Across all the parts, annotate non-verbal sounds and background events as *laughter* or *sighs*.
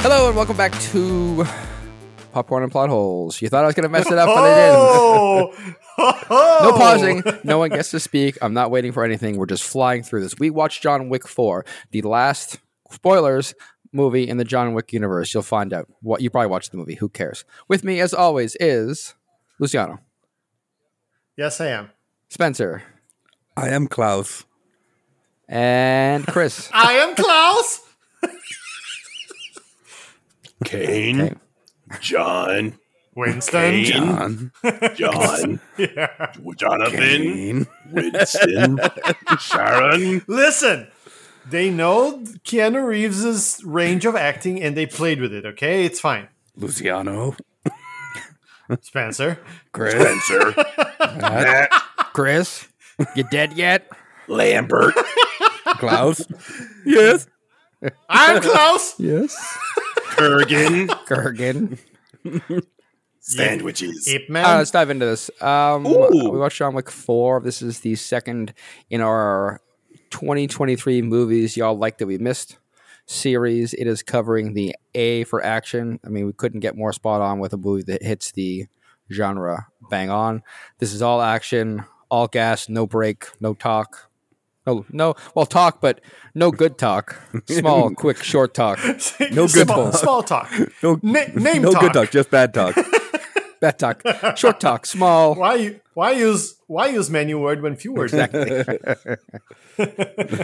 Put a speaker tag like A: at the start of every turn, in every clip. A: Hello and welcome back to Popcorn and Plot Holes. You thought I was going to mess it up, but I didn't.
B: Oh,
A: No pausing. No one gets to speak. I'm not waiting for anything. We're just flying through this. We watched John Wick 4, the last spoilers movie in the John Wick universe. You'll find out what you probably watched the movie. Who cares? With me, as always, is Luciano,
B: *laughs* Yes, I am.
A: Spencer,
C: I am Klaus.
A: and Chris.
B: I am Klaus.
D: Kane, John,
B: Winston.
D: Kane.
C: John.
D: John,
B: Yeah.
D: Jonathan,
C: Kane.
D: Winston, Sharon.
B: Listen, they know Keanu Reeves's range of acting and they played with it, okay? It's fine.
C: Luciano.
B: Spencer.
C: Chris.
D: Spencer, Matt,
A: Chris, you dead yet?
D: Lambert,
C: Klaus. *laughs* yes.
B: I'm Klaus.
C: Yes.
D: Kurgan,
A: Gergen.
D: sandwiches.
B: Ape Man.
A: Uh, let's dive into this. Um,
D: Ooh.
A: we watched John Wick 4. This is the second in our 2023 movies y'all like that we missed series. It is covering the A for action. I mean, we couldn't get more spot on with a movie that hits the genre bang on. This is all action, all gas, no break, no talk. No, no, well, talk, but no good
C: *laughs*
A: talk. Small, quick, short talk.
B: *laughs*
C: no good
B: small,
C: talk.
B: small talk.
C: No,
B: Na- name
C: no
B: talk.
C: good talk, just bad talk.
A: *laughs* Bad talk. Short talk. Small.
B: Why you- why use why use menu word when few words?
A: Thanks,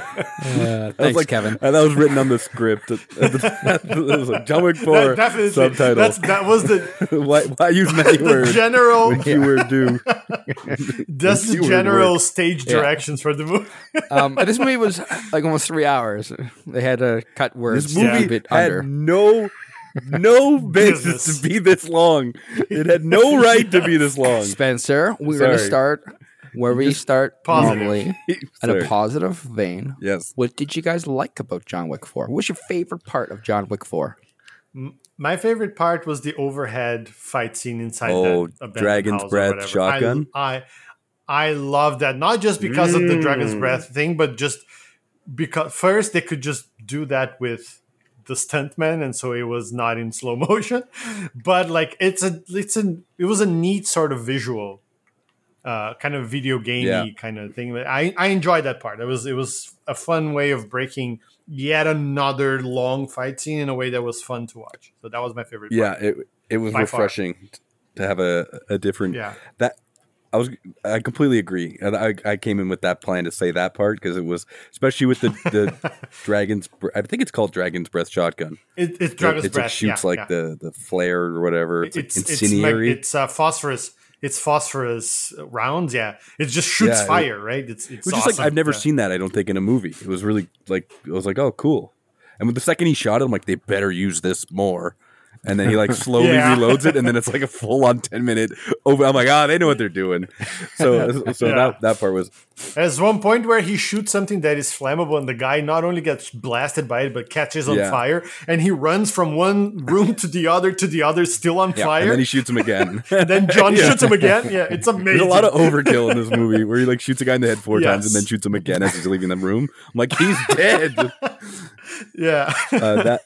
C: That was like- *laughs*
A: Kevin.
C: And that was written on the script. *laughs* It was like John Wick 4
B: That, definitely
C: subtitle.
B: That's, that was the,
C: *laughs* why, why use many
B: the
C: words?
B: *laughs* general
C: you were due.
B: that's the
C: few word
B: general
C: word.
B: stage
A: Yeah.
B: directions for the movie.
A: Um, this movie was like almost three hours. They had to cut words.
C: This
A: to keep
C: movie
A: it
C: had
A: under.
C: no
B: *laughs*
C: no
B: Business.
C: basis to be this long. It
B: *laughs*
C: had no right to be this long. *laughs*
A: Spencer, we're going to
C: Sorry.
A: start where we start
B: Positive.
A: normally in
C: Sorry.
A: a positive vein.
C: yes.
A: What did you guys like about John Wick 4? What's your favorite part of John Wick 4?
B: My favorite part was the overhead fight scene inside.
C: Oh,
B: that abandoned
C: Dragon's
B: house or
C: Breath
B: whatever.
C: shotgun?
B: I, I, I love that not just because of the Dragon's
D: Mm.
B: Breath thing, but just because first they could just do that with the stuntman, and so it was not in slow *laughs* motion. But like it's a it's an it was a neat sort of visual, uh, kind of video gamey
C: Yeah.
B: kind of thing. But I I enjoyed that part. It was it was a fun way of breaking yet another long fight scene in a way that was fun to watch. So that was my favorite. part.
C: Yeah, it it was
B: By far.
C: refreshing to have a, a different
B: Yeah.
C: that I was I completely agree. And I, I came in with that plan to say that part because it was especially with the,
B: *laughs*
C: the dragon's Bre- I think it's called dragon's breath shotgun.
B: It, it's Dragon's
C: it, it's-
B: Breath.
C: it shoots
B: yeah,
C: like
B: yeah.
C: the the flare or whatever. It's,
B: it's
C: like
B: it's
C: incendiary.
B: mag- it's uh, phosphorus. It's phosphorus rounds. Yeah, it just shoots
C: Yeah, it-
B: fire, right? It's it's
C: It was just
B: awesome,
C: like I've never
B: yeah.
C: seen that. I don't think in a movie. It was really like I was like, oh, cool. And with the second he shot it, I'm like, they better use this more. And then
B: *laughs*
C: he like slowly
B: Yeah.
C: reloads it, and then it's like a full on ten minute over. I'm like, ah, they know what they're doing. So
B: *laughs*
C: so
B: Yeah.
C: that that part was
B: There's one point where he shoots something that is flammable, and the guy not only gets blasted by it, but catches on
C: Yeah.
B: fire, and he runs from one room to the other to the other, still on
C: yeah.
B: fire.
C: And then he shoots him again.
B: *laughs* then John
C: *laughs* Yeah.
B: shoots him again. Yeah, it's amazing.
C: There's a lot of overkill in this movie where he like shoots a guy in the head four times
B: Yes.
C: and then shoots him again as he's leaving the room. I'm like, he's
B: *laughs*
C: dead.
B: yeah.
C: uh, *laughs*
D: *laughs*
C: that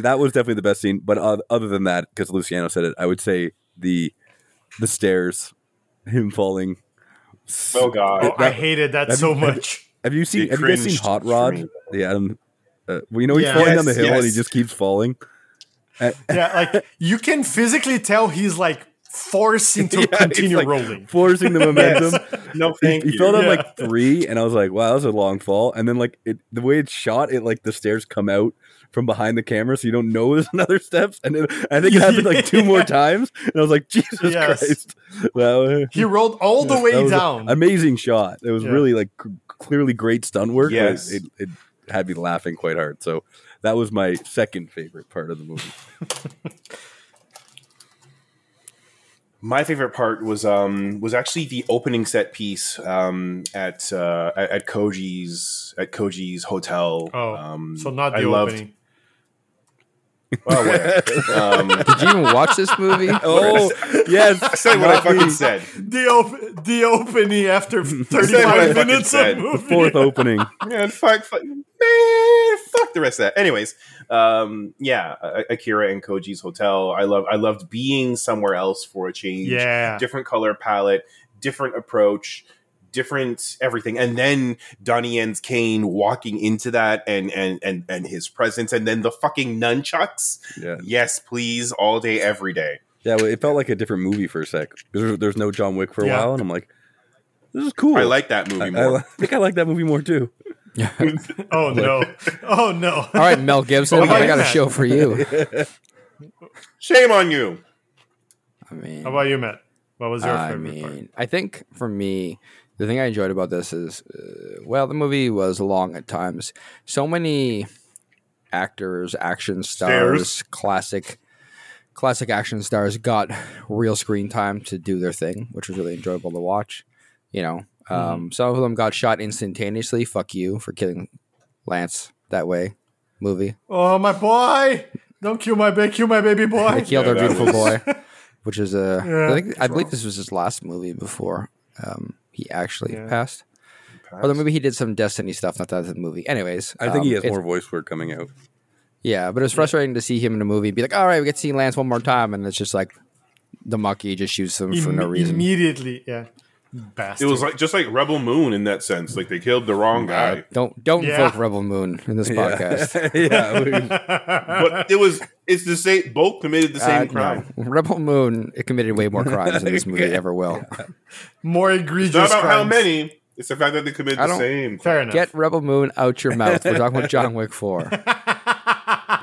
C: that was definitely the best scene. But uh, other than that, because Luciano said it, I would say the the stairs, him falling.
D: Oh God,
B: I hated that
C: that-
B: so much.
C: Have you seen?
D: It
C: Have you guys seen
D: cringed
C: Hot
D: for
C: Rod?
D: me.
C: Yeah, um, uh, well, you know he's
B: Yeah.
C: falling
D: Yes,
C: down the hill and he
D: yes.
C: just keeps falling.
B: yeah, like you can physically tell he's like forcing
D: *laughs*
B: to
C: Yeah, he's
B: continue
C: like-
B: rolling.
C: forcing the momentum.
D: no
C: He,
D: thank
C: he
D: you.
C: fell down
B: Yeah.
C: like three, and I was like, "Wow, that was a long fall." And then like it, the way it's shot, it like the stairs come out from behind the camera, so you don't know *laughs* there's another steps. And it, I think it happened like two
D: *laughs*
C: more times, and I was like, "Jesus
B: Yes.
C: Christ!" That,
B: He rolled all the
C: Yes, that
B: way
C: was a-
B: down.
C: amazing shot. It was
B: Yeah.
C: really like c- clearly great stunt work. but
D: Yes.
C: it, it had me laughing quite hard. So that was my second favorite part of the movie.
D: My favorite part was um, was actually the opening set piece um, at, uh, at at Koji's at Koji's hotel.
B: oh,
D: um,
B: so not the
D: I loved- *laughs*
B: opening.
D: Oh, whatever. um,
A: Did you even watch this movie?
C: *laughs* oh yes,
D: *laughs* I said what I
C: not the-
D: fucking said.
B: The op- the
A: *laughs*
B: opening after
D: what I
B: 35
D: fucking
B: minutes of
D: said.
B: movie.
C: fourth opening.
D: Man, fuck, fuck, man, fuck the rest of that. Anyways, um, yeah, A- Akira and Koji's Hotel. I love. I loved being somewhere else for a change.
B: Yeah.
D: different color palette, different approach, different everything. And then Donnie Yen's Kane walking into that and and and and his presence, and then the fucking nunchucks.
C: Yeah,
D: Yes, please, all day, every day.
C: yeah. well, It felt like a different movie for a sec. There's, there's no John Wick for a
B: Yeah.
C: while, and I'm like, this is cool.
D: I like that movie
C: I, I, li-
D: more.
C: I *laughs* think I like that movie more too.
B: Oh no. Oh no.
A: *laughs* *laughs* All right, Mel
C: *laughs* Oh,
A: Gibson,
B: Well,
A: I got a
B: yeah.
A: show for you.
D: Shame on you.
A: I mean,
B: How about you, Matt? What was your
A: I
B: favorite part?
A: mean, I think for me, the thing I enjoyed about this is, uh, well, the movie was long at times. So many actors, action stars,
D: Stairs.
A: classic, classic action stars got real screen time to do their thing, which was really enjoyable to watch. You know,
B: Mm-hmm.
A: um, some of them got shot instantaneously. Fuck you for killing Lance that way. Movie.
B: Oh my boy! Don't kill my baby, kill my
A: They
B: baby boy.
A: killed
D: Yeah,
A: our
D: that
A: beautiful
D: was-
A: boy, which is a. I
B: Yeah.
A: think I believe this was his last movie before um, he actually
B: Yeah.
A: passed. Although maybe he did some Destiny stuff, not that the movie. Anyways,
C: I think he
A: um,
C: has
A: it's-
C: more voice work coming out.
A: Yeah, but it was frustrating to see him in a movie and be like, "All right, we get to see Lance one more time," and it's just like the monkey just shoots him for
B: Im-
A: no reason.
B: Immediately, yeah.
D: It
B: Bastard.
D: was like just like Rebel Moon in that sense. Like they killed the wrong
A: Uh,
D: guy,
A: don't don't
B: Yeah.
A: invoke Rebel Moon in this podcast.
C: *laughs* yeah, we-
D: but it was it's the same. Both committed the same
A: Uh,
D: crime.
A: no. Rebel Moon it committed way more crimes than this movie ever will.
B: More
D: It's not
B: egregious.
D: about how
B: crimes.
D: many. It's the fact that they committed
A: I
D: the
A: don't-
D: same. crime.
B: Fair enough.
A: Get Rebel Moon out your mouth. We're
B: *laughs*
A: talking about John Wick Four.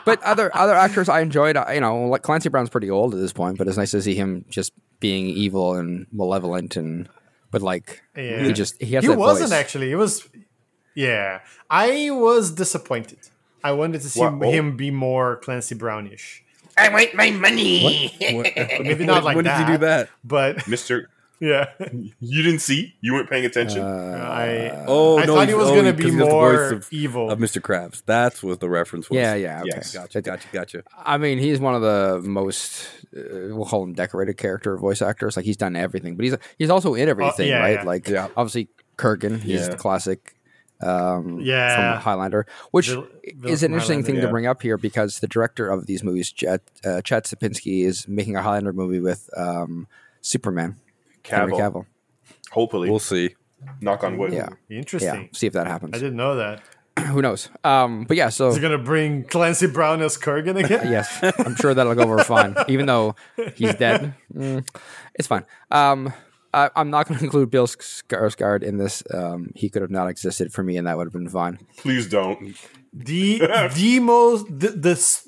A: but other other actors I enjoyed. I- You know, like Clancy Brown's pretty old at this point, but it's nice to see him just being evil and malevolent and. But like
B: Yeah.
A: he just he has
B: he
A: that
B: wasn't
A: voice.
B: actually. He was. Yeah, I was disappointed. I wanted to see
D: What? Oh.
B: him be more Clancy Brownish.
D: I want my money,
B: *laughs* Maybe not like
C: when
B: that.
C: did you do that?
B: But *laughs*
D: Mister.
B: yeah,
C: Uh,
D: You didn't see. You weren't paying attention.
A: Uh,
B: I
C: Oh
B: I
C: no,
B: thought he was
C: oh,
B: going to
C: 'cause
B: be
C: he got the
B: more
C: voice of,
B: evil.
C: of Mr. Krabs. That's what the reference was.
A: Yeah, yeah. Okay.
D: Yes.
C: Gotcha, gotcha, gotcha.
A: I mean, he's one of the most uh, we'll call him decorated character voice actors. Like he's done everything, but he's he's also in everything,
B: Oh, yeah,
A: right?
B: yeah.
A: Like
C: Yeah.
A: obviously Kurgan, he's
D: Yeah.
A: the classic um
B: Yeah.
A: from Highlander, which
B: Vil- Vil-
A: is an
B: from
A: interesting
B: Highlander,
A: thing to
D: yeah.
A: bring up here because the director of these movies, Chet, uh, Chad Sapinski, is making a Highlander movie with um Superman, Henry
D: Cavill.
A: Cavill.
D: Hopefully,
C: We'll see.
D: knock on wood.
A: Yeah, yeah.
B: Hmm. Interesting.
A: See if that
B: I
A: happens.
B: didn't know that.
A: Who knows? Um, but yeah, so
B: Is he going to bring Clancy Brown as Kurgan again?
C: *laughs*
A: yes, I'm sure that'll go
B: *laughs*
A: over fine, even though he's dead. Mm, it's fine. Um, I, I'm not going to include Bill Skarsgård in this. Um, he could have not existed for me, and that would have been fine.
D: Please
A: *laughs*
D: don't.
B: the the most the, the s-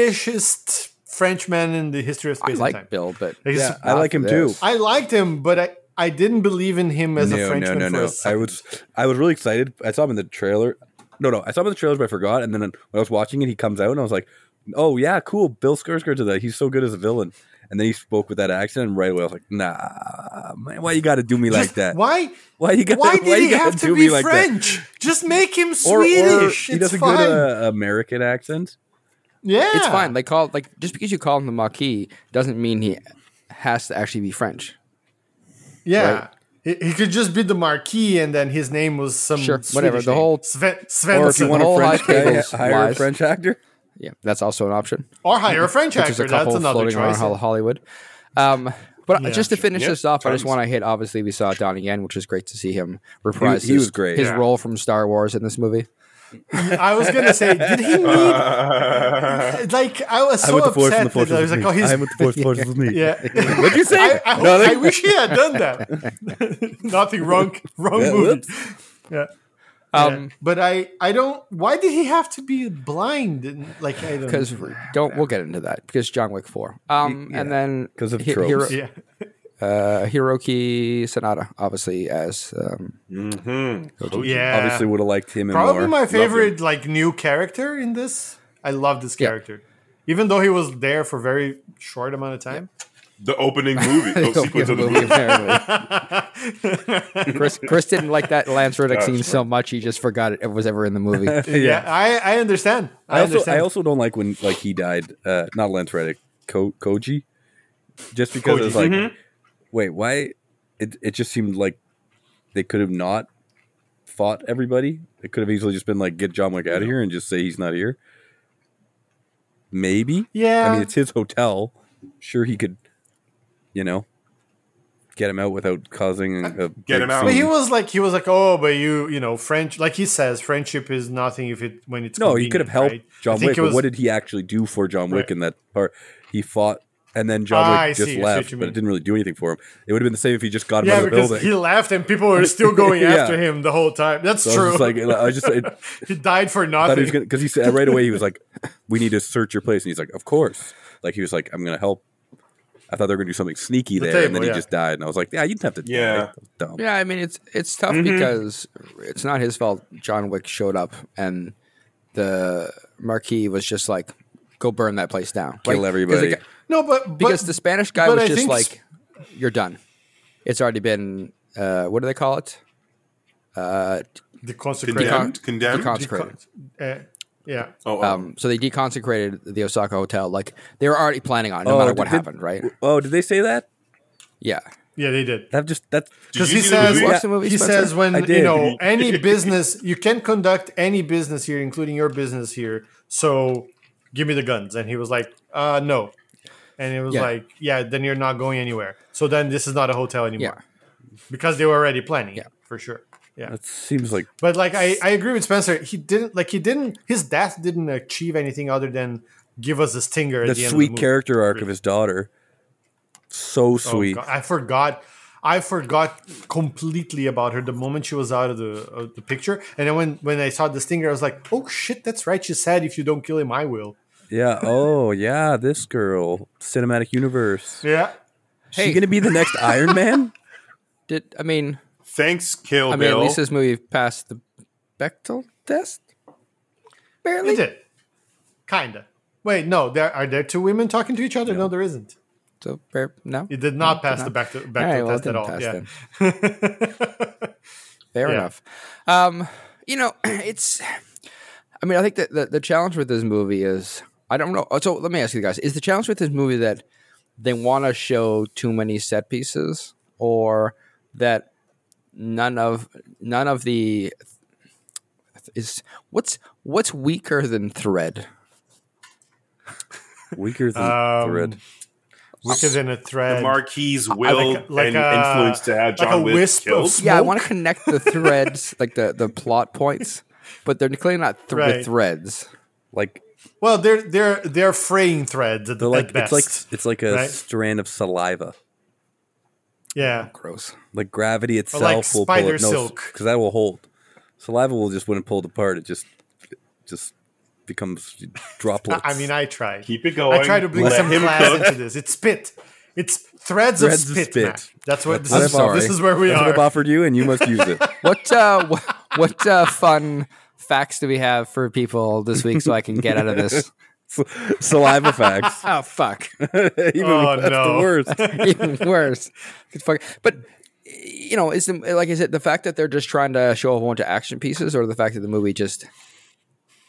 B: Swedishest Frenchman in the history of
A: I
B: space and time.
A: like Bill, but
B: Like,
C: Yeah,
B: he's-
C: I like him too.
A: this.
B: I liked him, but I, I didn't believe in him as a
C: No, no,
B: Frenchman
C: no,
B: for a
C: no. I
B: second.
C: was, I was really excited. I saw him in the trailer. No, no, I saw him in the trailers, but I forgot. And then when I was watching it, he comes out, and I was like, "Oh yeah, cool." Bill Skarsgård did that. He's so good as a villain. And then he spoke with that accent, and right away I was like, "Nah, man, why you got to do
B: *laughs*
C: me like that?
B: Why?
C: Why you got?
B: Why did he
C: you gotta
B: have to
C: do
B: be
C: me like that?"
B: French? Just make him
C: Or, or
B: Swedish.
C: he
B: it's
C: does a
B: fine.
C: good uh, American accent.
B: yeah,
A: it's fine. They call like just because you call him the Marquis doesn't mean he has to actually be French.
B: Yeah. He, he could just be the Marquis, and then his name was some
A: Sure,
B: Swedish
A: whatever, the
B: name.
A: whole-
B: Sven,
C: Or if you
B: Svensson.
C: want
A: whole
C: a French
A: high
C: guy,
A: tables
C: hire a
A: lies.
C: French actor.
A: Yeah, that's also an option.
B: or hire a French
A: There's
B: actor.
A: a couple
B: That's another
A: floating around
B: choice.
A: Hol- Hollywood. Um, but just to finish
D: Yep,
A: this off, I just
D: tons.
A: want to hit. Obviously, we saw Donnie Yen, which is great to see him reprise.
C: he
A: his-
C: was great.
A: His
C: Yeah.
A: role from Star Wars in this movie.
B: I was gonna say, did he
C: *laughs*
B: need? like, I was so
C: I'm with the force, and the
B: upset
C: force
B: that I was
C: is with
B: like,
C: me.
B: oh, he's
C: I'm with the force, the force is with me.
B: *laughs* yeah.
C: What'd you say?
B: I, I,
C: No,
B: I wish he had done that. *laughs* Nothing wrong, wrong
C: Yeah,
B: movie.
C: whoops.
B: Yeah.
A: Um,
B: Yeah. But I, I don't. Why did he have to be blind? And, Like I don't.
A: because don't we'll get into that because John Wick four. Um, and then
C: 'Cause of
A: Hi- Hiro-
C: tropes.
B: yeah,
A: uh, Hiroki Sanada, obviously as um,
B: yeah.
C: Obviously, would have liked him and
B: probably
C: more.
B: my
C: Loved *laughs* him.
B: favorite like new character in this. I love this character, even though he was there for a very short amount of time.
D: The opening movie,
A: *laughs*
D: the sequence of the movie.
A: apparently. *laughs* Chris Chris didn't like that Lance Riddick scene so much he just forgot it was ever in the movie.
B: Yeah, I, I understand. I,
C: I also,
B: understand.
C: I also don't like when like he died. Uh, not Lance Reddick, Ko- Koji. Just because it's like,
D: mm-hmm.
C: wait, why? It it just seemed like they could have not fought everybody. It could have easily just been like, get John Wick out of here and just say he's not here. Maybe.
B: Yeah.
C: I mean, it's his hotel. Sure, he could, you know, get him out without causing a
D: Get
C: big
D: him out.
B: but he
C: scene.
B: was like, he was like, oh, but you, you know, French, like he says, friendship is nothing if it when it's
C: No, he could have helped
B: convenient, right? I
C: John
B: think
C: Wick.
B: it
C: but
B: was-
C: what did he actually do for John Wick
B: Right.
C: in that part? He fought, and then John
B: Ah, I
C: Wick just
B: see, I see what
C: left,
B: you
C: but it
B: mean.
C: didn't really do anything for him. It would have been the same if he just got him out
B: Yeah,
C: of the
B: because
C: building.
B: he left and people were
C: *laughs*
B: still going
C: Yeah.
B: after him the whole time. That's
C: so I
B: true.
C: was just like, I just
B: *laughs*
C: it,
B: he died for
C: thought he
B: nothing.
C: was gonna because he said right away he was like, "We need to search your place," and he's like, "Of course." Like he was like, "I'm gonna help." I thought they were gonna do something sneaky
B: The
C: there, and
B: table,
C: then he
B: yeah.
C: just died, and I was like, "Yeah, you didn't have to." die."
D: Yeah.
C: That was dumb.
A: *laughs* Yeah, I mean it's it's tough because it's not his fault. John Wick showed up and the Marquis was just like, "Go burn that place down,
C: Kill
A: 'cause
C: everybody.
A: the guy-
B: no, but,
A: because
B: but
A: the Spanish guy
B: but
A: was
B: I
A: just
B: think
A: like, "You're done. It's already been. Uh, what do they call it?
B: the consecrated.
D: Condemned. Condemned.
A: Decon-
B: the con- uh, yeah.
D: oh, oh.
A: Um, so they deconsecrated the Osaka hotel. Like they were already planning on, it, no
C: Oh,
A: matter
C: did-
A: what
C: did-
A: happened, right?
C: Oh, did they say that?
A: Yeah,
B: Yeah, they did.
C: That just that's
B: Because
D: you
B: he
D: see the
B: says
D: movie?
A: Watch the movie,
B: he
A: Spencer?
B: says when
C: I
B: you
C: did. *laughs*
B: know any business you can conduct any business here, including your business here. So give me the guns, and he was like, uh, no, and it was
A: Yeah.
B: like, yeah, then you're not going anywhere. So then this is not a hotel
A: yeah.
B: anymore because they were already planning
A: Yeah.
B: it, for sure. Yeah,
C: that seems like
B: but like I, I agree with Spencer. He didn't like he didn't his death didn't achieve anything other than give us a stinger.
C: the
B: at the end of the
C: sweet
B: movie.
C: character arc of his daughter. So
B: Oh,
C: sweet.
B: God. I forgot. I forgot completely about her the moment she was out of the of the picture, and then when when I saw the stinger, I was like, "Oh shit, that's right." She said, "If you don't kill him, I will."
C: Yeah. Oh, yeah. This girl, cinematic universe.
B: Yeah,
C: She
A: Hey.
C: gonna be
B: *laughs*
C: the next Iron Man?
A: Did I mean?
D: Thanks, Kill
B: Oh,
A: I mean,
D: Bill.
A: at least this movie passed the Bechtel test. Barely.
B: it did. Kinda. Wait, no. There are there two women talking to each other? No, there isn't.
A: So fair, no.
B: It did not pass the back to back
A: All right,
B: to
A: well, it
B: test at
A: didn't
B: all.
A: pass
B: Yeah.
A: then. Fair
B: Yeah.
A: enough. Um, you know, *clears throat* it's. I mean, I think that the, the challenge with this movie is I don't know. So let me ask you guys: Is the challenge with this movie that they want to show too many set pieces, or that none of none of the is what's what's weaker than thread?
C: Weaker than
B: Um,
C: thread.
B: Wicked in a
D: the
B: thread.
D: Marquis will
B: like a- like
D: and
B: a-
D: influence to have
B: like a
D: John Wick
B: wisp of
D: killed.
B: smoke.
A: Yeah, I want to connect the threads, like the the plot points, but they're clearly not th-
B: Right.
A: with threads.
C: Like
B: well, they're they're they're fraying threads at,
C: they're like
B: at best.
C: it's like it's like a
B: right?
C: strand of saliva.
B: yeah,
A: Gross.
C: Like gravity itself will
B: spider
C: pull it.
B: silk.
C: because that will hold. Saliva will just wouldn't pull it apart. It just it just becomes droplets.
B: *laughs* I mean, I tried.
D: Keep it going.
B: I tried to bring
D: Let
B: some
D: him
B: class
D: cook.
B: into this. It's spit. It's threads,
C: Threads
B: of
C: of
B: spit.
C: spit.
B: Mac. That's what this
C: I'm
B: is.
C: sorry.
B: This is where we
C: That's what I've
B: are.
C: offered you, and you must
B: *laughs*
C: use it.
A: What uh, wh- what uh, fun facts do we have for people this week so I can get out of this?
C: saliva facts. *laughs*
A: Oh fuck,
C: Even
B: Oh,
C: that's
B: no.
C: the worst.
B: *laughs*
A: *laughs* even worse. Good fuck. But you know, is the like is it the fact that they're just trying to show a whole bunch of action pieces, or the fact that the movie just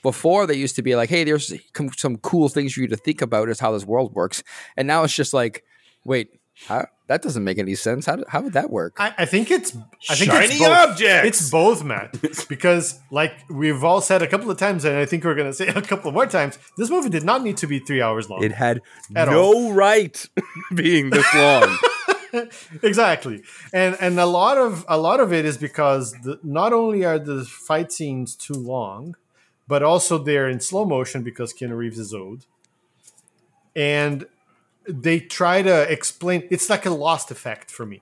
A: before they used to be like, hey, there's com- some cool things for you to think about is how this world works, and now it's just like, wait, how, that doesn't make any sense. How, how would that work?
B: I, I think it's. I think
D: Shiny
B: it's both.
D: objects!
B: It's both,
C: *laughs*
B: Matt. because like we've all said a couple of times, and I think we're gonna say *laughs* a couple more times, this movie did not need to be three hours long.
C: It had
B: At
C: no right *laughs* being this long.
B: exactly and and a lot of a lot of it is because the, not only are the fight scenes too long but also they're in slow motion because keanu reeves is old and they try to explain it's like a lost effect for me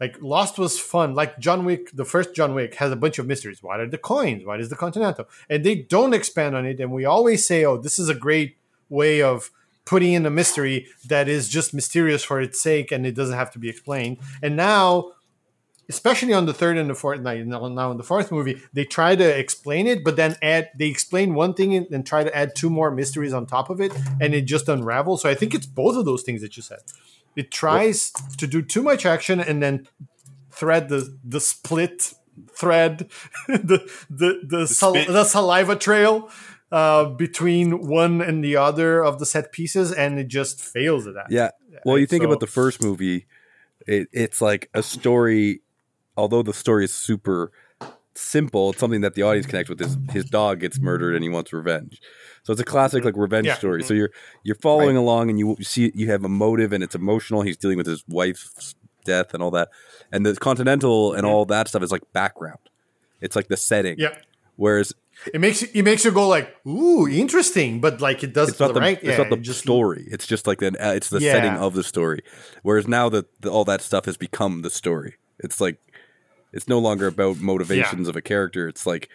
B: like lost was fun like john wick the first john wick has a bunch of mysteries what are the coins what is the continental and they don't expand on it and we always say oh this is a great way of putting in a mystery that is just mysterious for its sake and it doesn't have to be explained. And now, especially on the third and the fourth, now, now now in the fourth movie, they try to explain it, but then add they explain one thing and, and try to add two more mysteries on top of it, and it just unravels. So I think it's both of those things that you said. It tries to do too much action and then thread the the split thread, *laughs* the the the, sal-
D: spit.
B: the saliva trail uh, between one and the other of the set pieces, and it just fails at that.
C: Yeah. Well, you think
B: so-
C: about the first movie, it, it's like a story, although the story is super simple. It's something that the audience connects with. Is his dog gets murdered and he wants revenge. So it's a classic like revenge
B: Mm-hmm. Yeah.
C: story. So you're you're following along and you see you have a motive and it's emotional. He's dealing with his wife's death and all that, and the Continental and all that stuff is like background. It's like the setting.
B: Yeah.
C: Whereas
B: It makes you- it makes you go like, ooh, interesting, but like it doesn't
C: it's not the
B: right.
C: it's not the
B: it
C: story. It's just like an uh, it's the
B: Yeah.
C: setting of the story. Whereas now that the, all that stuff has become the story. It's like it's no longer about motivations of a character. It's like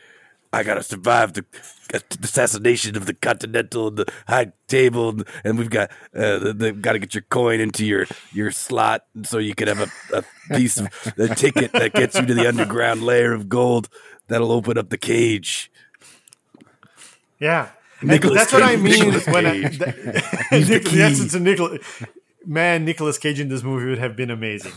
C: I gotta survive the uh, the assassination of the Continental and the High Table, and, and we've got uh, the- they've got to get your coin into your your slot so you can have a, a piece of the ticket that gets you to the underground layer of gold that'll open up the cage.
B: Yeah. And
C: Nicolas
B: that's what I
C: Cage.
B: mean
C: Nicolas
B: when *laughs* I,
C: Cage.
B: that,
C: the
B: Nic- yes,
C: key.
B: it's a Nicolas. Man, Nicolas Cage in this movie would have been amazing.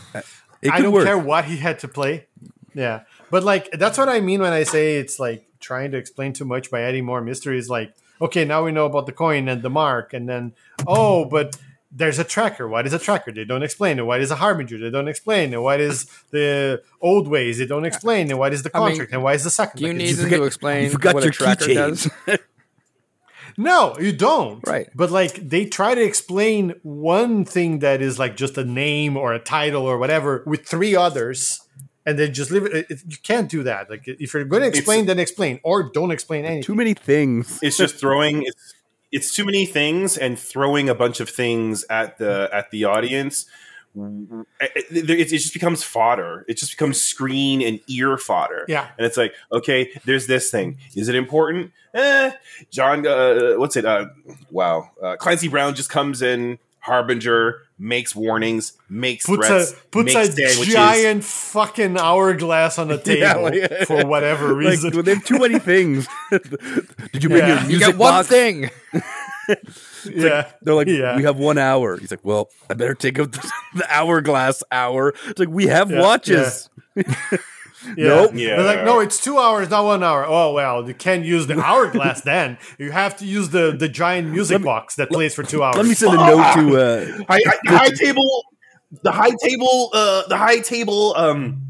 C: It
B: I
C: could
B: don't
C: work.
B: care what he had to play. Yeah. But like that's what I mean when I say it's like trying to explain too much by adding more mysteries like okay, now we know about the coin and the mark and then oh, but there's a tracker. What is a tracker? They don't explain it. What is a harbinger? They don't explain it. What is the old ways? They don't explain it. What is the
A: mean,
B: contract? and why is the second?
A: Do you
B: Like,
A: need
B: it's-
A: them
C: forget-
A: to
C: you
A: explain
C: forgot
A: what
C: your
A: a tracker
C: keychain.
A: does?
B: No, you don't.
A: Right.
B: But like they try to explain one thing that is like just a name or a title or whatever with three others, and they just leave it. it- it- You can't do that. Like if you're going to explain, then explain, or don't explain anything.
C: Too many things.
E: it's just throwing it's, it's too many things and throwing a bunch of things at the at the audience it, it, it just becomes fodder it just becomes screen and ear fodder
B: Yeah.
E: and it's like okay there's this thing is it important eh, john uh, what's it uh, wow uh, clancy brown just comes in harbinger makes warnings makes
B: Puts
E: threats
B: a puts
E: makes
B: a giant fucking hourglass on a table
C: *laughs* Yeah,
B: *laughs*
C: like-
B: for whatever
C: *laughs* Like,
B: reason.
C: well, they have too many things. *laughs* Did you bring
B: Yeah.
C: your
A: *laughs* You
C: music
A: got one
C: box?
A: thing. *laughs*
B: yeah.
C: They're like,
B: Yeah.
C: we have one hour. He's like, well, I better take up *laughs* the, hourglass hour. It's like, we have
B: Yeah,
C: watches.
B: Yeah.
C: Nope.
E: Yeah.
B: They're like, no, it's two hours, not one hour. Oh well, you can't use
C: *laughs*
B: the hourglass then. You have to use the the giant music box that plays for two hours.
C: Let me send a note to. Uh,
B: *laughs*
E: high, high, high table the high table uh the high table um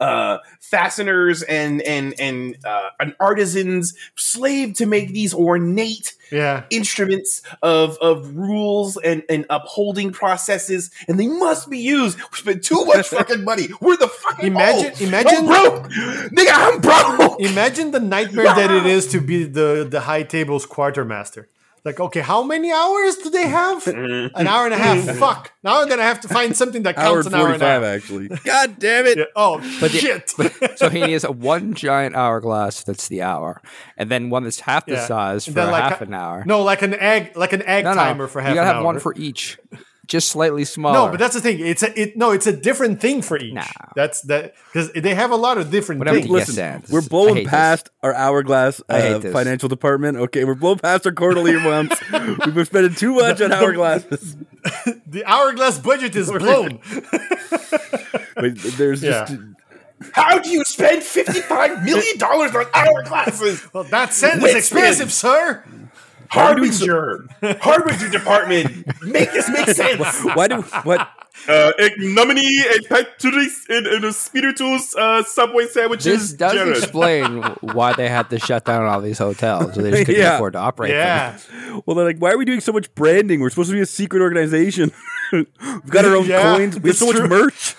E: uh fasteners and and and uh an artisan's slave to make these ornate
B: yeah.
E: instruments of of rules and and upholding processes and they must be used we spent
B: *laughs*
E: too much fucking money we're the fucking
B: Imagine-
E: old.
B: imagine-
E: I'm broke nigga i'm broke
B: Imagine the nightmare that it is to be the the high table's quartermaster. Like, okay, how many hours do they
E: *laughs*
B: have? An hour and a half. Fuck. Now I'm gonna have to find something that
C: hour
B: counts an hour and a
C: 45,
B: half.
C: actually. God damn it.
B: Yeah. Oh
A: the-
B: shit. *laughs*
A: So he needs a one giant hourglass that's the hour, and then one that's half the
B: Yeah.
A: size for
B: And then, like,
A: half
B: a-
A: an hour.
B: no, like an egg, like an egg timer for half
A: you gotta
B: an
A: have
B: hour.
A: one for each, just slightly smaller.
B: no, but that's the thing. It's a it. No, it's a different thing for each.
A: Nah.
B: That's that because they have a lot of different
A: Whatever
B: things.
A: you Yes,
C: Listen,
A: Dan, this
C: we're
A: is- I hate
C: blowing
A: this.
C: past our hourglass
A: I hate
C: uh,
A: this.
C: financial department. Okay, we're blowing past our quarterly ones. We've been spending too much on hourglasses.
B: The hourglass budget
A: *laughs*
B: is blown.
C: But there's just
B: Yeah.
E: how do you spend 55 million dollars
B: *laughs*
E: on hourglasses
B: well, that scent is
E: Winston.
B: expensive, sir.
E: Harbinger, Harbinger department, make this make sense.
C: why do what
E: Uh, ignominy and pectoris in, in spiritus uh, subway sandwiches.
A: this does
B: *laughs*
E: Jared.
A: explain why they had to shut down all these hotels. They just couldn't
C: Yeah.
A: afford to operate them.
B: *laughs* Yeah.
C: Well, they're like, why are we doing so much branding? We're supposed to be a secret organization. *laughs* We've got our own
B: Yeah,
C: coins. We
B: that's
C: have so
B: true.
C: much merch.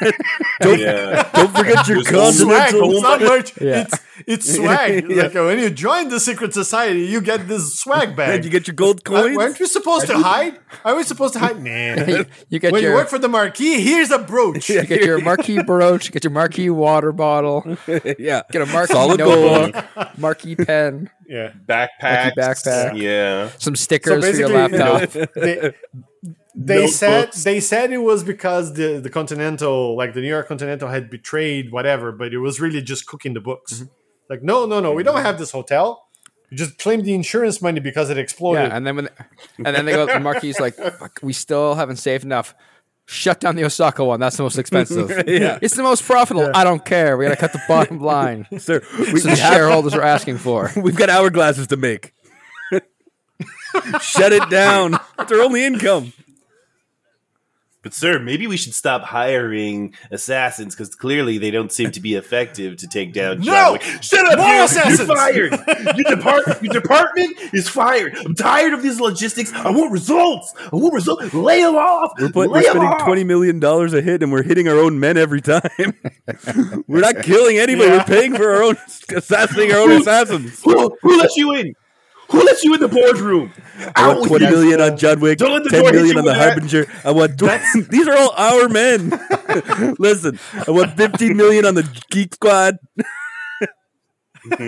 B: *laughs*
C: don't, don't forget your
B: swag. It's
C: continental.
B: not merch.
A: *laughs* Yeah.
B: It's it's swag.
C: Yeah.
B: Like uh, when you join the secret society, you get this
A: *laughs*
B: swag
C: And
B: bag.
C: you get your gold
B: Uh,
C: coins.
B: weren't we supposed to hide? Are we supposed to hide? Nah.
A: *laughs* You get
B: when
A: your
B: you work for the marquee, here's a
A: *laughs*
B: brooch.
A: you get your
B: *laughs*
A: marquee brooch, get your marquee water bottle,
C: yeah.
A: get a marquee
C: Solid gold.
A: notebook, marquee pen,
B: Yeah.
E: Backpack.
A: Lucky backpack.
E: Yeah.
A: some stickers for your
B: basically, you know,
A: laptop.
B: They,
A: *laughs*
B: they said
E: Notebooks.
B: they said it was because the the Continental, like the New York Continental, had betrayed whatever, but it was really just cooking the books.
A: Mm-hmm.
B: Like, no, no, no, we don't have this hotel. You just claim the insurance money because it exploded.
A: Yeah, and then when and then they go, the marquee's like, Fuck, we still haven't saved enough. Shut down the Osaka one. That's the most
B: *laughs*
A: expensive.
C: Yeah.
A: It's the most profitable. I don't care. We gotta cut the bottom line.
C: Sir, we,
A: So the
C: we have,
A: shareholders are asking for.
C: *laughs* we've got hourglasses to make. *laughs* Shut it down. It's our only income.
E: but sir, maybe we should stop hiring assassins because clearly they don't seem to be effective to take down. John
B: No!
E: Wick." shut up!
B: More
E: you,
B: assassins!
E: You're fired. Your, depart- your department is fired. I'm tired of these logistics. I want results. I want results. Lay them off.
C: We're, put,
E: Lay
C: we're
E: 'em
C: spending
E: off.
C: twenty million dollars a hit, and we're hitting our own men every time. *laughs* we're not killing anybody.
B: Yeah.
C: We're paying for our own *laughs*
B: *laughs*
C: assassinating our own assassins.
E: Who, who let you in? Who let you in the boardroom?
C: I
E: Out
C: want
E: with
C: twenty
E: you.
C: million on John Wick,
E: Don't let the
C: ten
E: door hit
C: million
E: you
C: on the
E: with that.
C: Harbinger. I want *laughs* these are all our men. *laughs* Listen, I want fifteen million on the Geek Squad. *laughs* what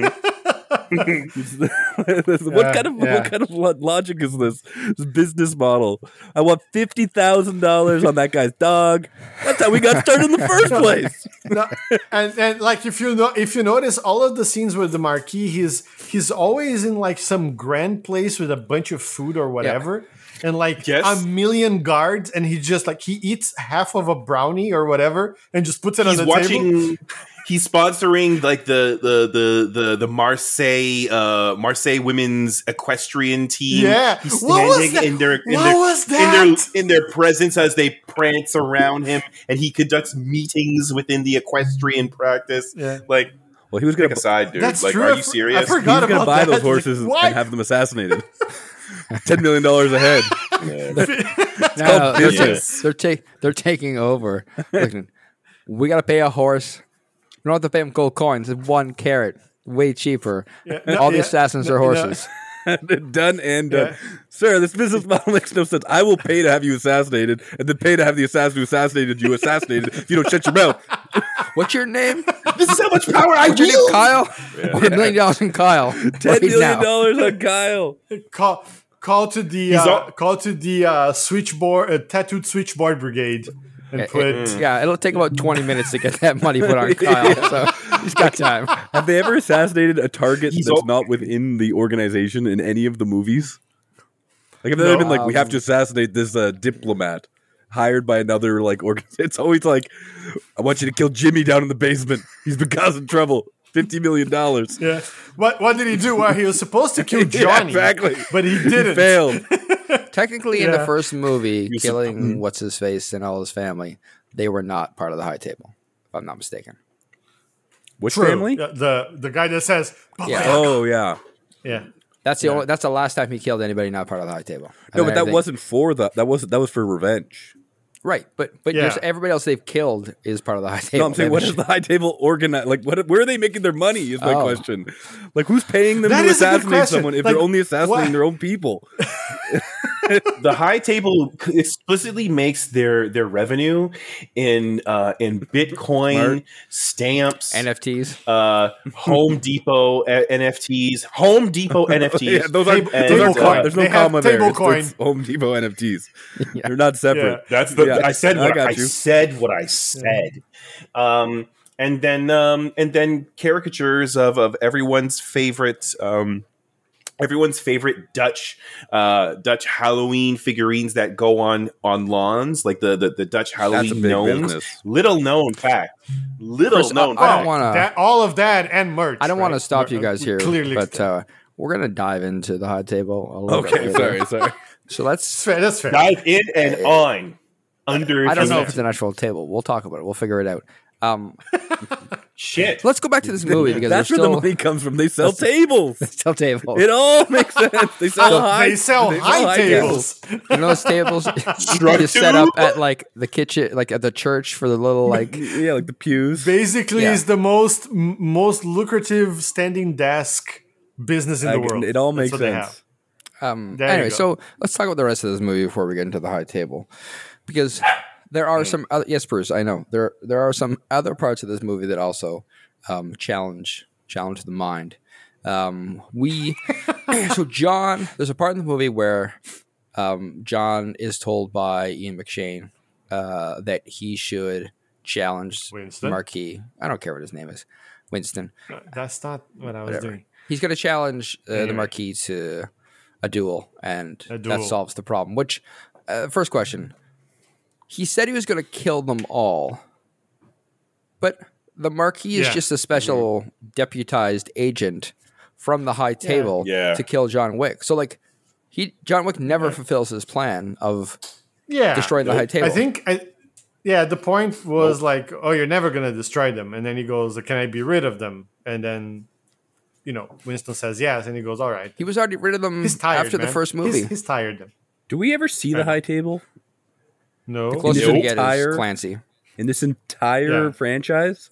B: Yeah,
C: kind of
B: yeah.
C: what kind of lo- logic is this? This business model. I want fifty thousand dollars on that guy's dog. That's how we got started in the first place.
B: No, and and like if you know if you notice all of the scenes with the marquee, he's he's always in like some grand place with a bunch of food or whatever, and like
E: Yes.
B: a million guards, and he just like he eats half of a brownie or whatever, and just puts it
E: he's
B: on the table.
E: watching. *laughs* He's sponsoring like the the the the the Marseille uh Marseille women's equestrian team.
B: Yeah.
E: he's
B: What was
E: standing
B: that?
E: in their in
B: What
E: their
B: was
E: in their
B: that?
E: in their presence as they prance around him, and he conducts meetings within the equestrian practice.
B: Yeah.
E: Like,
C: Well, he was gonna
E: pick a side, dude.
B: That's
E: like,
B: true.
E: are
B: I
E: you
B: for- I
E: serious?
C: he
B: forgot
C: was gonna
B: about
C: buy
B: that.
C: those
B: Like,
C: horses and
B: what?
C: have them assassinated. *laughs* Ten million dollars a head.
A: No,
C: called
A: no, they're,
C: business.
A: they're, ta- they're taking over. Listen, we got to pay a horse. We don't have to pay him gold coins. It's one carrot. Way cheaper.
B: no,
A: All the
B: yeah,
A: assassins are horses.
C: *laughs* done and done. Sir, this business model makes no sense. I will pay to have you assassinated, and then pay to have the assassin who assassinated you assassinated if you don't shut your mouth.
A: What's your name?
E: *laughs* this is how much power
B: *laughs*
E: I
A: What's your name,
E: wield.
A: Kyle? A million dollars in Kyle.
C: *laughs* Ten
A: right
C: million
A: now.
C: dollars on Kyle.
B: Call call to the
E: He's
B: uh,
E: all-
B: call to the uh, switchboard uh, tattooed switchboard brigade,
E: Eh,
B: and
A: It-
B: put.
A: it- yeah, it'll take about 20 minutes to get that money put
C: *laughs*
A: on Kyle. So he's got time.
C: Have they ever assassinated a target
E: He's
C: that's
E: al-
C: not within the organization in any of the movies? Like, have they ever been like, we have to assassinate this uh, diplomat hired by another like organ? *laughs* It's always like, I want you to kill Jimmy down in the basement. He's been causing trouble. Fifty million dollars.
B: Yeah. What what did he do? Well, he was supposed to
E: *laughs*
B: kill
C: Yeah,
B: Johnny,
C: exactly.
B: but he didn't.
C: Failed.
A: Technically, in the
B: Yeah.
A: first movie,
C: You're so-
A: killing what's his face and all his family, they were not part of the high table, if I'm not mistaken.
C: Which
B: True.
C: family?
B: Yeah, The the guy that says,
A: Yeah.
B: yeah,
C: Oh yeah.
B: yeah.
A: That's the only. That's the last time he killed anybody not part of the high table. And
C: No,
A: then
C: but that
A: everything-
C: wasn't for the. That was that was for revenge.
A: right. But but
B: Yeah.
A: there's everybody else they've killed is part of the high table.
C: No, I'm saying
A: *laughs*
C: what is the high table organized? Like, what? Where are they making their money? Is my
A: Oh.
C: question. Like, who's paying them
B: That
C: to
B: is a good
C: assassinate
B: question.
C: someone if
B: Like,
C: they're only assassinating
B: what-
C: their own people?
B: *laughs*
E: the high table c- explicitly makes their their revenue in uh in bitcoin stamps
A: NFTs?
E: uh home depot uh, nfts home depot *laughs* nfts
C: yeah, those are
E: Table-
C: those are
E: table
C: coin.
E: coin.
C: There's no
B: They have
C: comma there.
B: table
C: It's- it's
B: coin.
C: Home
B: *laughs*
C: Depot NFTs. They're not separate.
E: That's the
C: Yeah,
E: I said
C: I
E: what I,
C: got you.
E: said what I said. Um and then um and then caricatures of of everyone's favorite um everyone's favorite Dutch uh Dutch Halloween figurines that go on on lawns like the the, the Dutch
C: That's a
E: Halloween
C: big
E: gnomes.
C: business.
E: Little known fact. Little
A: Chris, I-
E: known
A: I don't
E: fact.
A: want- wanna-
B: that, uh, all of that and merch.
A: I don't want to
B: right?
A: stop
B: We're-
A: you guys
B: we
A: here,
B: Clearly,
A: but uh, we're gonna dive into the high table a little bit.
C: Okay,
A: later.
C: sorry, sorry.
A: So
B: that's
A: let's.
B: fair. That's fair.
E: Dive in and on under
A: I don't
E: the
A: know if it's an actual table. We'll talk about it. We'll figure it out. Um,
E: shit.
A: let's go back to this movie because
C: *laughs* That's
A: there's
C: where the
A: still
C: money comes from. They
B: *laughs*
C: sell tables.
A: *laughs* still table.
C: It all makes sense. They sell high.
B: they sell high, tables.
A: You know those
C: *laughs*
A: tables *laughs* you
E: Structure.
A: set up at like the kitchen, like at the church for the little like
C: Yeah, like the pews.
B: Basically,
A: Yeah.
B: is the most m- most lucrative standing desk business in the
C: Like,
B: world.
C: It all
B: That's
C: makes
B: what they have.
C: sense.
A: Um,
B: There you
A: anyway,
B: go.
A: so let's talk about the rest of this movie before we get into the high table, because there
B: Mm.
A: are some other, yes, Bruce, I know there there are some other parts of this movie that also um, challenge challenge the mind. Um,
B: *laughs*
A: we so John, there's a part in the movie where um, John is told by Ian McShane uh, that he should challenge
B: Winston?
A: Marquis. I don't care what his name is, Winston.
B: No, Uh, That's not what I was
A: Whatever.
B: doing.
A: He's going to challenge uh, the
B: Anyway.
A: Marquis to a duel, and
B: A
A: that
B: duel.
A: solves the problem. Which, uh, first question, he said he was going to kill them all, but the Marquis is
B: Yeah.
A: just a special deputized agent from the High Table
E: Yeah.
A: to kill John Wick. So, like, he John Wick never fulfills his plan of
B: yeah
A: destroying the high table.
B: I think I, yeah, the point was like, oh, you're never gonna destroy them, and then he goes, can I be rid of them? And then, you know, Winston says yes, and he goes, all right.
A: he was already rid of them
B: He's tired
A: Mm, after the
B: man.
A: first
B: He's-
A: movie.
B: He's, tired. Them.
C: Do we ever see the high table
B: No,
A: Closer
C: Nope.
A: to get
C: Entire-
A: is Clancy.
C: in this entire
B: Yeah.
C: franchise?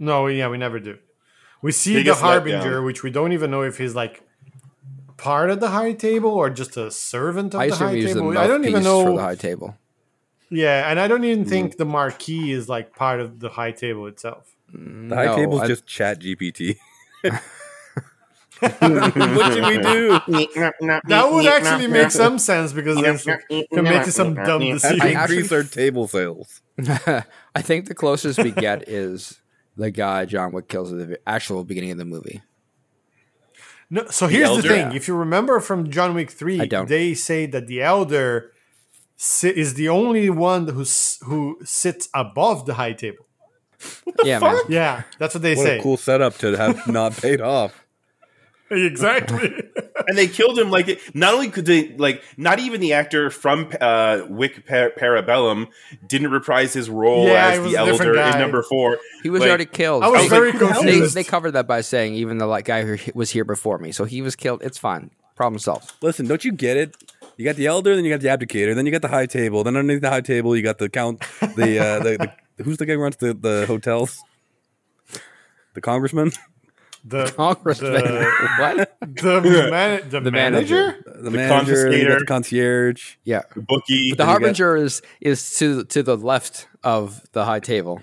B: no, yeah, we never do. We see
D: Biggest
B: the harbinger,
D: letdown.
B: which we don't even know if he's like part of the high table or just a servant of
A: I
B: the
A: assume
B: high
A: he was the
B: table. I don't even
A: mouthpiece
B: know
A: for the Mm. high table.
B: Yeah, and I don't even think the marquee is like part of the high table itself.
A: Mm,
C: The high
A: No,
C: table's
A: I-
C: just Chat GPT.
A: *laughs*
C: what should we do?
B: That would
A: mm,
B: actually make some sense because it's like, they're making some dumb
C: How do we
B: decision.
A: actually-
C: increase our
A: *laughs*
C: table sales?
A: I think the closest we get *laughs* is the guy John Wick kills at the actual beginning of the movie.
B: No, so here's the
D: elder?
B: thing: if you remember from John Wick Three,
A: I don't.
B: they say that the elder si- is the only one who s- who sits above the high table.
A: yeah, man.
B: Yeah, that's what they
C: What
B: say.
C: a cool setup to *laughs* have not paid off.
B: exactly.
D: and they killed him like not only could they like not even the actor from uh wick Par- parabellum didn't reprise his role
B: Yeah, it
D: as
B: was
D: the
B: a different
D: elder in
B: guy.
D: number four
A: He was
D: Like,
A: already killed.
B: I was
A: They-
B: very
A: they,
B: confused.
A: they covered that by saying even the like guy who he- was here before me, so he was killed. It's fine. Problem
D: *laughs*
A: solved.
C: Listen, don't you get it? You got the elder, then you got the abdicator, then you got the high table, then underneath the high table you got the count, the uh, the, the *laughs* who's the guy who runs the, the hotels, the *laughs* congressman,
B: *laughs*
A: *laughs*
B: the
A: Congressman.
B: the,
A: *laughs* what?
B: the, man, the, manager.
C: the, manager, then you got
D: confiscator.
C: the concierge.
A: Yeah.
D: the
A: *laughs*
D: bookie
A: The
C: you got-
A: harbinger is is to to the left of the high table.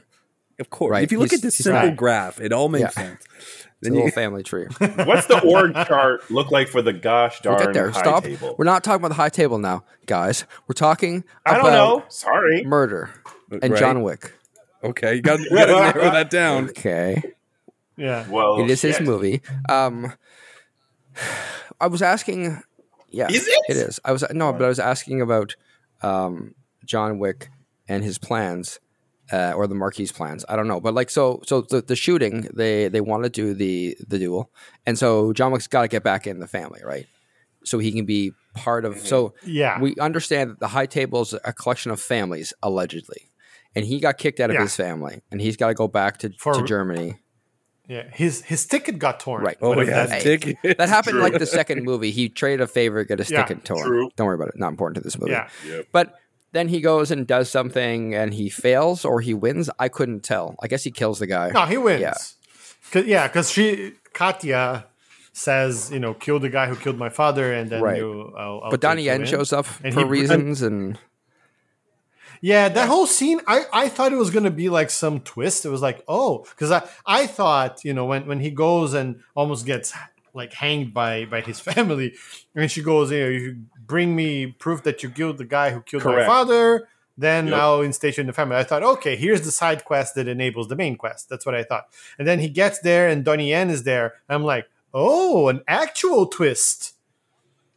C: Of course,
A: Right,
C: if you look
A: he's-
C: at this
A: he's
C: simple
A: right.
C: graph, it all makes
A: Yeah.
C: sense.
A: It's a
C: Then you
D: *laughs*
A: little family tree.
D: what's
A: *laughs*
D: the org chart look like for the gosh darn
A: We'll get there.
D: high
A: Stop.
D: table
A: We're not talking about the high table now, guys. We're talking
D: i don't
A: about
D: know sorry
A: murder *laughs* and
C: Right.
A: John Wick.
C: okay, you got to narrow
B: *laughs*
C: that down.
A: Okay.
B: Yeah,
E: Oh,
D: well
A: it is his
D: shit.
A: movie. Um, *sighs* I was asking. Yeah,
D: Is it?
A: It is. I was no, but I was asking about um, John Wick and his plans, uh, or the Marquis plans. I don't know, but like so, so the, the shooting they they want to do the the duel, and so John Wick's got to get back in the family, right? So he can be part of. So
B: yeah.
A: we understand that the high table is a collection of families allegedly, and he got kicked out of
B: Yeah.
A: his family, and he's got to go back to,
B: For-
A: to Germany.
B: yeah. His his ticket got torn.
A: Right.
C: Oh
B: But
C: yeah,
B: that-
C: *laughs* ticket.
A: That happened
D: True.
A: like the
B: *laughs*
A: second movie. He traded a favor, got a stick
B: Yeah,
A: and torn.
D: true.
A: Don't worry about it. Not important to this movie.
B: yeah.
A: But then he goes and does something and he fails or he wins. I couldn't tell. I guess he kills the guy.
B: No, he wins.
A: Yeah.
B: Cause, yeah, because she Katya says, you know, kill the guy who killed my father, and then
A: Right.
B: you. I'll, I'll
A: but Donnie
B: take you
A: Yen
B: in.
A: shows up
B: And
A: for
B: he-
A: reasons and *laughs*
B: Yeah, that whole scene, I, I thought it was gonna be like some twist. It was like, oh, because I, I thought, you know, when, when he goes and almost gets like hanged by by his *laughs* family, and she goes, you know, you bring me proof that you killed the guy who killed
D: Correct.
B: my father, then
D: Yep.
B: I'll instate you in the family. I thought, okay, here's the side quest that enables the main quest. That's what I thought. And then he gets there and Donnie Yen is there. I'm like, oh, an actual twist.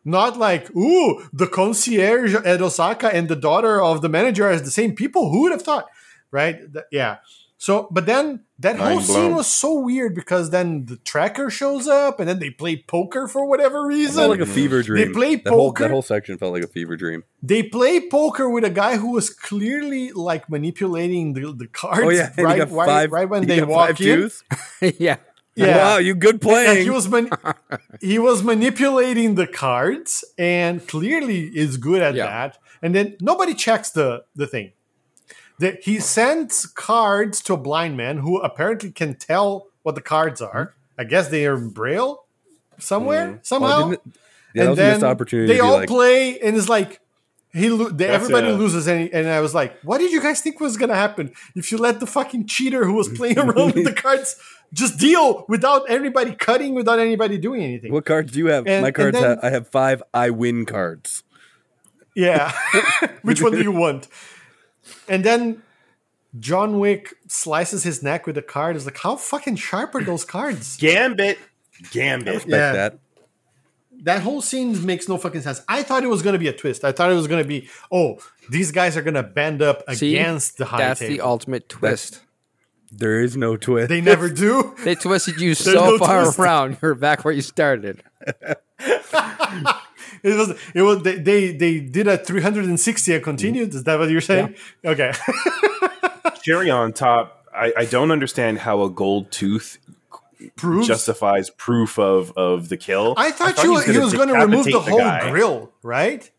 B: Not like, ooh, the concierge at Osaka and the daughter of the manager are the same people. Who would have thought? Right? Th- yeah. So, but then that whole
D: Mind blown.
B: scene was so weird because then the tracker shows up and then they play poker for whatever
C: It felt
B: reason.
C: like a fever dream.
B: play
C: that whole,
B: poker?
C: that whole section felt like a fever dream.
B: they play poker with a guy who was clearly like manipulating the, the cards
C: Oh yeah, *laughs* and
B: right,
C: you got
B: right-
C: five,
B: right when
C: you
B: they
C: got
B: walk
C: five
B: in.
C: twos?
A: yeah.
B: Yeah.
C: Wow, you good
B: And
C: playing. Oh,
B: he was
C: *laughs*
B: man- he was manipulating the cards and clearly is good at
A: Yeah.
B: that. And then nobody checks the the thing. The, he sends cards to a blind man who apparently can tell what the cards are. I guess they are in braille somewhere somehow.
C: Mm-hmm. Oh, didn't it- yeah, that was a missed opportunity.
B: they
C: to be
B: all
C: like,
B: play, and it's like he lo- they,
D: That's
B: everybody
D: a-
B: loses, and, and I was like, "What did you guys think was gonna happen if you let the fucking cheater who was
C: *laughs*
B: playing around with the cards just deal without everybody cutting, without anybody doing anything?"
C: What cards do you have?
B: And-
C: My
B: and
C: cards.
B: then-
C: have, I have five. I win cards. *laughs*
B: Yeah, *laughs* which one do you want? And then John Wick slices his neck with a card. It's like, how fucking sharp are those cards?
D: gambit
C: I
D: gambit
C: respect
B: Yeah.
C: that.
B: that whole scene makes no fucking sense. I thought it was gonna be a twist. I thought it was gonna be, oh, these guys are gonna band up
A: See,
B: against the high
A: that's
B: table.
A: the ultimate twist.
C: There is no twist.
B: they never do.
A: They
B: *laughs*
A: twisted you so
B: no
A: far
B: twist.
A: around, you're back where you started.
B: It was it was they they, they did a 360 and continued. Is that what you're saying? Okay.
D: Cherry on top. I, I don't understand how a gold tooth
B: Proves.
D: justifies proof of of the kill.
B: I thought, you, he was going to remove the
D: decapitate
B: whole
D: guy.
B: grill, right?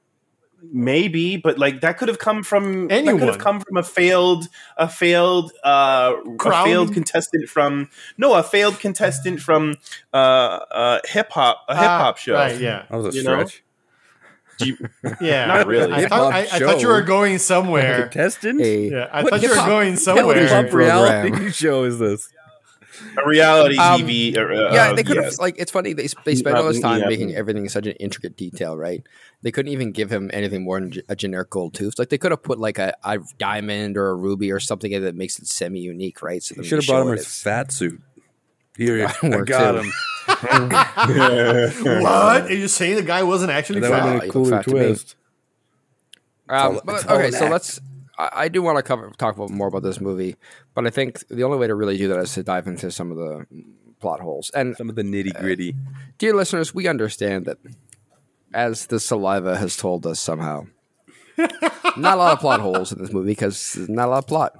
D: Maybe, but like that could have come from that could
B: Anyone.
D: have come from a failed a failed uh
B: Crown?
D: a failed contestant from no a failed contestant from uh uh hip hop a hip hop
B: Ah,
D: show.
B: Right, yeah.
C: That was a
D: You know?
C: stretch.
D: Do you-
B: Yeah.
D: Not really.
B: I thought, I, I
C: Hip-hop
B: thought you
C: show.
B: were going somewhere.
C: Contestant?
A: A
B: Yeah, I
C: What
B: thought you were
C: hip-hop-
B: going
C: What
A: television
B: somewhere.
C: pop reality *laughs*
A: program.
C: show is this?
D: a reality
A: Um,
D: TV. or, uh,
A: yeah, they could have
D: yes.
A: like it's funny they they spend all this time
D: Nothing, yeah.
A: making everything such an intricate detail, right? They couldn't even give him anything more than ge- a generic gold tooth. Like they could have put like a, a diamond or a ruby or something in it that makes it semi unique, right? So
C: You
A: then
C: should have
A: they
C: brought
A: show
C: him
A: it
C: his
A: as-
C: fat suit.
A: *laughs*
C: Here,
A: would
C: I
A: work,
C: got
A: too.
C: him.
B: What? Are you saying the guy wasn't actually
C: That would
B: fat?
C: have
A: Wow,
C: been
A: you look
C: a cooler
A: fat to me.
C: twist.
A: Um,
C: all-
A: but-
C: it's all
A: okay,
C: an
A: so
C: act.
A: let's. I, I do want to cover talk about more about this movie, but I think the only way to really do that is to dive into some of the plot holes. And
C: Some of the nitty gritty.
A: dear listeners, we understand that, as the saliva has told us somehow, not a lot of plot holes in this movie because there's not a lot of plot.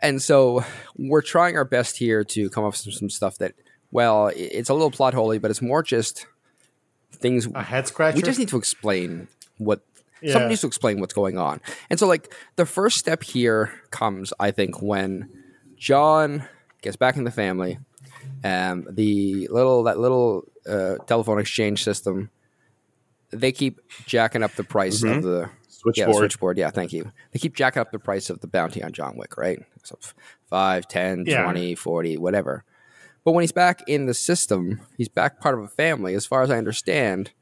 A: And so we're trying our best here to come up with some, some stuff that, well, i- it's a little plot holey, but it's more just things
B: A head scratcher?
A: we just need to explain what
B: Yeah.
A: somebody needs to explain what's going on. And so like the first step here comes, I think, when John gets back in the family, um, the little that little uh, telephone exchange system, they keep jacking up the price
B: Mm-hmm.
A: of the yeah, the
D: Switchboard.
A: switchboard. Yeah, thank you. They keep jacking up the price of the bounty on John Wick, right? So f- 5, 10,
B: Yeah.
A: 20, 40, whatever. But when he's back in the system, he's back part of a family. As far as I understand,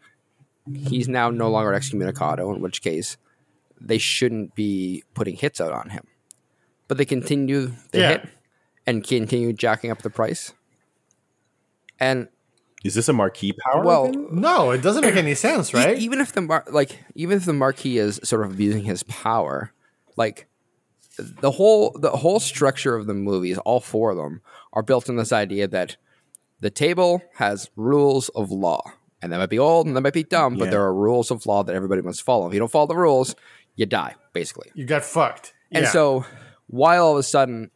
A: he's now no longer excommunicado, in which case they shouldn't be putting hits out on him. But they continue the
B: Yeah.
A: hit and continue jacking up the price. And
D: Is this a marquee power?
A: well,
B: no, it doesn't make any sense,
A: E-
B: right?
A: even if the mar- like, even if the marquis is sort of abusing his power, like the whole the whole structure of the movies, all four of them, are built on this idea that the table has rules of law, and that might be old and that might be dumb, but
D: Yeah.
A: there are rules of law that everybody must follow. If you don't follow the rules, you die, basically.
B: you got fucked.
A: And
B: Yeah.
A: so, why all of a sudden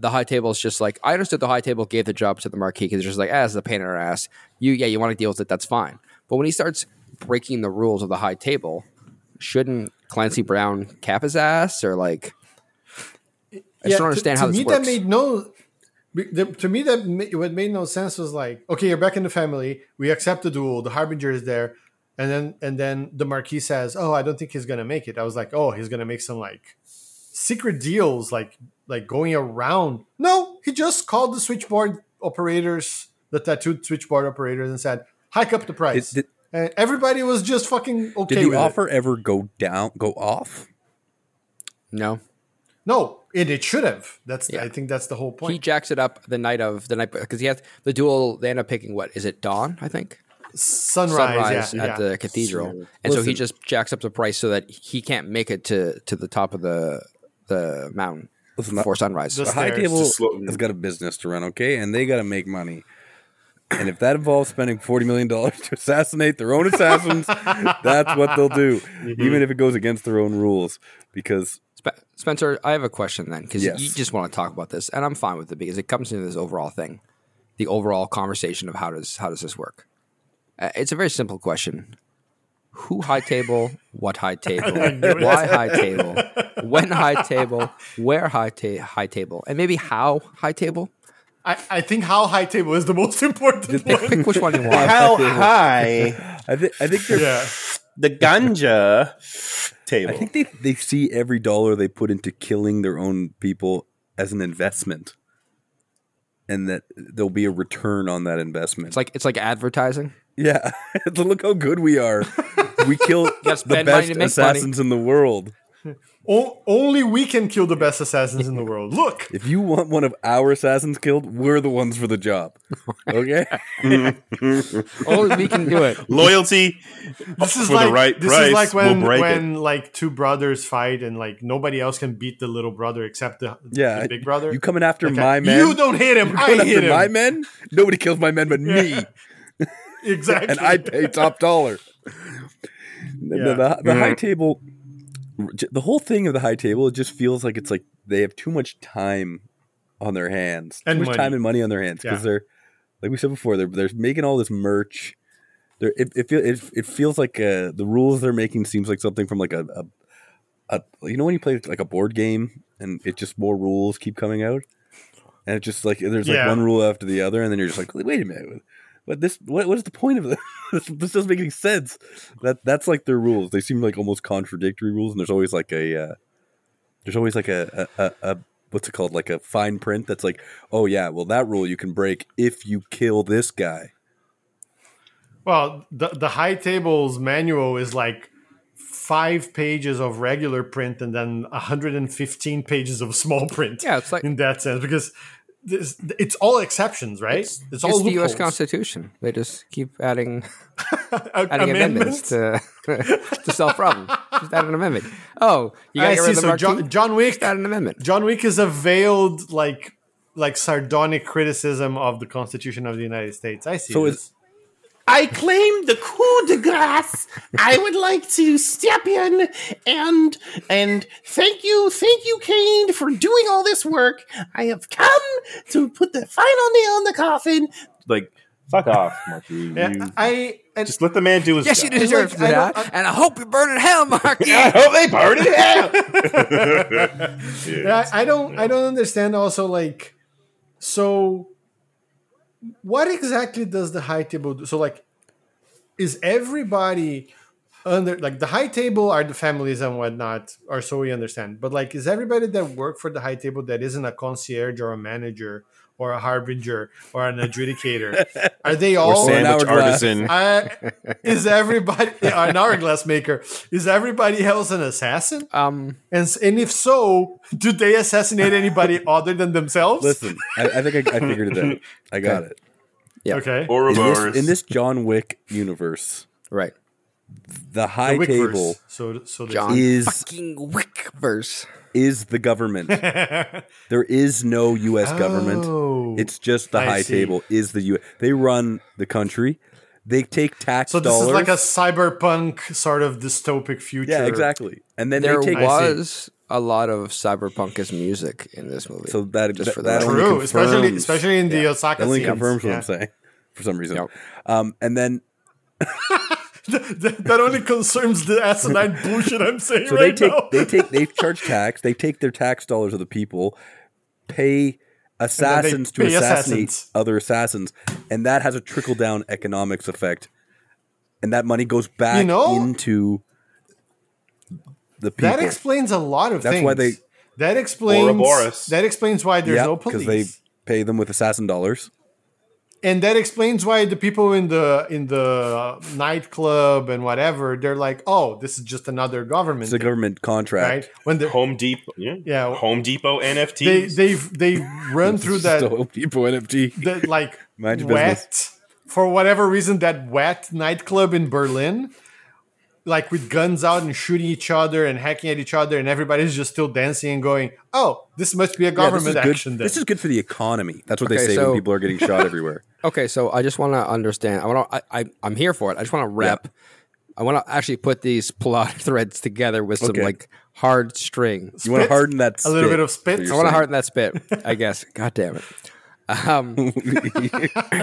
A: the high table is just like, I understood the high table gave the job to the marquee because it's just like, ah, it's a pain in our ass. You, yeah, you want to deal with it, that's fine. But when he starts breaking the rules of the high table, shouldn't Clancy Brown cap his ass or like? I just don't understand
B: to,
A: how
B: to
A: this
B: me
A: works.
B: that made no be- the- to me that ma- what made no sense was like okay you're back in the family we accept the duel the harbinger is there and then and then the marquis says oh i don't think he's gonna make it i was like oh he's gonna make some like secret deals like like going around no he just called the switchboard operators the tattooed switchboard operators and said hike up the price
C: Is- did-
B: and everybody was just fucking Uh, okay
C: Did
B: with
C: the
B: it.
C: offer ever go down, go off?
A: no,
B: no and it should have that's
A: Yeah.
B: i think that's the whole
A: he
B: point
A: jacks it up the night of the night because he has the duel. They end up picking what is it? Dawn, I think.
B: sunrise,
A: sunrise
B: yeah,
A: at
B: yeah.
A: the cathedral, and so he
C: Listen.
A: just jacks up the price so that he can't make it to to the top of the the mountain
C: Listen,
A: before sunrise.
B: the
C: The high
B: stairs.
C: table
D: Just slow-
C: has got a business to run, okay, and they got to make money. And if that involves spending forty million dollars to assassinate their own
B: *laughs*
C: assassins, that's what they'll do,
B: Mm-hmm.
C: even if it goes against their own rules. Because
A: Spe- Spencer, I have a question then because
C: Yes.
A: you just want to talk about this, and I'm fine with it because it comes into this overall thing, the overall conversation of how does how does this work? Uh, it's a very simple question. Who high table? What
B: *laughs*
A: high table? Why high table? When high table? Where high ta- high table? And maybe how high table?
B: I, I think how high table is the *laughs* most important one.
A: Pick which one you want.
D: *laughs* how high
C: I think I think they're
B: Yeah.
D: the ganja table?
C: I think they, they see every dollar they put into killing their own people as an investment, and that there'll be a return on that investment.
A: It's like it's like advertising.
C: yeah, *laughs* look how good we are.
A: *laughs*
C: we kill the
A: spend money
C: best
A: to make
C: assassins in the world.
B: O- only we can kill the best assassins in the world. Look,
C: If you want one of our assassins killed, we're the ones for
A: *laughs*
C: the job.
B: *laughs*
C: Okay,
A: Only we can *laughs* do it.
D: Loyalty
B: this is
D: for
B: like
D: the right
B: this
D: price.
B: is like
D: we'll
B: when
D: break it.
B: when like two brothers fight and like nobody else can beat the little brother except the,
C: yeah,
B: the big brother.
C: You coming after
B: Like,
C: my men?
B: You don't hit him.
C: You
B: I
C: going
B: hit
C: after
B: him. *laughs*
C: my men? Nobody kills my men but me,
B: Exactly.
C: and I pay top dollar. The-
B: Yeah.
C: The, the, the
D: Mhm.
C: high table, the whole thing of the high table, it just feels like it's like they have too much time on their hands, too
B: And
C: much
B: money.
C: time and money on their hands because
B: Yeah.
C: they're, like we said before, they're they're making all this merch. They're, it, it, feel, it, it feels like uh, the rules they're making seems like something from like a, a, a you know when you play like a board game and it just more rules keep coming out and it's just like there's like
B: Yeah.
C: one rule after the other and then you're just like wait a minute but this what, what is the *laughs* point of this? this this doesn't make any sense that that's like their rules they seem like almost contradictory rules and there's always like a uh, there's always like a a, a, a what's it called like a fine print that's like oh yeah well that rule you can break if you kill this guy
B: Well, the the high tables manual is like five pages of regular print and then 115 pages of small print.
A: Yeah, it's like-
B: in that sense because this, it's all exceptions, right? It's, all
A: it's the U.S.
B: Oh, loopholes.
A: Constitution. They just keep adding
B: A-
A: adding
B: amendments.
A: amendments to to *laughs* solve problems. Just add an amendment. Oh, you got
B: I
A: to get rid
B: see.
A: of the
B: So
A: marquee.
B: John, John Wick,
A: Just add an amendment.
B: John Wick is a veiled like like sardonic criticism of the Constitution of the United States. I see.
C: So
B: this.
C: it's-
D: I claim the coup de grace. I would like to step in and and thank you, thank you, Kane, for doing all this work. I have come to put the final nail in the coffin. Like, fuck off, Marky.
B: yeah, I and
D: Just let the man do his.
A: Yes, you
D: job.
A: deserve
B: like, I
A: that,
B: don't-
A: and I hope you burn in hell, Mark.
D: *laughs* I hope they burn it down.
B: Yeah, I I don't I don't understand also like so what exactly does the high table do? So like is everybody under like the high table are the families and whatnot, or so we understand. But like is everybody that work for the high table that isn't a concierge or a manager or a harbinger or an adjudicator, are they all
C: saying-
E: Sandwich
C: hourglass.
E: artisan.
B: *laughs* I, is everybody yeah, an hourglass maker? Is everybody else an assassin?
A: Um,
B: And, s- and if so, did they assassinate
C: *laughs*
B: anybody other than themselves?
C: listen i, I think I, I figured it out i got it
A: yeah,
B: Okay.
E: Ouroboros.
C: in this, in this john wick universe
A: right.
C: the high
B: Wickverse.
C: table
B: So, so they-
C: *laughs*
A: John
C: Is-
A: fucking Wick verse.
C: is the
B: *laughs*
C: government. there is no U.S. government.
B: Oh.
C: It's just the
B: I
C: high
B: see.
C: table is the U. They run the country. They take tax
B: so this
C: dollars.
B: is like a cyberpunk sort of dystopic future.
C: yeah, exactly. And then
A: there
C: they take
A: was a lot of cyberpunkish music in this movie.
C: so that
A: Just
C: that,
A: for
C: that
A: the
C: only
B: True,
C: confirms,
B: especially especially in the
C: that
B: Osaka
C: only
B: scenes.
C: confirms what
B: Yeah.
C: I'm saying for some reason.
A: Yep.
C: Um, and then
B: *laughs* that, that only confirms the
C: *laughs*
B: asinine bullshit I'm saying
C: so
B: right
C: they take
B: now.
C: they take
B: *laughs*
C: they charge tax. They take their tax dollars of the people, pay assassins to
B: pay
C: assassinate
B: assassins.
C: other assassins, and that has a trickle down economics effect, and that money goes back
B: You know,
C: into the people.
B: that explains a lot of
C: That's
B: things.
C: why they-
B: That explains.
E: Ouroboros.
B: That explains why there's
C: Yeah,
B: no police.
C: because they pay them with assassin dollars.
B: and that explains why the people in the in the nightclub and whatever they're like oh this is just another government
C: It's a
B: thing,
C: government contract.
B: right when they
E: Home Depot. Yeah.
B: Yeah.
E: Home Depot NFTs.
B: they they've they run through that
C: So Home Depot NFT.
B: that like
C: Mind your
B: wet
C: business.
B: for whatever reason that wet nightclub in Berlin like with guns out and shooting each other and hacking at each other and everybody's just still dancing and going oh this must be a
C: Yeah, this
B: government
C: is
B: action
C: good.
B: then.
C: This is good for the economy. That's what they
A: Okay,
C: say
A: so-
C: when people are
B: *laughs*
C: getting shot everywhere.
A: Okay, so I just want to understand. I want to. I, I I'm here for it. I just want to wrap. I want to actually put these plot *laughs* threads together with some
C: Okay.
A: like hard string.
C: You want to
B: Spit?
C: harden that spit
B: A little bit of spit?
C: that
A: I
C: you're
A: want to
C: saying.
A: harden that spit. I guess. God damn it. Um,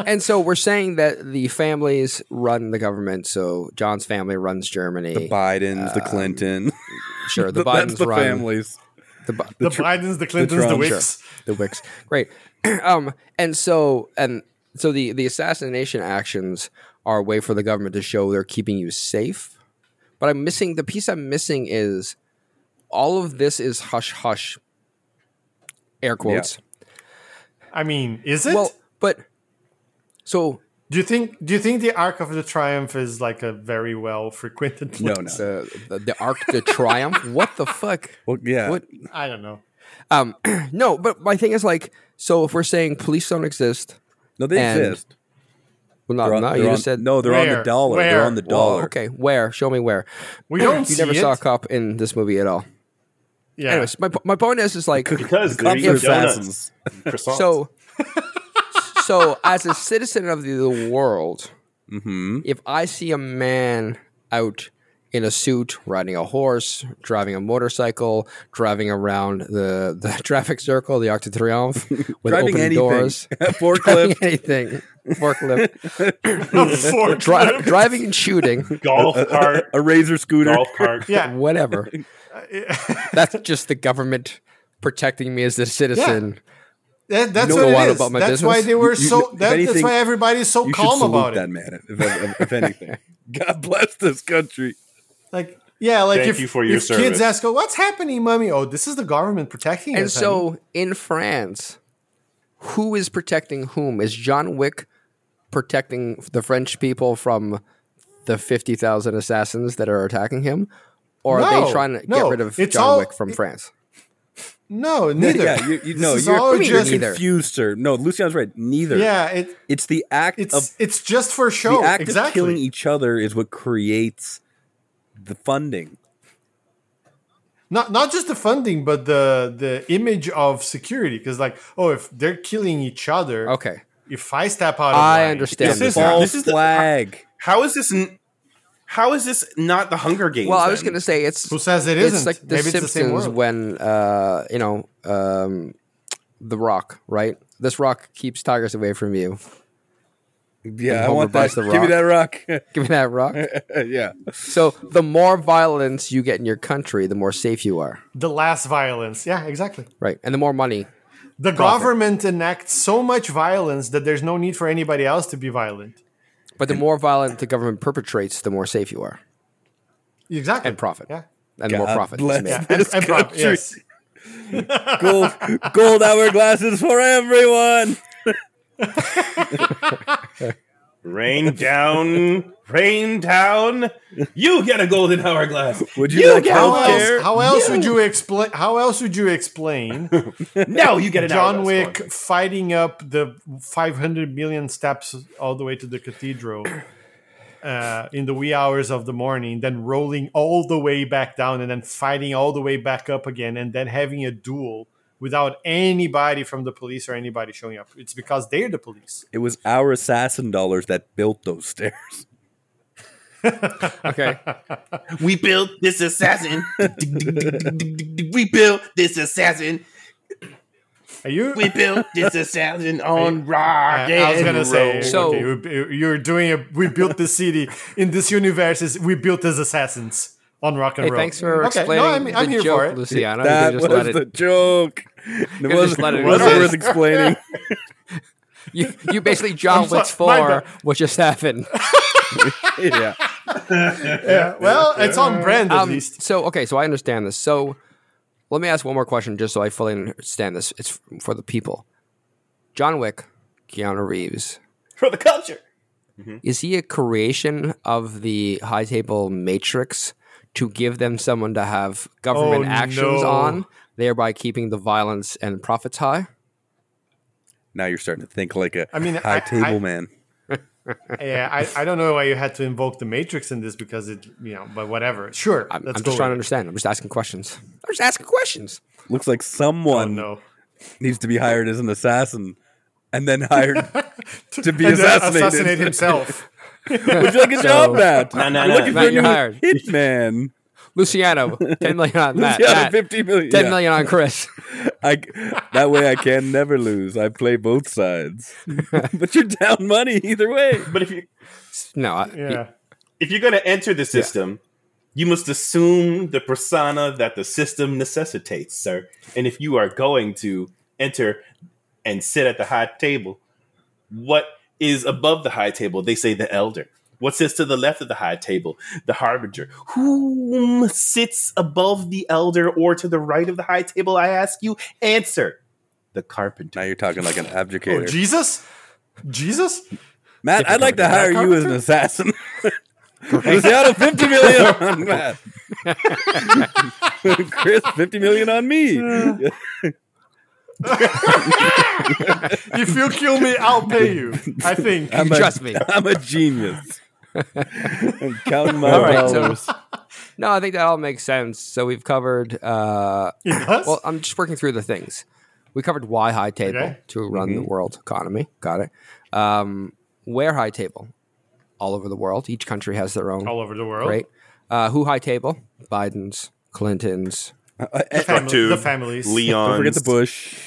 A: and so we're saying that the families run the government. So John's family runs Germany.
C: the Biden's, the Clinton.
A: sure, the
C: *laughs* That's
A: Bidens
C: the
A: run
C: families.
A: The, Bi-
B: the, Bidens the Clintons the,
C: Trumps.
B: Wicks
A: the Wicks. Great. *clears throat* um, and so and so the the assassination actions are a way for the government to show they're keeping you safe. But I'm missing the piece. I'm missing is all of this is hush hush. Air quotes.
B: I mean is it
A: Well, but so
B: Do you think do you think the Arc of the Triumph is like a very well frequented
C: No,
B: place?
C: no.
A: the the, the Arc de
C: *laughs*
A: Triomphe. what the fuck?
C: Well, yeah.
A: What?
B: I don't know.
A: Um, no, but my thing is like, so if we're saying police don't exist,
C: No, they
A: And-
C: exist.
A: well, not,
C: They're on-
A: no,
C: they're
A: you
C: on-
A: just said
C: no. They're on the
B: Where?
C: dollar. They're
B: Where?
C: on the
A: Well,
C: dollar.
A: okay, where? Show me where.
B: We don't
A: You
B: see
A: never
B: it.
A: saw a cop in this movie at all.
B: yeah.
A: Anyways, my, po- my point is, is like,
E: because they're
C: Cops
E: eating
C: are
E: donuts.
C: assassins.
E: and
B: *laughs*
E: croissants. *laughs*
A: so, so as a citizen of the, the world,
C: Mm-hmm.
A: if I see a man out in a suit, riding a horse, driving a motorcycle, driving around the, the *laughs* traffic circle, the Arc de Triomphe,
B: *laughs*
A: with
C: Driving
A: open
C: anything. *laughs*
A: doors. *laughs* Driving
C: Forklift.
A: anything,
B: *laughs*
A: forklift,
B: Forklift,
E: *laughs*
A: Dri- driving and shooting, *laughs*
E: golf cart,
C: a razor scooter.
E: golf cart.
B: yeah, *laughs*
A: whatever.
B: Uh,
A: That's just the government protecting me as a citizen.
B: That- that's
A: You know
B: what
A: what
B: it is.
A: about my
B: that's
A: business?
B: why they were
C: You- you-
B: so. That,
C: if
B: that's
C: anything,
B: why everybody's so
C: You should
B: calm
C: salute
B: about it.
C: that man, if, if,
A: *laughs*
C: if anything. God bless this country.
B: Like, yeah, like
E: Thank
B: if,
E: you for your
B: if kids
E: service.
B: ask, oh, "What's happening, mommy?" Oh, this is the government protecting
A: And
B: us. honey.
A: so in France, who is protecting whom? Is John Wick protecting the French people from the 50,000 assassins that are attacking him? Or are
B: No,
A: they trying to
B: no,
A: get rid of
B: it's
A: John
B: all-
A: Wick from
B: it-
A: France?
B: no, neither.
C: Yeah, you, you,
B: This
C: no,
B: is
C: you're,
B: all
A: What do you mean
C: just
A: neither?
C: confused, sir. No, Lucian's right. Neither.
B: yeah, it,
C: It's the act
B: it's
C: of
B: it's just for show.
C: the act of
B: exactly.
C: killing e- each other is what creates the funding.
B: not not just the funding, but the the image of security. Because like, oh, if they're killing each other,
A: Okay.
B: if I step out, of
A: I
B: line,
A: understand
B: this is-
A: this
C: False
D: now. This is the-
C: flag.
D: How is this? N- how is this not the Hunger Games?
A: Well, I was
D: then?
A: going to say it's
B: Who says it
A: it's
B: isn't?
A: like the
B: Maybe it's the same
A: Simpsons
B: world.
A: when uh, you know um, the Rock, right? This rock keeps tigers away from you. *laughs*
C: yeah, I
A: Homer
C: want that.
A: buys
C: Give
A: the
C: me that rock. *laughs*
A: Give me that rock.
C: yeah.
A: so the more violence you get in your country, the more safe you are,
B: the last violence. Yeah, exactly.
A: right? And the more money
B: The government enacts so much violence that there's no need for anybody else to be violent.
A: But the more violent the government perpetrates, the more safe you are,
B: Exactly.
A: And profit. *laughs*
B: Yeah.
A: and the more
C: God
A: profit
C: bless
A: is made.
B: Yeah, and,
C: This
B: and profit.
C: country.
B: Yes.
C: Gold, gold hourglasses for everyone.
E: Rain down, rain down. You get a golden hourglass.
C: Would you,
E: You
C: like
E: get
B: How
C: health care?
B: else, how else would you explain? How else would you explain
E: No, you get an
B: John
E: hourglass.
B: Wick
E: Come on.
B: fighting up the 500 million steps all the way to the cathedral uh, in the wee hours of the morning, then rolling all the way back down and then fighting all the way back up again, and then having a duel without anybody from the police or anybody showing up? It's because they're the police.
C: It was our assassin dollars that built those stairs.
A: Okay,
D: We built this *laughs* assassin. we built this assassin.
B: Are you? Uh,
D: We built this assassin *laughs* on
B: I-
D: rock.
B: I was gonna
D: and
B: say,
D: roll.
A: So-
B: okay, we- you're doing a. We built this city in this universe. Is we built as assassins on rock and
A: hey,
B: roll.
A: thanks for
B: Okay,
A: explaining
B: no, I'm,
A: the
B: I'm here
A: joke,
B: for it.
A: Luciano.
C: that
A: you
C: was
A: can just let it.
C: the joke. It
A: just
C: wasn't,
A: let it
C: wasn't
A: exist.
C: worth explaining.
A: You, you
B: *laughs*
A: basically John
B: sorry,
A: Wick's
B: my
A: four,
B: bad.
A: what just happened.
C: yeah.
B: Yeah, Uh, well, it's on brand *laughs* at
A: Um,
B: least.
A: so okay, so I understand this. So let me ask one more question, just so I fully understand this. It's for the people. John Wick, Keanu Reeves,
D: for the culture.
A: is he a creation of the high table matrix to give them someone to have government
B: Oh,
A: actions
B: no.
A: on thereby keeping the violence and profits high
C: Now you're starting to think like a
B: I mean,
C: high
B: I-
C: table
B: I-
C: man.
B: yeah, I, I don't know why you had to invoke the Matrix in this because it, you know, but whatever. Sure,
A: i'm, I'm
B: let's go
A: just trying to
B: with
A: understand i'm just asking questions i'm just asking questions
C: Looks like
B: it. Oh,
C: someone
B: no.
C: needs to be hired as an assassin and then hired to be
B: And then
C: assassinated.
B: assassinate himself.
C: Would you like a job, Matt?
D: No, no,
C: I'm
D: no,
C: looking
A: Matt,
C: for a
A: you're
C: new
A: hired.
C: hitman.
A: luciano 10 million on that,
C: He's got
A: that
C: a 50 million.
A: 10
C: yeah.
A: million on chris *laughs*
C: I, that way I can never lose. I play both sides. *laughs* but you're down money either way.
D: But if you
A: no I,
B: Yeah,
D: if you're going to enter the system, you must assume the persona that the system necessitates, sir. And if you are going to enter and sit at the high table, what is above the high table? They say the elder. What sits to the left of the high table? The harbinger. Whom sits above the elder or to the right of the high table? I ask you, answer. The carpenter.
C: Now you're talking like an
B: oh,
C: abdicator.
B: Jesus, Jesus.
C: Matt, I'd like to hire
B: Different
C: you as an assassin. Luciano, 50 million
A: *laughs*
C: on Matt. *laughs* Chris, 50 million on me.
B: If you kill me, I'll pay you. I think.
C: I'm a-
A: trust me.
C: I'm a genius. I'm counting my
A: All right,
C: dollars.
A: *laughs* so no, I think that all makes sense. So we've covered. Uh,
B: It does?
A: Well, I'm just working through the things. We covered why high table
B: Okay. Mm-hmm.
A: to run the world economy. Got it. Um, where high table? all over the world. Each country has their own.
B: all over the world.
A: Right? Uh, who high table? Biden's, Clinton's.
B: The, family,
E: Two.
B: the families.
E: Leon.
F: Don't forget the Bush.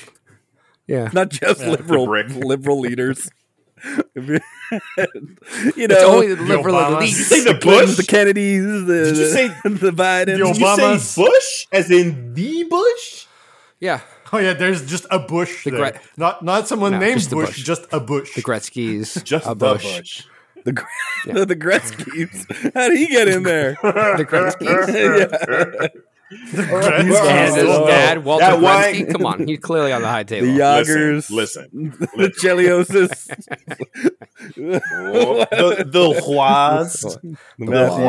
A: Yeah.
F: Not just liberal
E: brick.
F: liberal
C: *laughs*
F: leaders. you
A: It's
F: know,
A: only the liberal
B: Obamas.
A: elite.
E: Say the
F: Clintons,
E: Bush.
F: the Kennedys, the,
E: Did you say-
F: *laughs* the Bidens.
B: Yo,
E: Did you
B: Obamas.
E: say Bush, as in the Bush?
A: Yeah.
B: Oh yeah, there's just a bush there.
A: Gre-
B: not not someone
A: No,
B: named
A: just the
B: Bush,
A: bush.
B: just a bush.
A: The
B: *laughs*
A: Gretzky's.
E: Just
A: a
E: the
A: Bush.
E: Bush.
F: the, Gre- the Gretzky's. How did he get in there?
A: The
B: *laughs*
A: Gretzky's.
F: Yeah. *laughs*
B: Gretzky's.
A: Canada's
B: Oh,
A: dad, Walter
E: That wine-
A: Gretzky. Come on. He's clearly on the high
F: The
A: table.
F: Yoggers.
E: Listen, *laughs*
F: the Chelioses.
C: *laughs*
E: the the
A: *laughs*
E: Huas.
F: The
A: The
F: Matthews.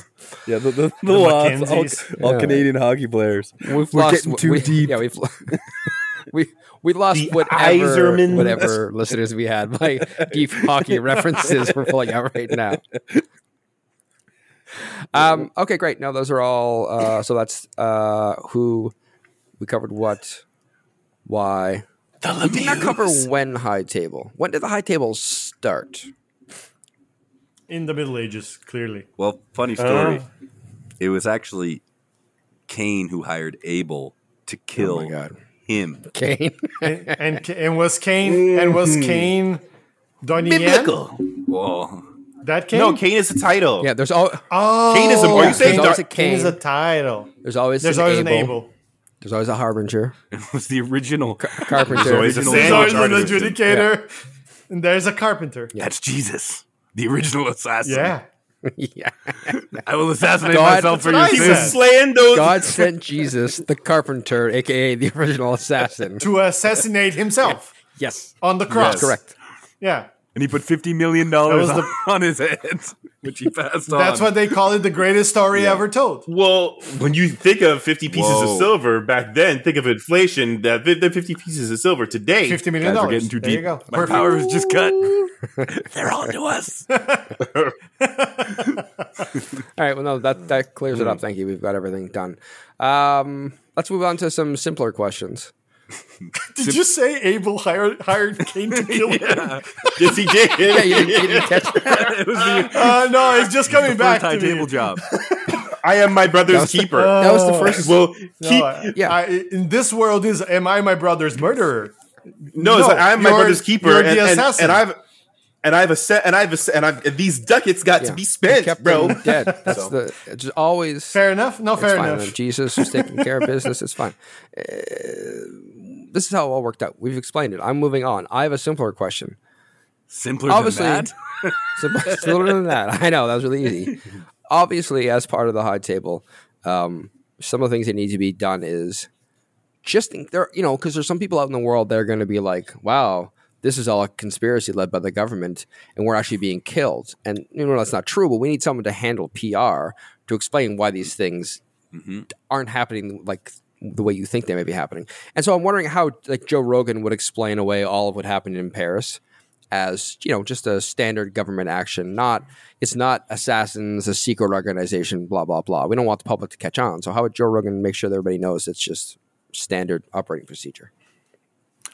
A: Watts.
F: Yeah, the, the, the,
B: The
F: Watts,
B: Mackenzies.
F: all, all
A: Yeah.
F: Canadian hockey players.
A: We've
F: We're
A: lost,
F: getting too
A: we, *laughs*
F: deep.
A: Yeah, we've lo- we we lost
E: The
A: whatever
E: Isermans.
A: whatever listeners we
F: *laughs*
A: had by deep hockey references we're pulling out right now. Um. Okay. Great. No, those are all. Uh, so that's uh, who we covered. What? Why?
G: The
A: Did not cover when high table. When did the high table start?
B: In the Middle Ages, clearly.
C: Well, funny story.
E: Uh.
C: It was actually Cain who hired Abel
F: Oh
C: to kill him.
F: *laughs*
A: Kane.
B: And and, and was Cain and was Cain Donnie Yen?
G: Biblical.
C: Well,
B: That Cain?
G: No, Cain is the title.
A: yeah. There's all.
B: Oh,
G: Cain is a- are you saying
A: there's always a
G: Dar-
B: Cain
A: Kane.
B: is a title.
A: there's always
B: There's
A: an
B: always
A: Abel.
B: an Abel.
A: There's always a harbinger,
C: *laughs* it was the original.
A: carpenter.
E: always a
C: original
E: sandwich
B: There's always an
E: artisan.
B: adjudicator. *laughs* And there's a carpenter. Yeah.
C: That's Jesus, the original assassin.
A: *laughs* yeah.
C: I will assassinate
A: God-
C: myself for your
B: That's what
E: He's
B: I
C: sins.
B: said.
E: slaying *laughs* those.
A: God sent Jesus, the carpenter, aka the original assassin.
B: To assassinate himself
A: Yes,
B: on the cross.
A: correct.
B: Yeah.
C: And he put $50 million
B: That was
C: on his head, which he passed on.
B: That's what they call it the greatest story ever told.
E: Well, when you think of 50 pieces
C: Whoa.
E: of silver back then, think of inflation, that fi- the 50 pieces of silver today.
B: Fifty million
C: Guys, we're
B: dollars.
C: getting too
B: there
C: deep.
B: you go.
C: My power was just cut.
B: *laughs*
C: They're on to us.
A: All right. Well, no, that that clears it up. Thank you. We've got everything done. Um, let's move on to some simpler questions.
B: Did you say Abel hired hired Cain to kill him?
E: *laughs* Yes, he
A: *laughs*
E: did.
A: Yeah, you didn't, you didn't catch that.
C: it was the
B: Uh, no, it's just coming back to
C: first high table
B: me.
C: job.
E: I am my brother's
A: was the-
E: keeper.
A: That was the first.
E: Oh. well,
B: No,
E: keep,
B: I-
A: Yeah.
B: I- in this world, is am I my brother's murderer?
E: No, it's
B: No,
E: like, I'm my
B: you're-
E: brother's keeper,
B: you're
E: and,
B: the
E: and-
B: assassin.
E: and I've and I've a set, and I've a set, and I've and these ducats got
A: yeah.
E: to be spent,
A: kept
E: bro.
A: him dead.
E: *laughs*
A: That's the. It's just always.
B: Fair enough. No,
A: it's
B: fair
A: fine.
B: enough.
A: If Jesus is
B: *laughs*
A: taking care of business. It's fine. Uh, this is how it all worked out. We've explained it. I'm moving on. I have a simpler question.
C: Simpler
A: Obviously,
C: than that.
A: *laughs* Simple- simpler than that. I know that was really easy. Obviously, as part of the high table, um, some of the things that need to be done is just think there, you know, because there's some people out in the world that are going to be like, "Wow, this is all a conspiracy led by the government, and we're actually being killed." And you know that's not true, but we need someone to handle PR to explain why these things
C: Mm-hmm.
A: aren't happening like the way you think they may be happening. And so I'm wondering how like Joe Rogan would explain away all of what happened in Paris as you know just a standard government action not it's not assassins a secret organization blah blah blah we don't want the public to catch on so how would joe rogan make sure that everybody knows it's just standard operating procedure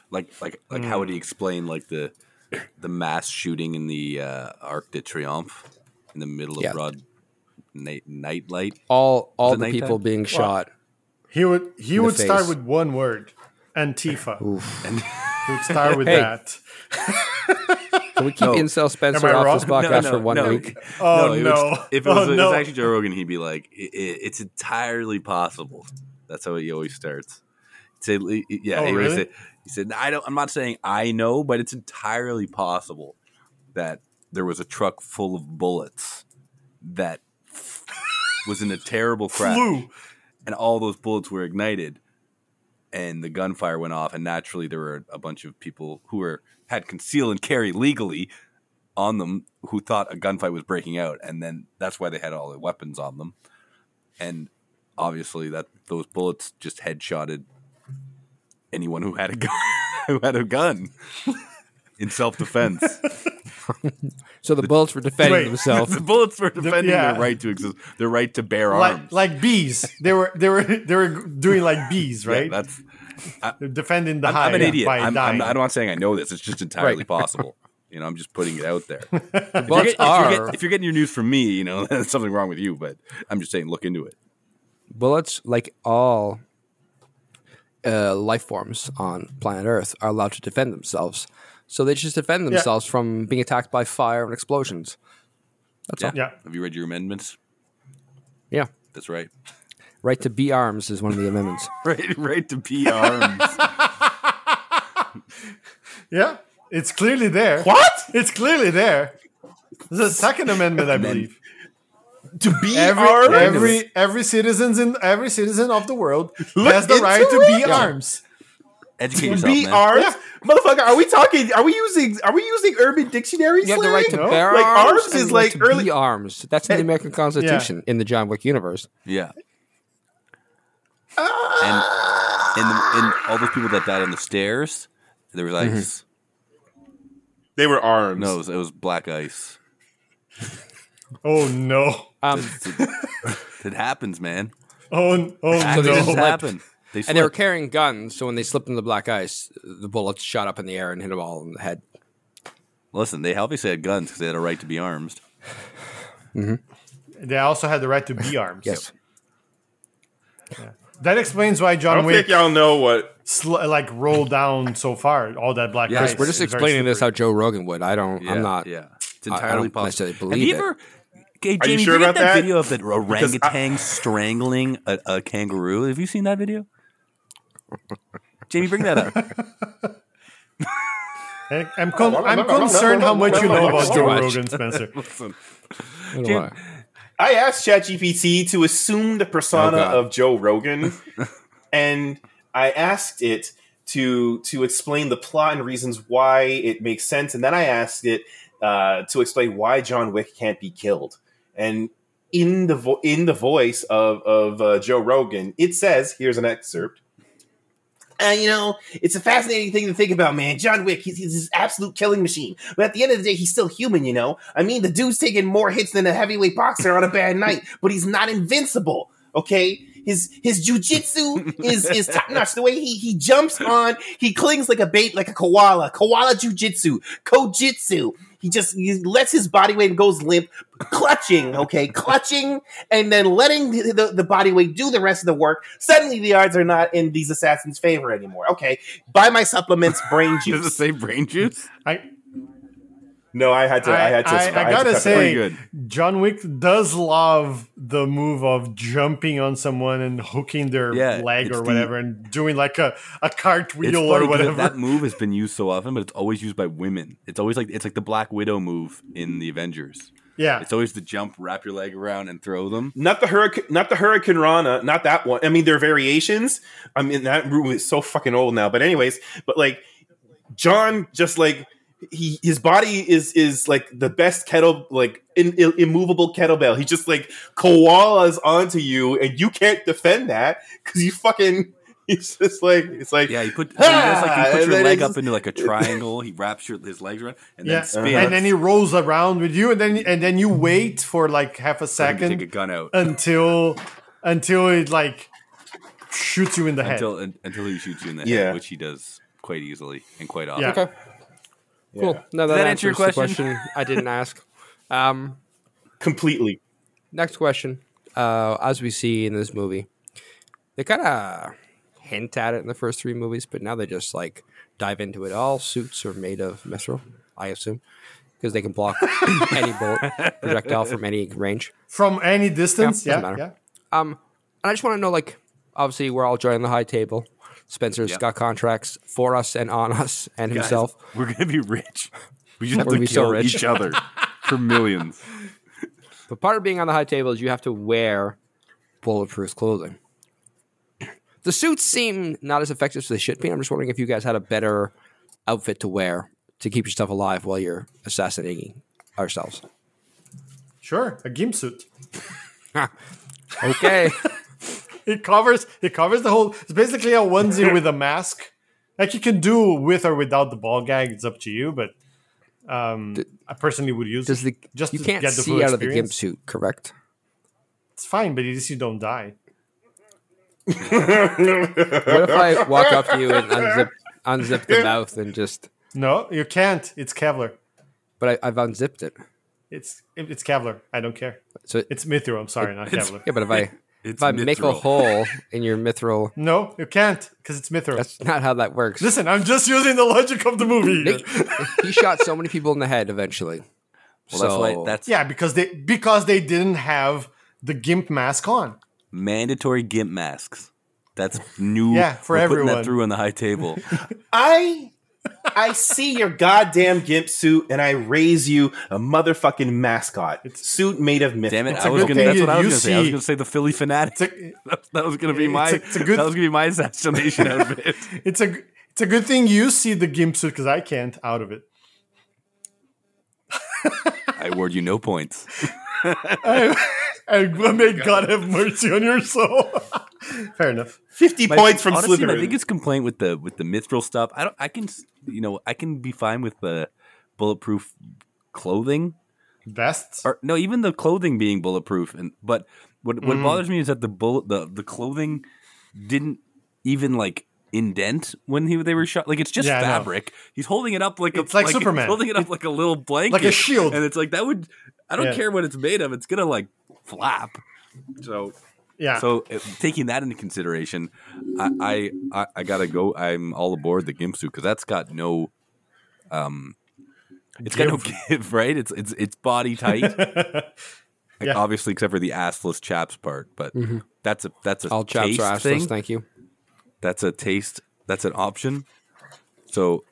C: like like like how would
B: Mm.
C: he explain like the the mass shooting in the uh, Arc de Triomphe in the middle of
A: Yeah.
C: broad night night light?
A: all all
C: it
A: the
C: nighttime?
A: people being shot
B: He would he
A: the
B: would start
A: face.
B: with one word,
A: *laughs*
B: Antifa. He would start with
A: Hey.
B: that.
A: can
C: *laughs*
A: we keep
C: No.
A: incel spencer
B: Am I
A: off
B: wrong?
A: this podcast for one
C: *laughs* no.
A: week
B: *laughs* Oh,
C: it
B: no.
C: was- if it was,
B: Oh,
C: if
B: no.
C: it's actually Joe Rogan, he'd be like, i i "It's entirely possible." That's how he always starts. He'd say, li- "Yeah,"
B: Oh,
C: he always
B: really?
C: said, "He said I don't. I'm not saying I know, but it's entirely possible that there was a truck full of bullets that was in a terrible crash,
B: Flew.
C: and all those bullets were ignited, and the gunfire went off, and naturally there were a bunch of people who were had conceal and carry legally." on them who thought a gunfight was breaking out, and then that's why they had all the weapons on them. And obviously, that those bullets just headshotted anyone who had a gun, *laughs* who had a gun *laughs* in self defense.
A: so the bullets were defending
B: Wait.
A: themselves
C: *laughs* the bullets were defending
B: yeah.
C: their right to exist, their right to bear
B: Like,
C: arms.
B: like bees. They were they were *laughs* they were doing like bees,
C: Yeah,
B: right?
C: that's
B: They're defending the
C: I'm,
B: hive
C: I'm an idiot.
B: by
C: I'm, I'm,
A: *laughs*
B: dying.
C: I'm not saying I know this. It's just entirely
A: Right.
C: possible. You know, I'm just putting it out there. If you're,
A: Butts
C: get- if you're get-
A: are-
C: if you're getting your news from me, you know, *laughs* there's something wrong with you, but I'm just saying, look into it.
A: Bullets, like all uh, life forms on planet Earth, are allowed to defend themselves. So they just defend themselves from being attacked by fire and explosions. That's all.
B: Yeah.
C: Have you read your amendments?
A: Yeah.
C: That's right.
A: Right to be arms is one of the amendments.
C: *laughs* Right, right to be armed.
B: Yeah. It's clearly there.
H: What?
B: It's clearly there. The Second Amendment,
C: *laughs*
B: I believe.
H: To be
B: Every
H: armed?
B: every every citizens in every citizen of the world has the
H: into
B: right to
H: it.
B: be arms.
C: *laughs* Educate
H: To
C: yourself,
H: be
C: man.
H: armed? Motherfucker, are we talking are we using are we using urban dictionary
A: You have the right to
H: slang?
A: bear
H: Like,
A: arms,
H: arms
A: and
H: is
A: the right
H: like
A: to
H: early-
A: be arms. That's in the American Constitution in the John Wick universe.
C: Yeah. And, and, the, and all those people that died on the stairs, they were like,
A: Mm-hmm.
H: They were arms.
C: no, it was, it was black ice.
B: Oh no.
A: Um, *laughs*
C: It happens, man.
B: Oh,
A: So they
B: oh no.
A: just
C: Accidents
A: had-
C: happen. They
A: and they were
C: slipped.
A: carrying guns, so when they slipped in the black ice, the bullets shot up in the air and hit them all in the head.
C: Listen, they obviously had guns because they had a right to be armed.
B: They also had the right to
C: *laughs*
B: be arms.
A: Yes.
B: That explains why
E: I
B: John
E: don't
B: Wick
E: think y'all know what.
B: sl- like rolled down so far. All that black
C: Yes,
B: ice.
A: We're just
B: is very
A: explaining this
B: slippery.
A: how Joe Rogan would. I don't.
C: Yeah,
A: I'm not.
C: Yeah, it's
A: I- I
C: entirely
A: don't
C: possible.
A: necessarily
C: Have
A: believe
C: you
A: it.
C: ever? Okay,
E: Are you
C: Jamie,
E: sure
C: did you
E: about
C: get that,
E: that?
C: video of that orangutan strangling a, a kangaroo? Have you seen that video? Jamie, bring that *laughs* up.
B: I- I'm, con- I'm concerned how much you know about Joe Rogan, Spencer.
A: I don't
C: Dude,
A: wanna-
E: I asked ChatGPT to assume the persona
A: Oh, God.
E: of Joe Rogan, and I asked it to to explain the plot and reasons why it makes sense, and then I asked it uh, to explain why John Wick can't be killed. And in the vo- in the voice of of uh, Joe Rogan, it says, "Here's an excerpt." And you know, it's a fascinating thing to think about, man. John Wick, he's, he's this absolute killing machine. But at the end of the day, he's still human, you know? I mean, the dude's taking more hits than a heavyweight boxer on a bad night, but he's not invincible, okay? His his jujitsu is is top notch. The way he he jumps on, he clings like a bait, like a koala. Koala jujitsu, kojitsu. He just he lets his body weight goes limp, clutching, okay, clutching and then letting the, the, the body weight do the rest of the work, suddenly the odds are not in these assassins' favor anymore. Okay, buy my supplements, brain
C: Does it
E: juice.
C: say brain juice?
B: I,
E: No, I had to. I,
B: I,
E: had to.
B: I- I
E: had to
B: gotta
E: cut that.
B: say,
C: good.
B: John Wick does love the move of jumping on someone and hooking their
C: Yeah,
B: leg
C: it's
B: or
C: the-
B: whatever and doing like a, a
C: It's
B: cartwheel
C: funny
B: or
C: 'cause
B: whatever.
C: That move has been used so often, but it's always used by women. It's always like it's like the Black Widow move in the Avengers.
B: *laughs* yeah.
C: It's always the jump, wrap your leg around, and throw them.
E: not the hurricane, not the hurricane Rana, not that one. I mean, there are variations. I mean, that rule is so fucking old now. But anyways, but like John, just like he, his body is is like the best kettle, like in, i- immovable kettlebell. He just like koalas onto you, and you can't defend that because you fucking. *laughs* It's just like it's like
C: Yeah, you put, so he does, like, you put
E: And
C: your
E: then
C: leg
E: it's-
C: up into like a triangle. He wraps your, his legs around and
B: Yeah.
C: then spins.
B: And then he rolls around with you and then and then you wait for like half a
C: Like, you take a
B: second
C: gun out
B: until until it like shoots you in the head.
C: until un- until he shoots you in the head,
E: Yeah.
C: which he does quite easily and quite often.
B: Yeah.
A: Okay. Cool. Now that, answers
C: that answer your
A: the
C: question?
A: question I didn't ask. Um,
E: completely.
A: next question. Uh, as we see in this movie, they kind of hint at it in the first three movies, but now they just like dive into it. All suits are made of metal, I assume, because they can block any bullet projectile from any range.
B: From any distance,
A: Yeah,
B: yeah.
A: doesn't
B: yeah.
A: matter. And I just want to know, like, obviously we're all joining the high table. Spencer's
C: Yeah.
A: got contracts for us and on us and himself.
C: *laughs* We're gonna be rich. We just have
A: We're gonna
C: to kill
A: be so rich.
C: each other for millions.
A: But part of being on the high table is you have to wear bulletproof clothing. *clears throat* The suits seem not as effective as they should be. I'm just wondering if you guys had a better outfit to wear to keep yourself alive while you're assassinating ourselves.
B: Sure. A gimp suit.
A: Okay.
B: It covers it covers the whole it's basically a *laughs* onesie with a mask. Like you can do with or without the ball gag, it's up to you, but um I personally would use
A: *laughs* Does
B: it.
A: the
B: Just
A: you
B: to
A: can't
B: get the
A: see
B: full
A: out of the gimp
B: experience.
A: suit, correct?
B: It's fine, but at least you don't die.
A: What if I
B: *laughs*
A: walk up to you and unzip unzip the mouth and just
B: No, you can't. It's Kevlar.
A: but I, I've unzipped it.
B: It's it's Kevlar. I don't care.
A: So
B: It's Mithril. I'm sorry, not Kevlar.
A: yeah, but if I
C: It's
A: if I make a
C: mithril.
A: hole in your mithril,
B: No, you can't because it's Mithril.
A: that's not how that works.
B: Listen, I'm just using the logic of the movie. here.
A: Nick, *laughs* he shot so many people in the head eventually.
C: Well, that's
A: So-
C: why that's
B: Yeah, because they because they didn't have the gimp mask on.
C: mandatory gimp masks. That's new.
B: Yeah, for
C: We're putting
B: everyone.
C: that through on the high table.
E: I I see your goddamn gimp suit and I raise you a motherfucking mascot. It's suit made of myth.
C: Damn it!
B: a
C: I was
B: good
C: gonna.
B: thing
C: That's what I was
B: you
C: gonna say. I was
B: see-
C: gonna say the Philly fanatic.
B: It's a
C: *laughs* that was gonna be my.
B: a- it's a good-
C: that was gonna be my assassination outfit.
B: it's a it's a good thing you see the gimp suit because I can't out of it.
C: I award you no points.
B: I, I *laughs* may God have mercy on your soul. *laughs* Fair enough.
E: 50
C: My-
E: points from
C: honestly, My
E: Slytherin.
C: biggest complaint with the with the mithril stuff, I don't. I can s- you know I can be fine with the bulletproof clothing
B: Vests.
C: or no even the clothing being bulletproof and but what
B: Mm.
C: what bothers me is that the bullet the the clothing didn't even like indent when he they were shot like it's just
B: Yeah, I know.
C: fabric he's holding it up like
B: It's
C: a
B: like Superman.
C: he's holding it up like a little blanket
B: like a shield.
C: and it's like that would i don't
B: Yeah.
C: care what it's made of it's gonna like flap so
B: Yeah.
C: *laughs* so uh, taking that into consideration, I I, I, I gotta go. I'm all aboard the gimp suit because that's got no, um, it's got no give, right? It's it's it's body tight,
A: *laughs*
C: like,
B: Yeah.
C: obviously, except for the assless chaps part. But that's a that's a
A: Mm-hmm. All chaps
C: taste
A: are assless.
C: thing.
A: Thank you.
C: That's a taste. That's an option. So,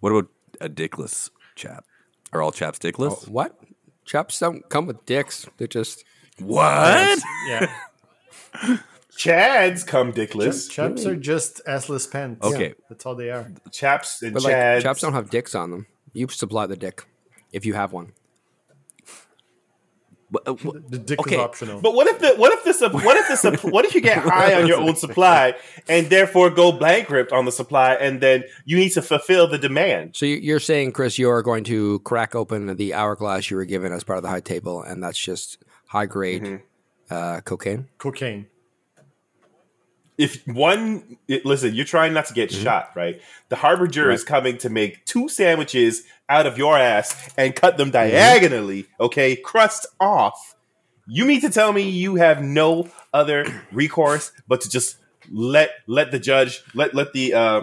C: what about a dickless chap? Are all chaps dickless?
A: What? Chaps don't come with dicks. They just
C: What?
B: yeah.
E: Chads come dickless.
B: Chaps are just assless pants.
C: Okay.
B: Yeah, that's all they are.
E: Chaps and
A: but like
E: Chads.
A: chaps don't have dicks on them. You supply the dick if you have one.
C: But, uh, wh-
B: The dick
C: Okay,
B: is optional.
E: But what if the what if the sup- what if the sup- what if you get high on your own supply and therefore go bankrupt on the supply and then you need to fulfill the demand?
A: So you- you're saying, Chris, you're going to crack open the hourglass you were given as part of the high table, and that's just high grade
B: Mm-hmm.
A: uh, cocaine.
B: Cocaine.
E: If one it- listen, you're trying not to get shot, right? The harbinger is coming to make two sandwiches out of your ass and cut them diagonally, okay, crust off. You mean to tell me you have no other recourse but to just let let the judge let let the uh,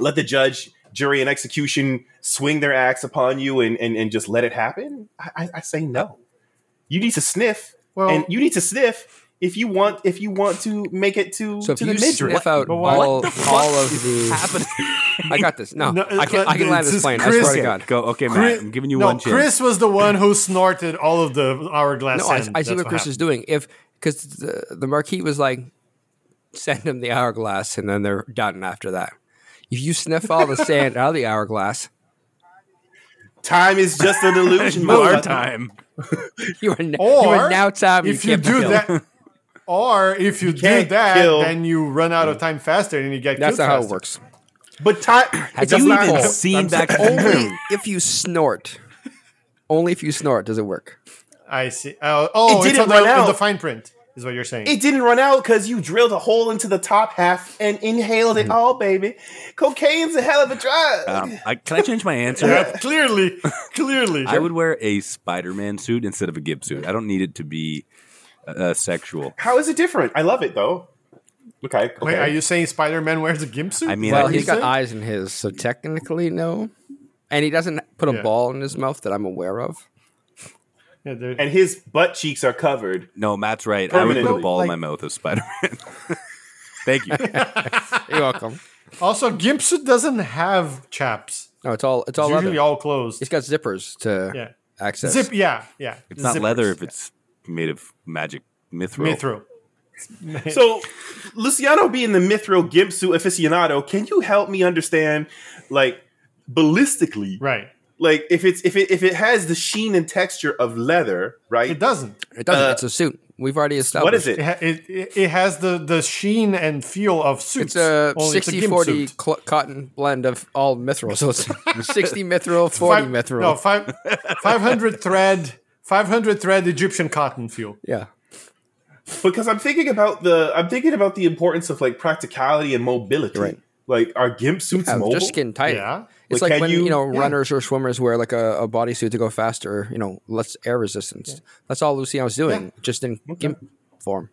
E: let the judge, jury, and execution swing their axe upon you and and, and just let it happen? I, I, I say no. You need to sniff,
B: Well-
E: and you need to sniff if you want if you want to make it to
A: So if
E: to
A: you
E: the midriff.
A: sniff out
B: But why-
A: all, all of the, *laughs*
C: happening.
A: I got this. No,
B: No,
A: I can, I can land
B: this
A: this
B: is
A: plane. I
B: Chris.
A: swear to God.
C: Go. Okay, Matt.
B: Chris-
C: I'm giving you
B: no,
C: one chance.
B: Chris was the one who snorted all of the hourglass.
A: No, I,
B: sand.
A: I see
B: That's
A: what Chris
B: happened.
A: is doing. If because the, the marquee was like, send him the hourglass, and then they're done after that. If you sniff all the sand out of the hourglass,
E: *laughs*
A: *laughs*
E: Time is just an *laughs* illusion.
C: *laughs* You are
E: motherfucker.
C: time.
A: you are, n- you
B: Or
A: are now time.
B: If you
A: can't
B: do
A: kill.
B: that, or if you, do
E: can't
B: that,
E: kill-
B: then you run out of time faster and you get
A: that's
B: killed
A: not how it
B: *clears throat* faster.
A: works.
E: But time.
A: Have
E: it's a
A: you
E: lie.
A: even
C: Seen back
A: Only if you snort. Only if you snort does it work.
B: I see. Oh, oh
E: It
B: it's
E: didn't
B: on the,
E: run
B: in
E: out.
B: the fine print is what you're saying.
E: It didn't run out because you drilled a hole into the top half and inhaled
A: Hmm.
E: it all, baby. Cocaine's a hell of a drug.
C: Um, I, can I change my
B: *laughs*
C: answer?
B: yeah, clearly, clearly.
C: I would wear a Spider-Man suit instead of a Gib suit. I don't need it to be uh, sexual.
E: How is it different? I love it though. Okay. okay.
B: Wait, are you saying Spider-Man wears a gimp suit?
C: I mean,
A: Well,
C: I,
A: he's
C: think
A: got eyes in his, so technically no. And he doesn't put a
B: Yeah.
A: ball in his mouth that I'm aware of.
B: Yeah, there-
E: and his butt cheeks are covered.
C: no, Matt's right. I would put a
E: Permanently.
C: ball in my mouth as Spider-Man. *laughs* Thank you.
A: You're welcome.
B: also, gimp suit doesn't have chaps.
A: No, it's all it's
B: It's
A: all
B: usually
A: leather.
B: all closed.
A: He's got zippers to
B: Yeah.
A: access.
B: Zip, yeah, yeah.
C: It's not leather if it's made of magic mithril.
B: Mithril. *laughs*
E: So, Luciano being the mithril Gimpsu aficionado, can you help me understand, like, ballistically,
B: Right.
E: like if it's if it if it has the sheen and texture of leather, right?
B: It doesn't.
A: It doesn't.
E: Uh,
A: it's a suit. We've already established.
E: What is
B: It,
E: it?
B: ha- it, it, it has the, the sheen and feel of suits.
A: It's a
B: only it's a
A: 60
B: gimp
A: 40
B: suit.
A: cl- cotton blend of all mithril. So it's *laughs* 60 mithril, 40
B: Five-
A: mithril.
B: No, five, 500 thread, 500 thread Egyptian cotton feel.
A: yeah.
E: Because I'm thinking about the I'm thinking about the importance of like practicality and mobility.
A: Right.
E: Like, are gimp suits
A: yeah
E: mobile?
A: just skin tight.
B: Yeah.
A: It's
E: Like,
A: like,
E: can
A: when you,
E: you-
A: know
B: yeah.
A: runners or swimmers wear like a, a bodysuit to go faster. You know, less air resistance. That's all Luciano's doing, just in gimp form,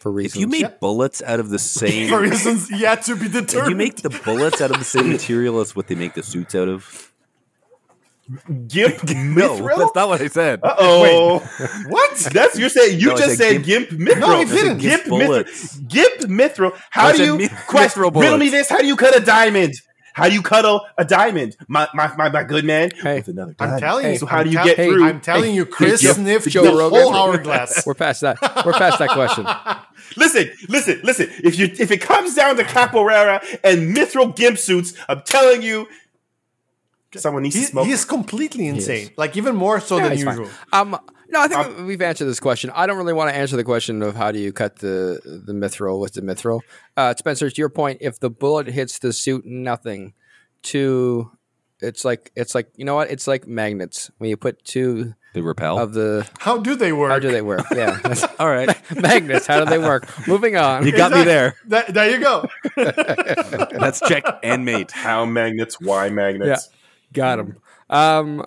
A: for reasons.
I: If you made bullets out of the same,
B: for reasons yet to be
I: if
B: determined.
I: you make the bullets out of the same material as what they make the suits out of,
E: Gimp *laughs*
I: no,
E: mithril?
I: that's not what I said.
E: Uh oh. *laughs*
B: what?
E: That's you're saying you
I: No, I
E: just
I: said
E: said gimp mithril.
B: No, I
E: You said
B: didn't.
E: Gimp
I: Gimp bullets.
E: mithril. Gimp mithril.
I: No,
E: How
I: I
E: do
I: said
E: you
I: mi-
E: quest,
I: mithril
E: riddle me
I: bullets.
E: this? How do you cut a diamond? How do you cut a, a diamond? My my, my my good man.
A: Hey.
E: With another
B: I'm
E: diamond.
B: telling
A: Hey,
B: you.
E: so how
B: I'm
E: do you
B: tell-
E: get
A: hey,
E: through?
B: I'm telling you, Chris
A: Joe-
B: sniffed
A: Joe
B: the
A: Rogan.
B: whole
A: *laughs*
B: hourglass.
A: we're past that. We're past that question.
E: Listen, listen, listen. If you if it comes down to capoeira and mithril gimp suits, I'm telling you, someone needs
B: He,
E: to smoke.
B: he's completely
A: is.
B: insane. Like even more so than
A: It's fine.
B: usual.
A: Um, no, I think we've answered this question. I don't really want to answer the question of how do you cut the the mithril with the mithril. Uh, Spencer, to your point, if the bullet hits the suit, nothing. Two, it's like it's like you know what? It's like magnets. When you put two
I: They repel.
A: of the
B: How do they work?
A: how do they work? *laughs* Yeah, that's-
I: All right,
A: magnets. How do they work? Moving on.
I: you got me there.
B: That- there you
A: *laughs*
B: go.
I: That's check and mate.
E: *laughs* How magnets? Why magnets?
A: Got him. Um,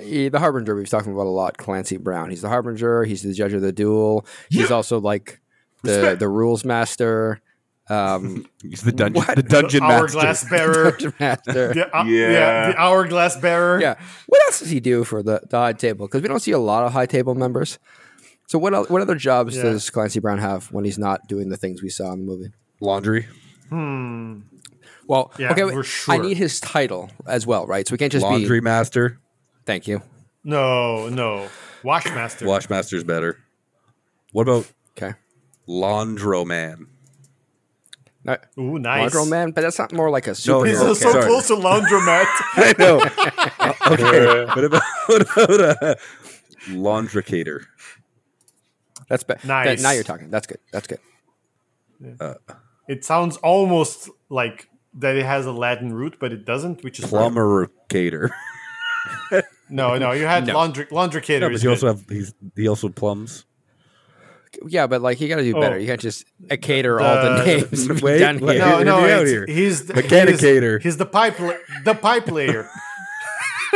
A: he- the Harbinger we've talked about a lot. Clancy Brown. He's the Harbinger. He's the judge of the duel. He's also like the the rules master. Um,
I: He's the dungeon, the dungeon
B: hourglass
I: master.
A: *laughs*
B: bearer.
A: dungeon master.
B: The, uh, *laughs* yeah.
E: Yeah.
B: the hourglass bearer.
A: yeah. What else does he do for the, the high table? Because we don't see a lot of high table members. So what el what other jobs
B: Yeah.
A: does Clancy Brown have when he's not doing the things we saw in the movie?
C: Laundry.
B: Hmm.
A: Well,
B: Yeah,
A: okay,
B: we're
A: I
B: sure.
A: need his title as well, right? So we can't just
C: Laundry
A: be.
C: master.
A: Thank you.
B: No, no. Washmaster.
C: Wash master's better. What about
A: Okay.
C: laundroman?
A: Uh,
B: Ooh, nice.
A: Laundroman, but that's not more like a
C: No,
A: super.
B: He's
C: Okay.
B: so
C: Sorry.
B: close
C: *laughs*
B: to laundromat.
C: I know. okay. What *laughs* about what about uh, laundricator?
A: That's better.
B: Nice.
A: now you're talking. That's good. That's good.
B: it sounds almost like that it has a Latin root, but it doesn't, which is
C: *laughs* Plumbericator.
B: No, no. You had laundry laundricator.
C: No,
B: is good.
C: but you also have he's, he also plums.
A: Yeah, but like you got to do
B: Oh.
A: better. You can't just uh, cater all the
B: The-
A: names. we've
C: Wait,
A: done
C: wait.
A: here.
B: no,
C: Get
B: no,
C: me out
B: it's-
C: here.
B: he's the
C: Mechanicator.
B: He's, he's the pipe, la- the pipe
C: *laughs*
B: layer.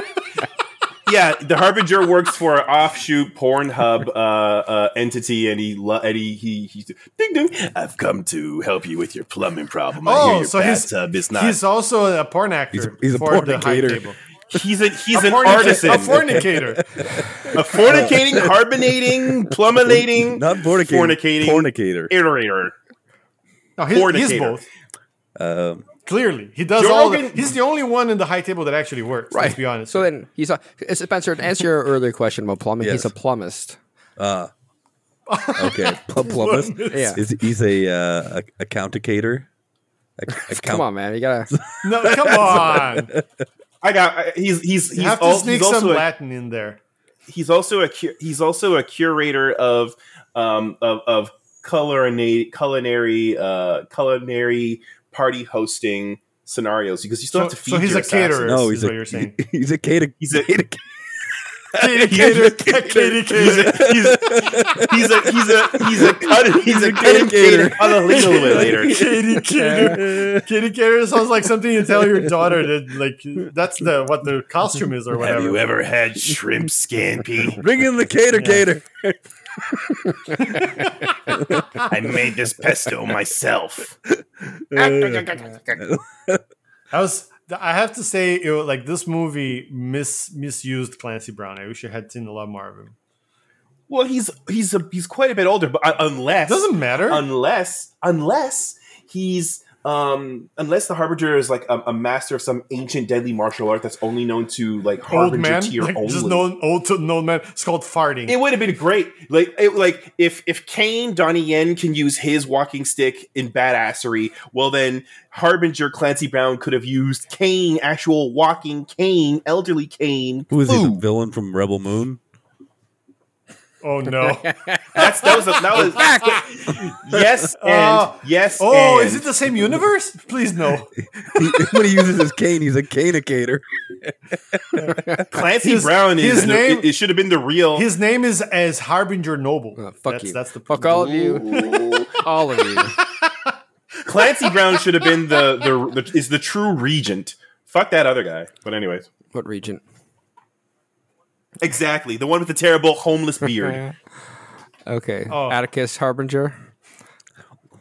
E: *laughs* yeah, the harbinger works for an offshoot Pornhub uh, uh, entity, and he lo- and he, he he ding ding. I've come to help you with your plumbing problem. I hear
B: oh,
E: your
B: so he's
E: bathtub is not.
B: he's also a porn actor.
C: He's a- he's a
B: for the high
C: pornicator.
B: table.
E: *laughs* He's a he's
B: A
E: an
B: fornica-
E: artisan,
B: A fornicator.
E: a
B: *laughs*
E: fornicating, carbonating, pluminating,
C: Hmm? Not fornicator.
E: fornicating,
C: Fornicator.
E: iterator.
B: No, he's, he's
E: Fornicator.
B: both.
C: Um,
B: Clearly, he does
E: Joe
B: all. the-
E: Rogan-
B: he's the only one in the high table that actually works. Let's be honest.
A: So then he's a, Spencer. To answer your earlier question about plumbing, he's
C: Yes.
A: a plumbist.
C: uh,
E: *laughs*
C: okay. Pl- plumbist.
A: Yeah.
C: Is he's a uh, a, a counticator? *laughs* A, a
A: Come on, man. You gotta.
B: no, come on.
E: I got. I- He's he's
B: You
E: he's,
B: have to
E: al-
B: sneak
E: he's
B: some
E: also a,
B: Latin in there.
E: he's also a cu- he's also a curator of um of of culinary culinary uh culinary party hosting scenarios because you still
B: So-
E: have to feed.
B: so he's
E: your
B: a caterer.
E: assassins.
C: No,
B: is
C: he's a,
B: what you're saying.
C: *laughs* he's a cater.
E: He's a
B: *laughs* Cater, cater,
E: he's
B: cater.
E: a he's a *laughs* he's a *laughs*
B: *laughs*
E: he's a he's a cut he's a cutting
C: caterer.
E: caterer *laughs* later.
B: Kitty cater. Kitty cater sounds like something you tell your daughter that like that's the what the costume is or
E: Have you e-
B: whatever.
E: ever had shrimp scampi?
C: *laughs* Bring in the cater gator.
E: I made this pesto myself.
B: I was I have to say it was, like this movie mis misused Clancy Brown. I wish I had seen a lot more of him.
E: Well, he's he's a he's quite a bit older, but uh, unless
B: Doesn't matter.
E: unless unless he's um unless the harbinger is like a, a master of some ancient deadly martial art that's only known to like
B: old
E: harbinger
B: man,
E: tier
B: like,
E: only.
B: just known old to known man. It's called farting.
E: it would have been great, like it, like if if Kane Donnie Yen can use his walking stick in badassery, well then Harbinger Clancy Brown could have used Kane, actual walking Kane, elderly Kane.
C: Who is he? The
E: food.
C: villain from Rebel Moon?
B: oh no!
E: That's that was
B: *laughs*
E: a, that was yes and
B: Ah.
E: yes.
B: Oh,
E: and.
B: is it the same universe? Please no.
C: He, *laughs* when he uses his cane, he's
A: *laughs*
C: a canicator.
E: Clancy
B: His-
E: Brown is
B: his
E: the- it-
B: name-
E: It, should have been the real.
B: His name is as Harbinger Noble.
A: Uh, fuck
B: that's,
A: you.
B: That's the
A: fuck all of you.
E: Ooh.
A: *laughs* All of you.
E: Clancy Brown should have been the, the the is the true regent Fuck that other guy. But anyways,
A: What regent?
E: exactly the one with the terrible
A: *laughs*
E: homeless beard.
A: Okay.
B: Oh.
A: Atticus Harbinger.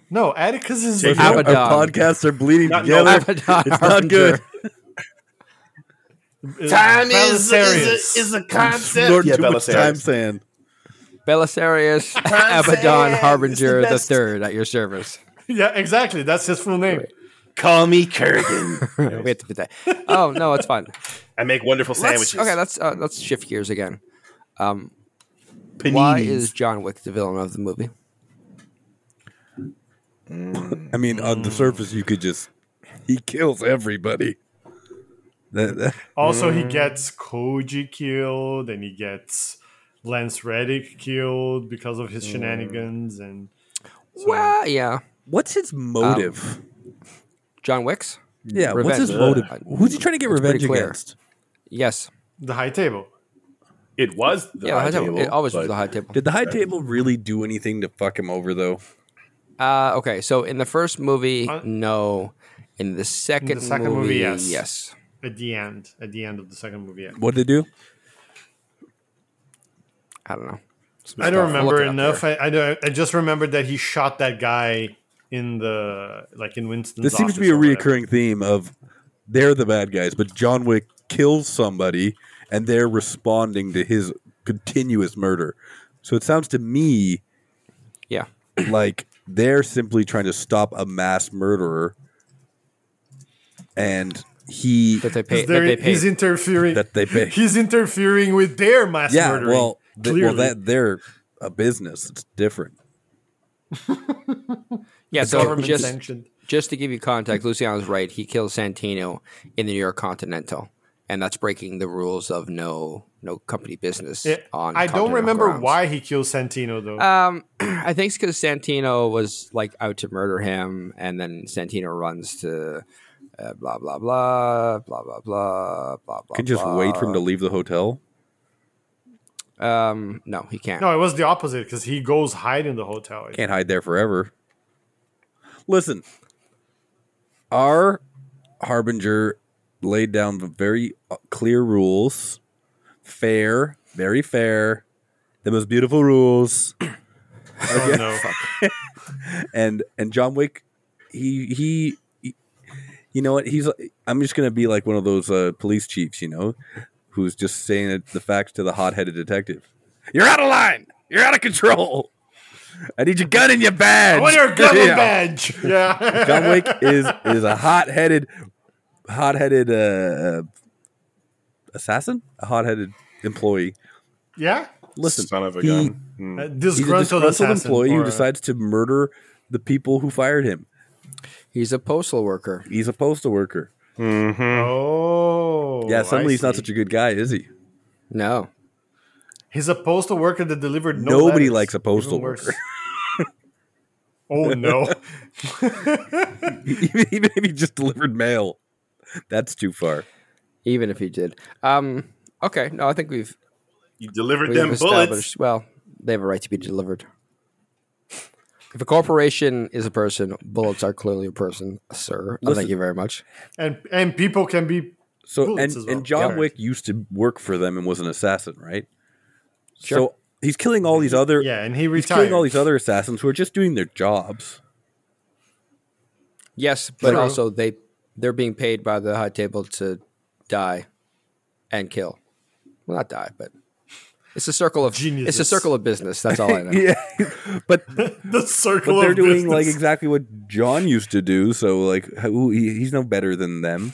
B: No, Atticus is
E: Take
A: Abaddon.
B: the,
C: Our podcasts are bleeding
E: Not- no,
C: together.
A: Abaddon
C: it's not
A: Harbinger.
C: good.
B: is
D: Time is,
B: Belisarius.
D: is, a, is a
C: Lord,
D: concept.
E: Yeah,
C: too much
E: Belisarius.
C: time sand.
A: Belisarius
D: saying,
A: Abaddon
D: it's
A: Harbinger
D: the
A: the
D: best.
A: Third at your service. *laughs*
B: yeah, exactly. That's his full name.
E: Call me Kurgan.
A: we have to put that. Oh no, it's fine.
E: I make wonderful
A: Let's,
E: sandwiches.
A: okay, let's uh, let's shift gears again.
E: Paninis.
A: Why is John Wick the villain of the movie?
C: I mean, on
A: Mm.
C: the surface, you could just he kills everybody. That- that-
B: Also,
C: Mm.
B: he gets Koji killed, and he gets Lance Reddick killed because of
C: Mm.
B: his shenanigans. And
A: Well, yeah,
C: what's his
A: Um,
C: motive?
A: John Wick's.
C: yeah, what's his
A: revenge. Uh,
C: motive? Who's he trying to get
A: pretty
C: revenge
A: clear.
C: against?
A: Yes,
B: the High Table.
E: it was the
A: yeah, the
E: high
A: high table.
E: table,
A: It always was
E: but-
A: the high table.
C: Did the high table really do anything to fuck him over though?
A: Uh, okay, so in the first movie,
B: Uh,
A: no. In the second,
B: second
A: movie,
B: movie, yes.
A: yes.
B: At the end, at the end of the second movie, yeah.
C: What did they do?
A: I don't know. Some
B: I don't
A: stuff. I'll look
B: remember
A: it up
B: enough.
A: here.
B: I, I don't. I just remember that he shot that guy in the like in Winston's.
C: This seems
B: office
C: to be a
B: or whatever.
C: reoccurring theme of they're the bad guys, but John Wick kills somebody and they're responding to his continuous murder. So it sounds to me *clears throat*
A: Yeah.
C: like they're simply trying to stop a mass murderer and he
A: That they pay. That
B: There-
A: they
B: he's
A: paid.
B: interfering.
C: that they pay.
B: He's interfering with their mass
C: yeah,
B: murdering.
C: well, th- well,
B: clearly.
C: that they're a business. It's different.
A: yeah, so
B: government
A: just
B: sanctioned.
A: just to give you context, Luciano's right. He kills Santino in the New York Continental, and that's breaking the rules of no no company business.
B: Yeah,
A: on
B: I don't
A: continental
B: remember
A: grounds.
B: why he killed Santino though.
A: Um, *clears throat* I think it's because Santino was like out to murder him, and then Santino runs to uh, blah blah blah blah blah blah blah.
C: Can you just
A: blah.
C: wait for him to leave the hotel?
A: Um, no, he can't.
B: no, it was the opposite because he goes hide in the hotel.
C: Can't hide there forever. Listen, our harbinger laid down the very uh, clear rules, fair, very fair, the most beautiful rules,
B: Oh,
C: *laughs*
B: no.
C: and and John Wick, he he. he- You know what? He's. I'm just gonna be like one of those uh, police chiefs, you know, who's just saying it- the facts to the hot-headed detective. You're out of line. You're out of control. I need your gun in your badge.
B: What your government
C: Yeah. *laughs*
B: badge? Yeah.
C: John Wick is is a hot headed, hot headed uh, assassin, a hot headed employee.
B: yeah.
C: Listen,
E: Son of a
C: he-
E: gun.
B: Uh,
C: Mm. he's a
B: disgruntled
C: disgruntled
B: assassin. uh,
C: employee who
B: or a-
C: decides to murder the people who fired him.
A: He's a postal worker.
C: He's a postal worker.
B: Oh.
C: Yeah, suddenly
B: I
C: he's not
B: see.
C: such a good guy, is he? *laughs*
A: No,
B: He's a postal worker that delivered. No
C: Nobody
B: letters.
C: likes a postal
B: Even worse.
C: worker.
B: *laughs* oh
C: *laughs*
B: no!
C: even, even if he just delivered mail, that's too far.
A: even if he did. Um, okay, no, I think we've
E: You delivered
A: we've
E: them bullets.
A: established. Well, they have a right to be delivered. If a corporation is a person, bullets are clearly a person, sir. No,
C: Listen.
A: thank you very much.
B: And and people can be.
C: So
B: Bullets
C: and
B: as well.
C: and John
B: Yeah.
C: Wick used to work for them and was an assassin, right?
A: Sure.
C: So he's killing all these other
B: Yeah, and he
C: he's killing
B: retired.
C: all these other assassins who are just doing their jobs.
A: Yes, but
B: True.
A: also they they're being paid by the high table to die and kill. Well, not die, but it's a circle of It's a
B: Geniuses.
A: circle of business. That's all I
C: *laughs*
A: know.
B: *laughs*
C: Yeah, but
B: the circle.
C: but they're
B: of
C: doing
B: business.
C: like exactly what John used to do. So like, who, he, he's no better than them.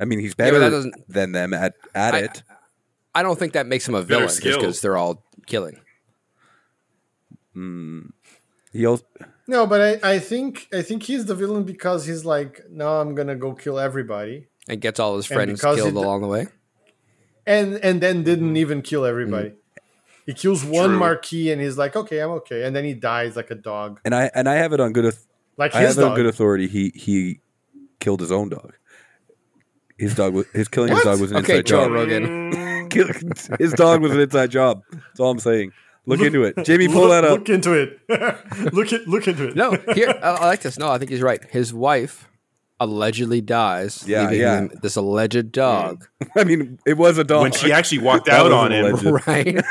C: I mean, he's
A: Yeah, but
C: better
A: that doesn't-
C: than them at at
A: I-
C: it.
A: I don't think that makes them a villain just
E: skills.
A: because they're all killing.
C: He also,
B: No, but I, I think I think he's the villain because he's like, no, I'm gonna go kill everybody,
A: And gets all his friends
B: because
A: killed
B: it-
A: along the way.
B: and and then didn't even kill everybody. He kills one marquee, and he's like, okay, I'm okay, and then he dies like a dog,
C: and I and I have it on good. auth-
B: like
C: I have
B: his
C: it on
B: dog.
C: good authority. He he killed his own dog. His dog was his killing his dog was an
A: Okay,
C: inside
A: Joe
C: job.
A: Rogan.
D: Mm.
C: *laughs* Killing- his dog was an inside job. That's all I'm saying. Look into it, Jamie. Pull
B: look,
C: that up.
B: Look into it. *laughs* look it. Look into it.
A: No, here I, I like this. No, I think he's right. His wife allegedly dies,
C: Yeah,
A: leaving
C: yeah.
A: him- this alleged
C: *laughs*
A: dog,
C: I mean, it was a dog.
E: when she actually walked
C: That
E: out
C: was
E: on him.
C: alleged. Yeah.
A: *laughs* right?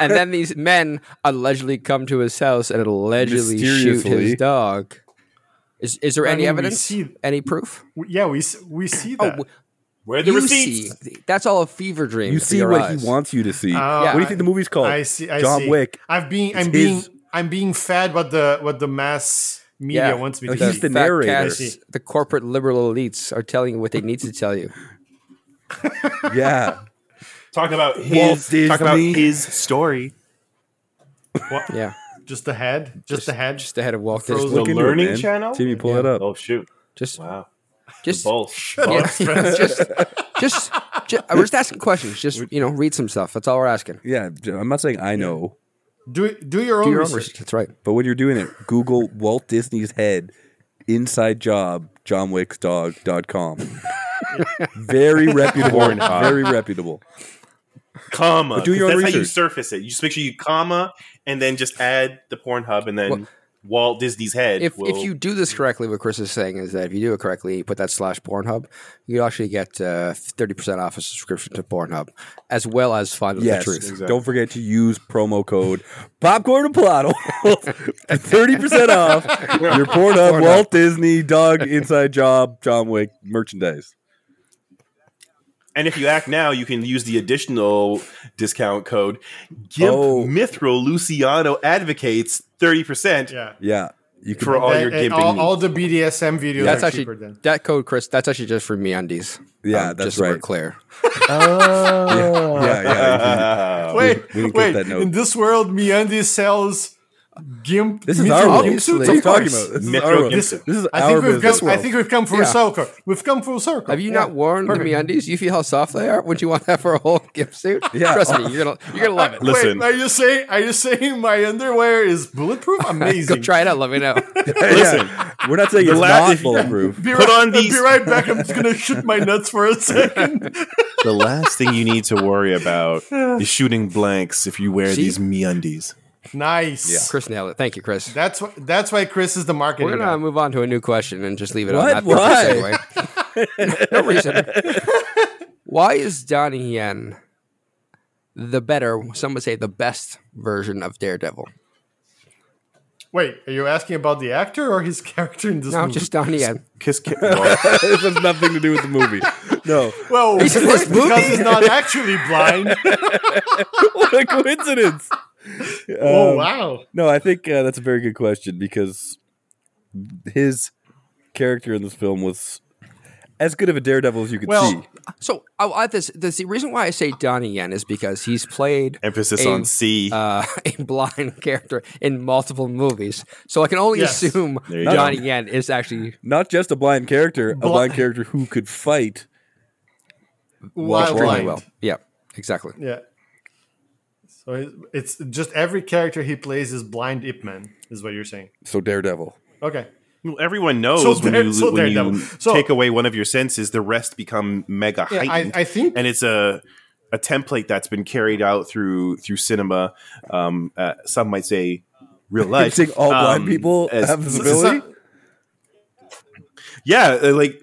A: and then these men allegedly come to his house and allegedly shoot his
C: Mysteriously.
A: dog. Is is there
B: I
A: any
B: mean, we
A: evidence?
B: see-
A: any proof?
B: W- Yeah, we s- we see
A: Oh,
B: that.
A: w-
E: Where the
A: you
E: receipts?
A: see. That's all a fever dream.
C: you
A: for
C: see
A: your
C: what
A: eyes.
C: he wants you to see.
B: Oh,
A: Yeah.
C: What do you think the movie's called?
B: I see. I
C: John
B: see.
C: Wick.
B: I've been. I'm
C: It's
B: being.
C: his-
B: I'm being fed what the what the mass media
A: Yeah.
B: wants me
C: Oh,
B: to.
C: he's
B: see.
C: the
A: Fat
C: narrator.
A: cats,
B: I see.
A: the corporate liberal elites are telling you what they need to tell you.
B: *laughs*
C: Yeah.
E: Talk about
C: Walt
E: his talk about
C: Disney.
E: his story.
B: What?
A: Yeah,
B: Just the head. Just, the head.
A: just ahead of Walt
B: Frozen
A: Disney.
C: Look
E: the
C: into it,
E: learning
C: man.
E: channel?
C: Timmy, pull it up.
E: Oh shoot!
A: Just,
E: Wow,
A: just,
E: both.
A: yeah, just, just, ju- I was just asking questions. Just you know, read some stuff. That's all we're asking.
C: Yeah. I'm not saying I know,
B: do do your own
A: Do your own
B: research.
A: research. That's right.
C: but when you're doing it, Google Walt Disney's head inside job John
B: *laughs*
C: Wick's dog.com. very reputable. very reputable.
E: comma.
C: But do your
E: 'cause
C: own
E: that's how you
C: research.
E: surface it. You just make sure you comma and then just add the Pornhub and then Walt Disney's head.
A: If
E: will,
A: if you do this correctly, what Chris is saying is that if you do it correctly, you put that slash Pornhub, you actually get uh, thirty percent off a subscription to Pornhub, as well as find out
C: Yes.
A: the truth.
E: Exactly.
C: Don't forget to use promo code popcorn and plot holes for 30% off your Pornhub Walt Disney dog inside job John Wick merchandise.
E: and if you act now, you can use the additional discount code GIMP
C: Oh.
E: Mithril Luciano advocates thirty percent
B: Yeah.
C: Yeah. You can
E: for all
B: That-
E: your
B: and
E: gimping.
B: all, all
E: needs.
B: the BDSM videos
A: That's
B: are
A: actually
B: cheaper than.
A: that code, Chris. That's actually just for me undies.
C: Yeah, that's
A: just so we're
C: right.
A: clear.
C: yeah,
B: Uh,
C: yeah.
E: *laughs*
B: *laughs* Wait,
C: we didn't get
B: wait.
C: that note.
B: In this world, MeUndies sells gimp.
C: This is
B: Mithril
C: our world.
B: gimp
C: This is
B: suits,
C: what I'm
B: of
C: talking
B: course.
C: about. This is
E: Metro
C: our world. This
E: Gibson.
C: is
B: I
C: our
B: think we've
C: business.
B: come. I think we've come full
A: Yeah.
B: circle. We've come full circle.
A: Have you
B: Oh, Yeah.
A: not worn the MeUndies? You feel how soft they are? Would you want that for a whole gift suit?
C: Yeah.
A: Trust me, you're gonna you're gonna
B: *laughs*
A: love it.
E: Listen.
B: Wait, are you saying are you saying my underwear is
C: *laughs*
B: bulletproof? Amazing.
A: Go try it out. Let me know.
B: *laughs*
E: Listen,
C: We're not saying it's
E: la-
C: not
E: if-
C: bulletproof.
B: Be
E: Put
B: right,
E: on these-
B: Be right back. I'm just gonna shoot my nuts for
C: *laughs*
B: a second.
J: the last thing you need to worry about is shooting blanks if you wear
A: See?
J: these meundies.
B: nice.
A: Chris nailed it. Thank you, Chris.
B: That's why. That's why Chris is the marketing.
A: We're gonna
B: guy.
A: move on to a new question and just leave it
C: What?
A: on that perfect segue. *laughs* no reason. Why is Donnie Yen the better? Some would say the best version of Daredevil.
B: Wait, are you asking about the actor or his character in this
A: No,
B: movie?
A: just uh, Donnie Yen.
J: Kiss, kiss. Well,
C: *laughs* this has nothing to do with the movie. No.
A: *laughs*
B: well,
A: He's
B: *laughs*
A: in this
B: because
A: movie?
B: he's not actually
C: *laughs*
B: blind.
C: What a coincidence.
B: oh
C: Um,
B: wow!
C: No, I think uh, that's a very good question because his character in this film was as good of a daredevil as you could
B: Well,
C: see.
A: *laughs* So I, I this, this the reason why I say Donnie Yen is because he's played
J: emphasis
A: A-
J: on C.
A: uh, *laughs* a blind character in multiple movies. So I can only
B: Yes.
A: assume
J: There you go.
A: Donnie Yen is actually
C: Not just a blind character, a
B: Bli-
C: blind character who could fight.
B: Why
A: extremely
B: blind?
A: well. Yeah, exactly.
B: Yeah. So it- it's just every character he plays is blind Ip Man, is what you're saying.
C: So daredevil.
B: Okay.
E: Well, Everyone knows
B: So
E: when
B: there-
E: you,
B: so
E: when
B: there
E: you
B: that- so-
E: take away one of your senses, the rest become mega
B: Yeah, I,
E: heightened.
B: I think
E: and it's a a template that's been carried out through through cinema. Um, uh, some might say real
C: Like, *laughs* you
E: life.
C: think all blind
E: Um,
C: people
E: as-
C: have this
E: so-
C: ability?
E: yeah, uh, like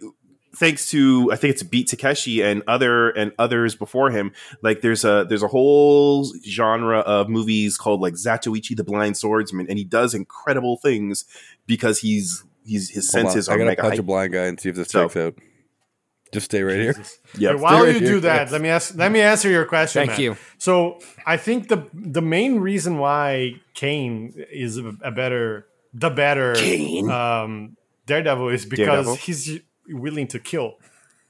E: thanks to I think it's Beat Takeshi and other and others before him. Like there's a there's a whole genre of movies called like Zatoichi the Blind Swordsman, and he does incredible things because he's he's his
C: Hold on,
E: senses
C: I
E: are
C: gotta
E: mega
C: punch a
E: heightened.
C: blind guy and see if this
E: So-
C: checks out. Just stay
E: *laughs*
C: right here.
E: Yeah.
B: But while
C: Derek,
B: you
C: you're-
B: do that, let me ask. Let me answer your question.
A: Thank
B: Matt.
A: you.
B: So I think the the main reason why Kane is a, a better the better um, Daredevil is because
E: Daredevil.
B: he's willing to kill,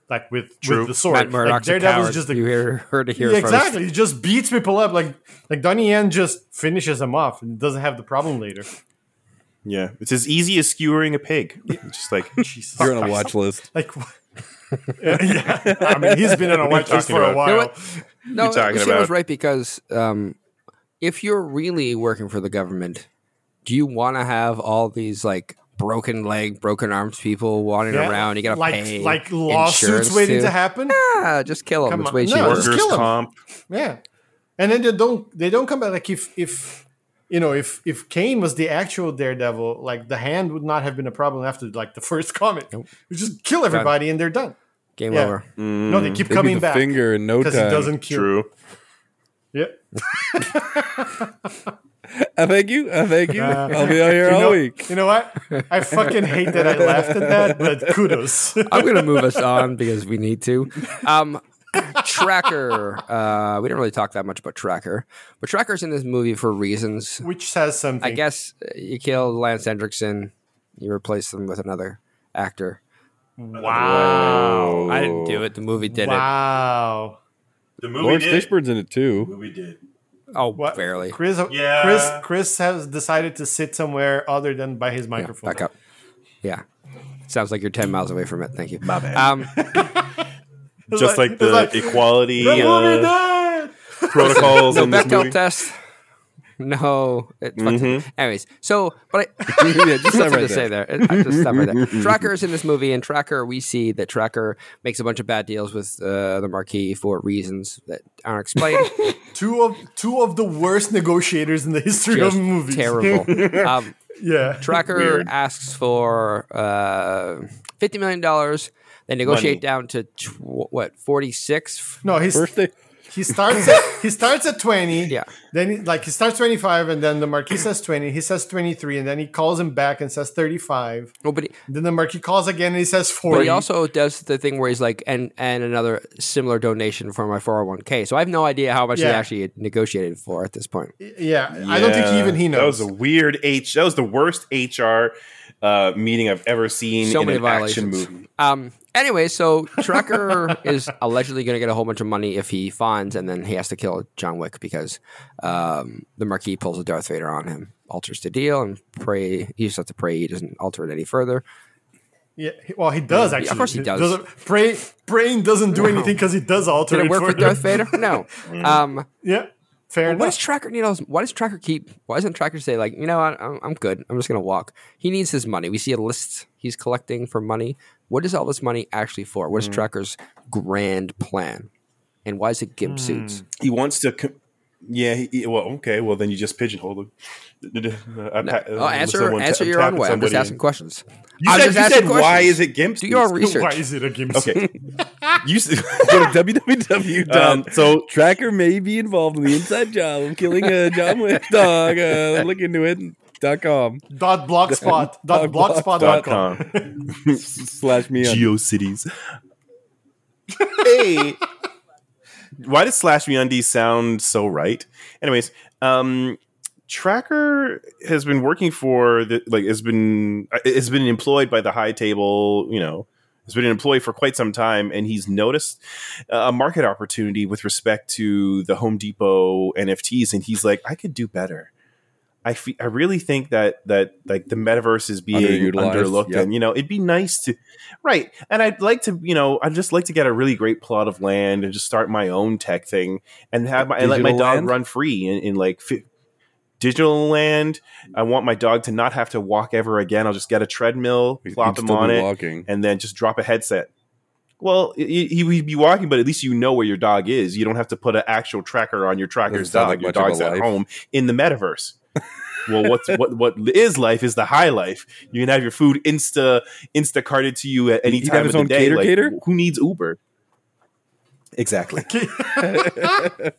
B: like with
E: True.
B: with the sword.
A: Matt
B: like
A: Murdock's a
B: Daredevil's
A: coward.
B: just a
A: you hear, heard it here
B: Yeah,
A: first.
B: exactly. He just beats people up. Like like Donnie Yen just finishes them off and doesn't have the problem later.
E: Yeah, it's as easy as skewering a pig.
C: *laughs*
E: It's Just like *laughs*
B: Jesus,
C: You're on a
B: Christ.
C: watch list.
A: *laughs*
B: Like. what- yeah, I mean, he's been on a watch list
E: talking
B: for a
E: about?
B: while.
A: You know what? No,
E: You're talking
A: Lucille was
E: about-
A: right because um, if you're really working for the government, do you want to have all these like broken leg, broken arms people wandering
B: Yeah,
A: around? You got to
B: like
A: pay
B: like lawsuits
A: insurance
B: waiting to
A: too?
B: happen.
A: Yeah, just kill them.
B: Come
A: It's
B: on.
A: way
B: No,
A: cheaper.
B: just
E: workers
B: kill 'em.
E: comp.
B: Yeah, and then they don't they don't come back. Like if if you know, if if Kane was the actual Daredevil, like the hand would not have been a problem after like the first comic.
A: Nope.
B: You just kill everybody and they're done.
A: Game
B: Yeah.
A: over.
B: No, they keep
C: They'd be
B: coming
C: Mm, the
B: back
C: finger in no
B: because it
C: time.
B: doesn't cure.
E: True.
B: Yeah.
C: Uh, thank you. Uh,
B: *laughs*
C: thank you.
B: Uh,
A: *laughs*
C: I'll be out here
B: you
C: all
B: know,
C: week.
B: You know what? I fucking hate that I laughed at
A: *laughs*
B: that, but kudos. *laughs*
A: I'm going to move us on because we need to. Um, Tracker. Uh, we didn't really talk that much about Tracker, but Tracker's in this movie for reasons.
B: Which says something.
A: I guess uh, you killed Lance Hendrickson, you replaced him with another actor.
B: Wow.
A: I didn't do it. The movie did
B: Wow.
E: The movie
C: Lawrence
E: did.
C: Fishburne's in it too.
E: movie did.
A: it. Oh,
B: What?
A: barely.
B: Chris,
E: Yeah.
B: Chris, Chris has decided to sit somewhere other than by his
A: Yeah,
B: microphone.
A: back up. Yeah. Sounds like you're 10 miles away from it. Thank you. My bad. Um,
E: Just like
B: it's
E: the
B: like,
E: equality
B: The movie
E: uh,
B: did!
E: *laughs* protocols
A: no
E: in this movie.
A: Bechdel test. No. It fucks it. Anyways, so, but I. *laughs*
C: yeah, just that
A: Nothing
C: right
A: to
C: there.
A: say there. It- I just stop right there. Tracker is in this movie, and Tracker, we see that Tracker makes a bunch of bad deals with uh, the Marquis for reasons that aren't explained.
B: Two of two of the worst negotiators in the history
A: Just
B: of movies.
A: terrible. Um,
B: *laughs* Yeah.
A: Tracker asks for uh, fifty million dollars. They negotiate
E: Money.
A: down to tw- what forty six.
B: No, he's
C: First day.
B: he starts at, he starts at 20.
A: Yeah.
B: Then he, like he starts 25 and then the marquis says 20, he says 23 and then he calls him back and says 35.
A: Well, but he,
B: Then the marquis calls again and he says 40.
A: but he also does the thing where he's like, and and another similar donation for my four hundred one k. So I have no idea how much he
B: Yeah.
A: actually negotiated for at this point.
B: yeah, I don't think
E: Yeah.
B: even he
E: That
B: knows.
E: was a weird H. That was the worst HR uh, meeting I've ever seen
A: so
E: in
A: many
E: an action
A: violations.
E: movie.
A: Um. Anyway, so Tracker *laughs* is allegedly going to get a whole bunch of money if he finds, and then he has to kill John Wick because um, the Marquis pulls a Darth Vader on him, alters the deal, and pray. He just has to pray he doesn't alter it any further.
B: yeah, he- well, he does actually.
A: of course he does.
B: doesn't- Brain, brain doesn't do anything because he does alter
A: Did it
B: it
A: work
B: for
A: for Darth Vader? No. Um,
B: *laughs* Yeah, fair
A: why
B: enough.
A: does Tracker need all? His, why does Tracker keep? Why doesn't Tracker say like, you know what, I'm, I'm good. I'm just going to walk. He needs his money. We see a list he's collecting for money. What is all this money actually for? What is
B: Mm-hmm.
A: Tracker's grand plan? And why is it gimp
B: Hmm.
A: suits?
E: He wants to. Com- yeah. He, he- well, okay. Well, then you just pigeonhole him. *laughs* I'm
B: uh,
E: pa-
A: Oh,
E: I'm
A: answer
E: someone ta-
A: answer
E: I'm
A: your own
E: tapping
A: way. I'm just
E: somebody.
A: asking questions.
E: You
A: I'm
E: said,
A: just
E: you
A: asking
E: said why
A: questions.
E: is it Gimp?
A: Do your research.
B: Why is it a gimp?
E: Okay. *laughs*
A: *laughs*
E: you s-
C: Go to
E: *laughs*
C: www.
E: um, so
C: Tracker may be involved in the inside job of killing a John Wick dog. Uh, look into it. Dot com
B: *laughs* Dot blogspot. Dot
C: Dot blogspot
B: blogspot.
E: dot
B: Dot com.
E: com.
C: slash me on.
E: GeoCities.
C: *laughs*
E: hey, why does Slash Me Undies sound so right? Anyways, um, Tracker has been working for the like has been has been employed by the High Table. You know, has been an employee for quite some time, and he's noticed uh, a market opportunity with respect to the Home Depot NFTs, and he's like, I could do better. I, fe- I really think that that like the metaverse is being
C: Underutilized,
E: underlooked,
C: yep.
E: and you know it'd be nice to Right. And I'd like to, you know, I'd just like to get a really great plot of land and just start my own tech thing and have my, and let my
C: Digital
E: dog
C: land?
E: run free in, in like fi- digital land. I want my dog to not have to walk ever again. I'll just get a treadmill,
C: He'd
E: plop
C: still
E: him
C: be
E: on it,
C: Walking.
E: and then just drop a headset. Well, he, he would be walking, but at least you know where your dog is. You don't have to put an actual tracker on your tracker's
C: sound
E: dog.
C: like
E: your
C: much of a
E: dog's at
C: life.
E: home in the
C: *laughs*
E: metaverse. well, what's what what is life is the high life. You can have your food insta insta carted to you at any
C: He'd have
E: time
C: his
E: of
C: own
E: the day.
C: cater
E: Like,
C: cater?
E: Who needs Uber? Exactly.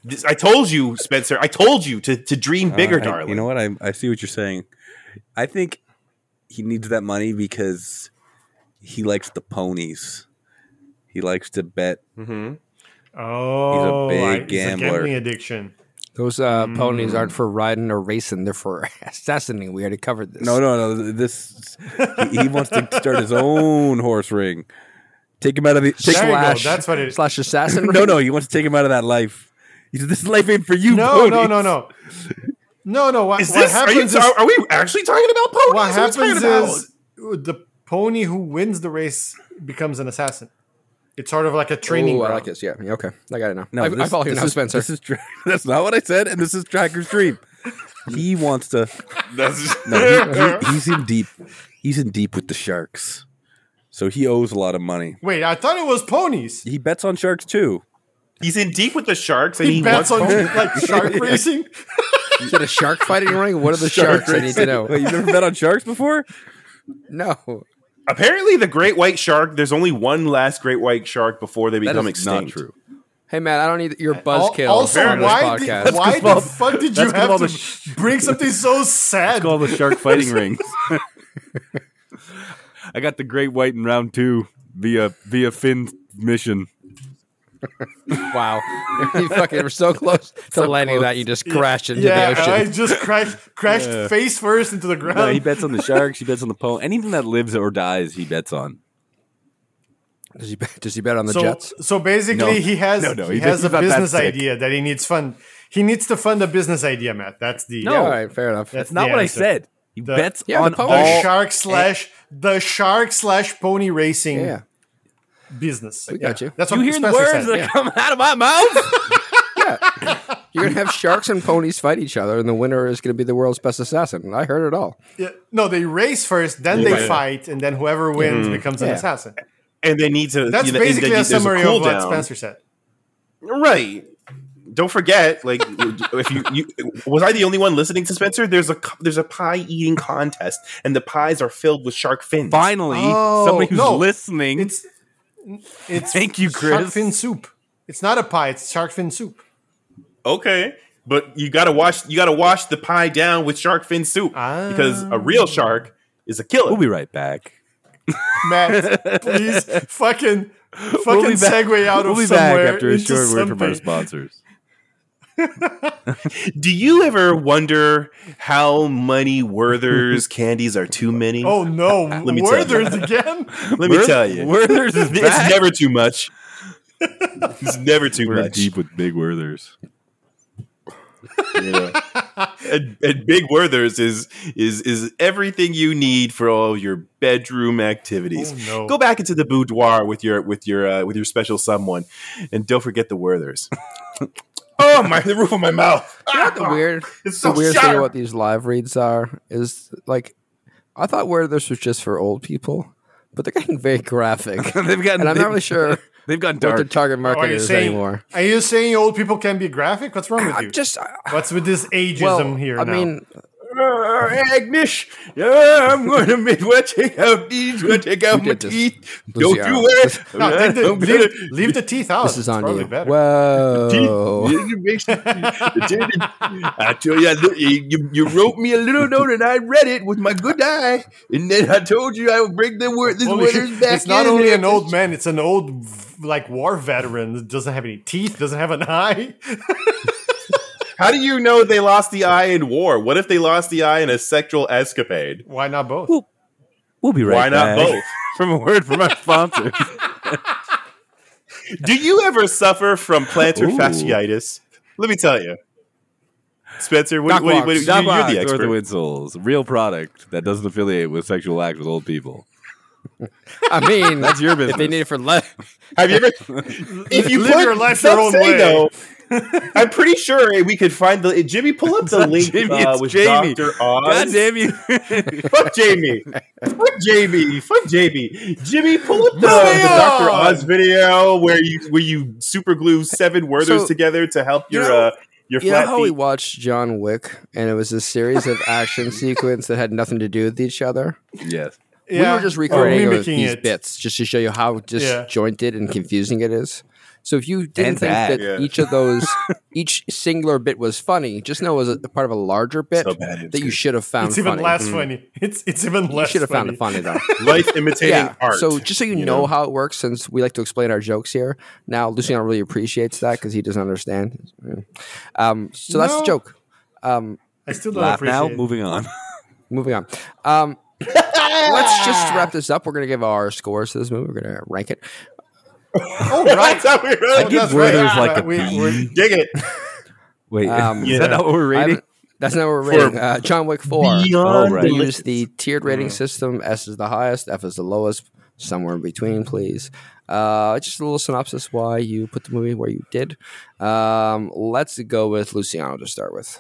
E: This- I told you, Spencer. I told you to, to dream *laughs* bigger,
C: Uh, I-
E: darling.
C: You know what? I, I see what you're saying. I think he needs that money because he likes the ponies. He likes to bet.
E: Mhm.
B: Mm-hmm. Oh,
C: He's a
B: I-
C: big
B: it's a
C: gambler.
B: gambling addiction.
A: Those uh,
B: Hmm.
A: ponies aren't for riding or racing; they're for *laughs* assassinating. We already covered this.
C: No, no, no. This he, he wants to start
E: *laughs*
C: his own horse ring. Take him out of the. Take,
B: There you go.
A: slash-
B: That's what it is.
A: slash *laughs* assassin.
C: no, no. He wants to take him out of that life. He said, "This life ain't for you."
B: No, no,
C: ponies."
B: no, no. No, no. What,
E: Is
B: what
E: this? Are, you,
B: happens is,
E: are we actually talking about ponies?
B: what
E: Are we talking
B: happens
E: about-
B: is uh, the pony who wins the race becomes an assassin. It's sort of like a training.
A: Ooh, I
B: ground.
A: like this. Yeah. yeah, Okay. I got it now.
C: No,
A: I, I
C: this-
A: follow you
C: this
A: now,
C: is-
A: Spencer.
C: This is tra- *laughs* that's not what I said, and this is Tracker's dream. He wants to. *laughs*
E: *laughs*
C: No, he- he- he's in deep. He's in deep with the sharks, so he owes a lot of money.
B: Wait, I thought it was ponies.
C: He bets on sharks too.
E: he's in deep with the sharks, and
B: He,
E: he,
B: bets *laughs*
E: wants
B: on
E: ponies.
B: like shark racing.
A: Is that a shark fighting ring? What are *laughs* the sharks? I need to know.
C: Wait, you've never bet on sharks before?
A: No,
E: Apparently, the great white shark. There's only one last great white shark before they *laughs*
C: That
E: become
C: is not
E: extinct.
C: true.
A: hey man, I don't need your
B: Uh, Al-
A: buzzkill.
B: also,
A: on this
B: why,
A: podcast.
B: did, why the fuck did you
I: that's 'cause of all
B: have
I: the
B: to bring something so sad?
I: It's called the shark fighting
A: *laughs*
I: rings. *laughs* I got the great white in round two via via Finn mission.
A: *laughs* Wow, you fucking were so close
B: *laughs*
A: to landing that you just crashed into
B: Yeah,
A: the ocean.
B: I just crashed, crashed face first into the ground.
I: he bets on the sharks. He bets on the pole. Anything that lives or dies, he bets on.
A: Does he bet, does he bet on the
B: so,
A: Jets?
B: so basically,
I: No.
B: he has
I: No, no,
B: he
I: he's-
B: has
I: he's
B: a
I: not that
B: business
I: sick.
B: idea that he needs fund. He needs to fund a business idea, Matt. That's the
A: Yeah, all right, fair enough.
B: That's-
I: That's not
B: the
I: what I
B: answer.
I: said. He
B: The-
I: bets
A: Yeah, the
I: on
A: pole.
B: the
I: all.
B: shark slash the shark slash pony racing
A: yeah,
B: business. We
A: got you.
B: That's
I: You
B: what
I: hear the
B: Spencer
I: words
B: said.
I: that come out of my mouth?
A: you're
B: *laughs*
A: gonna have sharks and ponies fight each other, and the winner is gonna be the world's best assassin. And I heard it all.
B: Yeah. No, they race first, then they
E: Right.
B: fight, and then whoever wins becomes an
A: Yeah.
B: assassin.
E: And they need to.
B: That's
E: you know, and
B: basically
E: they-
B: a
E: there's
B: summary of what
E: cooldown.
B: Spencer said.
E: Right. Don't forget, like, *laughs* if you, you was I the only one listening to Spencer? There's a co- there's a pie eating contest, and the pies are filled with shark fins.
I: Finally,
B: Oh,
I: somebody who's
B: no.
I: listening.
B: It's it's
I: Thank you,
B: shark
I: Chris.
B: fin soup. It's not a pie. It's shark fin soup.
E: Okay, but you gotta wash you gotta wash the pie down with shark fin soup
B: Ah.
E: because a real shark is a killer.
I: we'll be right back.
B: Matt, *laughs* please fucking fucking
I: We'll be back-
B: segue out
I: we'll
B: of
I: be
B: somewhere
I: back after a
B: into
I: short word from our
B: something.
I: sponsors.
E: Do you ever wonder how many Werther's *laughs* candies are too many?
B: Oh no,
E: me tell you.
B: Werther's again?
E: let me tell you,
I: Werther's is
E: it's
I: back.
E: never too *laughs* much. It's never too
I: We're
E: much.
I: deep with big Werthers.
E: *laughs* and, and Big Werther's is is is everything you need for all your bedroom activities.
B: Oh, no.
E: Go back into the boudoir with your with your uh, with your special someone, and don't forget the Werther's. *laughs* oh my! The roof of my mouth.
A: You know
B: *laughs*
A: what the weird,
E: It's so
A: the weird thing
E: sharp.
A: about these live reads are is like, I thought where this was just for old people, but they're getting very
B: *laughs*
A: graphic, and
I: they've gotten.
A: I'm
I: they've,
A: not really sure
I: they've gotten
A: what the
I: dark.
A: target
B: Are
A: market
B: you
A: is
B: saying
A: anymore.
B: Are you saying old people can be graphic? What's wrong with you?
A: I'm just, I,
B: What's with this ageism
A: well,
B: here?
A: I
B: now?
A: mean,
E: Uh, Agnish, yeah, I'm going to make what take out these, what take
A: You
E: out my
A: did this.
E: teeth. *laughs* Don't
A: Luciano.
E: you worry.
B: no, take the,
E: I'm gonna-
B: leave, leave the teeth out.
A: this is
B: It's
A: on
B: probably
A: you.
B: better. Oh.
A: Whoa,
E: *laughs* You make- I tell you, I look- you, you, you wrote me a little note and I read it with my good eye, and then I told you I would bring the word this
B: Holy
E: winter's
B: shit.
E: back.
B: it's not
E: in
B: only
E: here.
B: an old man; it's an old, like war veteran. that Doesn't have any teeth. Doesn't have an *laughs* eye.
E: How do you know they lost the eye in war? What if they lost the eye in a sexual escapade?
B: Why not both?
I: We'll be right
E: Why not
I: back.
E: both?
I: *laughs* From a word from our sponsors.
E: Do you ever suffer from plantar
I: Ooh.
E: fasciitis? Let me tell you, Spencer. What,
A: Doc
E: what, what,
A: Walks.
E: you-
I: Stop
E: you're the
I: Ortho
E: expert.
I: Insoles, real product that doesn't affiliate with sexual acts with old people.
A: I mean,
I: That's your business.
A: if they need it for life.
E: Have you ever? if you
B: Live
E: put
B: your life
E: some
B: your own
E: say,
B: way.
E: though, I'm pretty sure we could find the Jimmy. Pull up the
I: not
E: link
I: Jimmy,
E: uh,
I: it's
E: with
I: Jamie.
E: Doctor Oz.
I: God damn you!
E: *laughs* Fuck Jamie. Fuck Jamie. Fuck Jamie. Jimmy, pull up the,
B: Moving
E: the Doctor
B: on.
E: Oz video where you where you super glue seven Werthers
A: So,
E: together to help
A: you
E: your
A: know-
E: uh, your
A: You know
E: flat
A: how
E: feet.
A: we watched John Wick, and it was a series of action sequence that had nothing to do with each other.
I: yes,
A: We were
B: Oh,
A: just recreating those- these bits just to show you how
B: Yeah.
A: disjointed and confusing it is. So if you didn't
I: And
A: think
I: bad.
A: that
E: Yeah.
A: each of *laughs* those, each singular bit was funny, just know it was a part of a larger bit
E: So bad, it's
A: that you
E: good.
A: should have found
B: It's even
A: funny. Mm-hmm. Hmm.
B: less funny. It's it's even
A: you
B: less.
A: should have found
B: funny.
A: it funny though.
E: Life imitating
A: yeah.
E: art.
A: So just so you,
E: you
A: know,
E: know?
A: how it works, since we like to explain our jokes here, now Luciano really appreciates that because he doesn't understand. Um, so that's the
B: No.
A: joke. Um,
B: I still don't
I: laugh
B: appreciate.
I: now.
A: *laughs*
B: it.
I: Moving on.
A: moving on. Um, let's
D: Ah.
A: just wrap this up. We're gonna give our scores to this movie. We're gonna rank it.
B: Oh right,
E: That's how we
I: I
E: roll.
I: give
B: that's
I: Werther's
B: right.
I: like a
B: We-
I: B.
B: we're-
E: Dig it.
I: *laughs* Wait,
A: Um,
I: is that not what we're rating?
A: I haven't- that's not what we're rating. Uh, John Wick Four.
I: Oh,
E: Beyond
I: right.
A: We
E: the
A: use the tiered rating system. S is the highest. F is the lowest. Somewhere in between, please. Uh, just a little synopsis why you put the movie where you did. Um, let's go with Luciano to start with.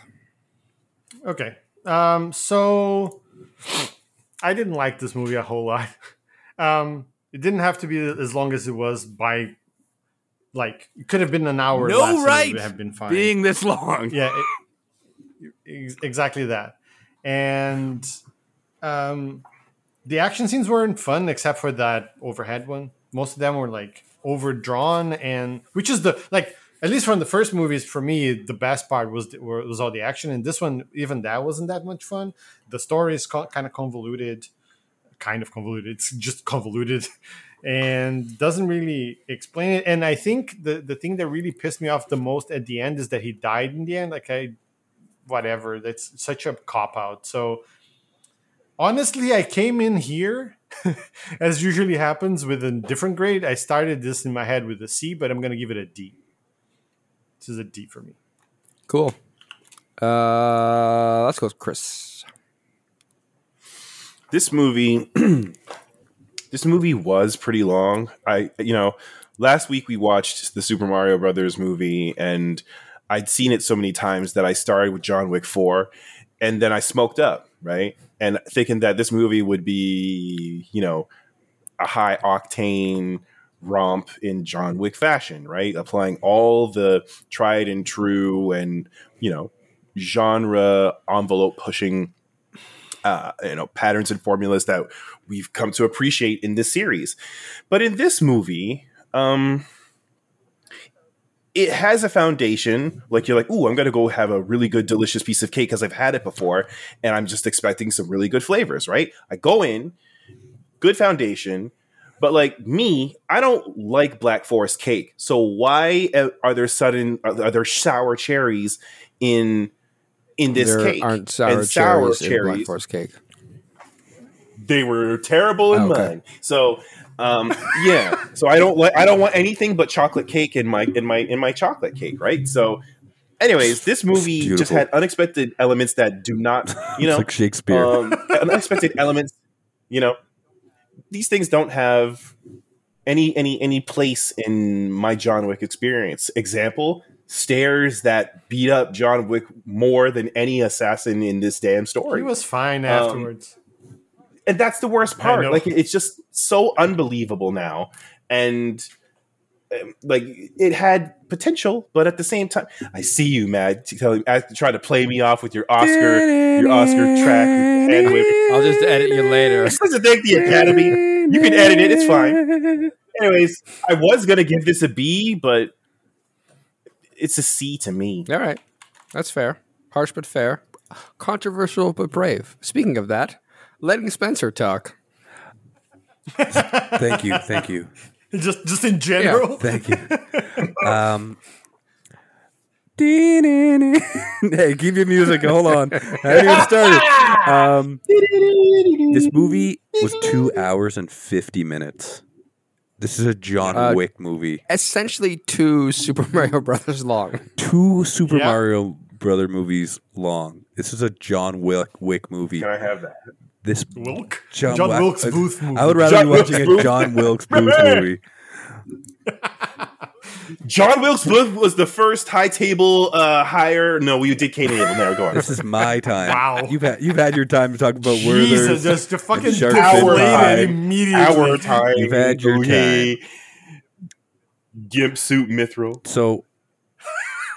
B: Okay. Um, so I didn't like this movie a whole lot. *laughs* Um, it didn't have to be as long as it was by like it could have been an hour.
I: No
B: less and it
I: right
B: would have been fine.
I: Being this long,
B: yeah. It, ex- exactly that. And um, the action scenes weren't fun except for that overhead one. Most of them were like overdrawn, and which is the like at least from the first movies for me the best part was the, were- was all the action. And this one, even that wasn't that much fun. The story is co- kind of convoluted, kind of convoluted. It's just convoluted. And doesn't really explain it. And I think the, the thing that really pissed me off the most at the end is that he died in the end. Like I whatever. That's such a cop out. So honestly, I came in here, *laughs* as usually happens, with a different grade. I started this in my head with a C, but I'm going to give it a D. This is a D for me.
A: Cool. Uh, let's go with Chris.
E: this movie *clears throat* this movie was pretty long i you know last week we watched the super mario brothers movie and i'd seen it so many times that i started with john wick 4 and then i smoked up right and thinking that this movie would be you know a high octane romp in john wick fashion right applying all the tried and true and you know genre envelope pushing uh, you know patterns and formulas that we've come to appreciate in this series. But in this movie, um, it has a foundation. Like you're like, ooh, I'm gonna go have a really good, delicious piece of cake because I've had it before, and I'm just expecting some really good flavors, right? I go in, good foundation. But like me, I don't like Black Forest cake. So why uh, are there sudden are there- are there sour cherries in in this
A: there
E: cake?
A: aren't sour
E: and
A: cherries
E: sour
A: in Black
E: cherries
A: Forest cake.
E: they were terrible in
A: Oh, okay.
E: mine. So um, *laughs* yeah, so I don't like I don't want anything but chocolate cake in my in my in my chocolate cake, right? So anyways, this movie just
I: beautiful.
E: had unexpected elements that do not, you know,
I: like Shakespeare.
E: um, unexpected elements, you know. These things don't have any any any place in my John Wick experience. Example, stairs that beat up John Wick more than any assassin in this damn story
B: He was fine
E: Um,
B: afterwards. *laughs*
E: and that's the worst
B: I
E: part.
B: know.
E: Like it's just so unbelievable now, and um, like it had potential, but at the same time, I see you, Mad, telling uh, trying to play me off with your Oscar, your Oscar track, and *laughs* whip.
A: I'll just edit you later.
E: It's such a thank the Academy. You can edit it; it's fine. Anyways, I was gonna give this a B, but it's a C to me.
A: All right. That's fair. Harsh but fair. Controversial but brave. Speaking of that, letting Spencer talk.
C: *laughs* Thank you, thank you.
B: just just in general.
C: Thank you.
E: *laughs*
C: Um, *laughs* hey, keep your music. Hold on. I haven't even started. Um,
E: *laughs*
C: this movie was two hours and 50 minutes. This is a John
A: Uh,
C: Wick movie.
A: Essentially, two *laughs* Super Mario Brothers long.
C: Two Super
B: Yeah.
C: Mario Brother movies long. This is a John Wick, Wick movie.
E: Can I have that?
C: This
B: Wilk.
C: John,
B: John
C: Wack-
B: Wilkes Booth movie.
C: I would rather
E: John
C: be
E: Wilkes
C: watching a
E: Booth.
C: John Wilkes Booth movie.
E: John Wilkes Booth was the first high table uh, hire. No, we did Cain and Abel. There, go on.
C: This
B: *laughs*
C: is my time.
B: Wow.
C: You've had you've had your time to talk about
B: Jesus,
C: Werther's.
B: just to fucking
C: shark
E: fin pie.
B: deflated immediately. *laughs*
E: our time.
C: You've had your
E: Okay. Gimp suit mithril.
C: So,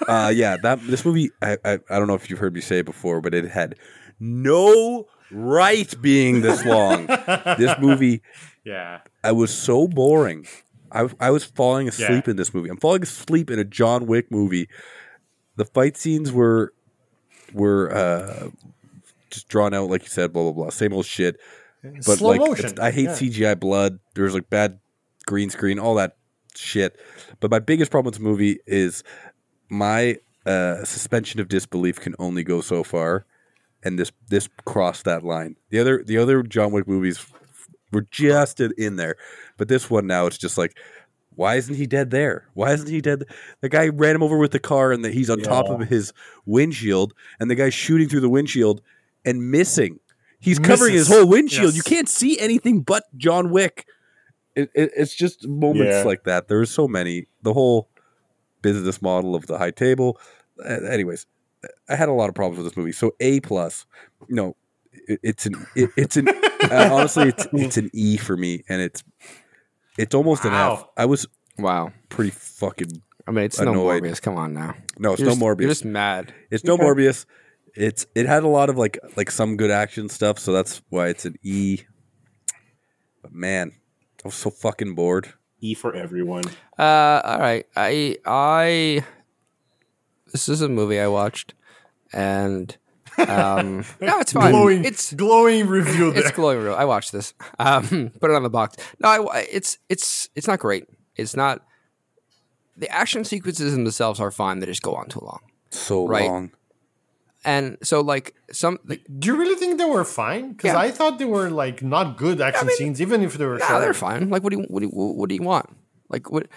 C: uh, yeah, that this movie, I, I I don't know if you've heard me say it before, but it had no right being
B: *laughs*
C: this long. this movie,
B: Yeah.
C: I was so boring. I I was falling asleep
B: Yeah.
C: in this movie. I'm falling asleep in a John Wick movie. The fight scenes were were uh, just drawn out, like you said, blah blah blah, same old shit. but
B: Slow
C: like
B: motion.
C: it's- I hate
B: Yeah.
C: CGI blood. There's like bad green screen, all that shit. But my biggest problem with this movie is my uh, suspension of disbelief can only go so far, and this this crossed that line. The other the other John Wick movies were just in- in there, but this one now it's just like. Why isn't he dead there? Why isn't he dead? The guy ran him over with the car, and that he's on top of his windshield, and the guy's shooting through the windshield and missing. He's covering
B: Misses.
C: his whole windshield.
B: Yes.
C: You can't see anything but John Wick. It, it, it's just moments
E: Yeah.
C: like that. There's so many. The whole business model of the high table. Uh, anyways, I had a lot of problems with this movie. So A plus. No, it, it's an it,
B: *laughs*
C: it's an uh, honestly it's it's an E for me, and it's it's almost an F.
B: Wow.
C: I was
A: Wow.
C: pretty fucking
A: I mean, it's no
C: Annoyed.
A: Morbius. Come on now.
C: no. It's
A: You're
C: no
A: just-
C: Morbius.
A: You're just mad.
C: It's no Morbius. It's it had a lot of like like some good action stuff, so that's why it's an E. But man, I was so fucking bored.
E: E for everyone.
A: Uh, all right. I I this is a movie I watched, and um, *laughs* no, it's fine.
B: glowing,
A: It's
B: glowing review there.
A: it's glowing real. I watched this. *laughs* Um, put it on the box. No, I, it's it's it's not great. It's not. The action sequences themselves are fine. They just go on too long.
C: So
A: Right.
C: long.
A: And so, like some, like,
B: Do you really think they were fine? Because
A: Yeah.
B: I thought they were like not good action scenes, even if they were
A: nah,
B: short.
A: ah, they're fine. Like, what do you, what do you, what do you want? Like, what?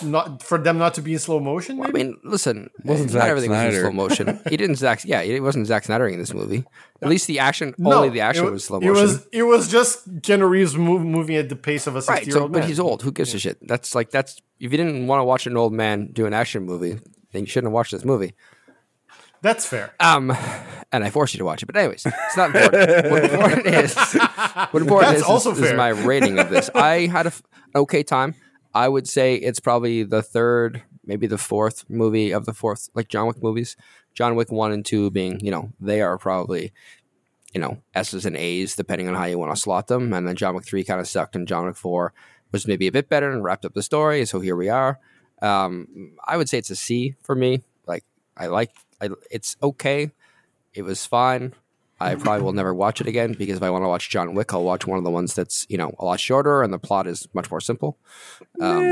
B: not for them not to be in slow motion.
A: I
B: maybe?
A: mean, listen,
C: Wasn't
A: not
C: Zack
A: everything was in
C: Snyder.
A: slow
B: *laughs*
A: motion. he didn't Zack. Yeah, it wasn't Zack Snyder in this movie. At least the action, only the action
B: it,
A: was, slow
B: It
A: motion.
B: was it was just Keanu Reeves move, moving at the pace of a sixty
A: right,
B: year
A: so,
B: old
A: but
B: man.
A: he's old. Who gives a shit? That's like that's if you didn't want to watch an old man do an action movie, then you shouldn't have watched this movie. *laughs*
B: That's fair.
A: Um, and I forced you to watch it. But anyways, it's not important.
B: *laughs*
A: what important is, what important is,
B: That's also
A: is, is
B: fair.
A: my rating of this.
B: *laughs*
A: I had a f- an okay time. I would say it's probably the third, maybe the fourth movie of the fourth, like John Wick movies. John Wick one and two being, you know, they are probably, you know, S's and A's depending on how you want to slot them. And then John Wick three kind of sucked, and John Wick four was maybe a bit better and wrapped up the story. So here we are. Um, I would say it's a C for me. Like I like, I, it's okay. It was fine. I probably will never watch it again because if I want to watch John Wick, I'll watch one of the ones that's you know a lot shorter and the plot is much more simple.
C: *laughs*
A: Um,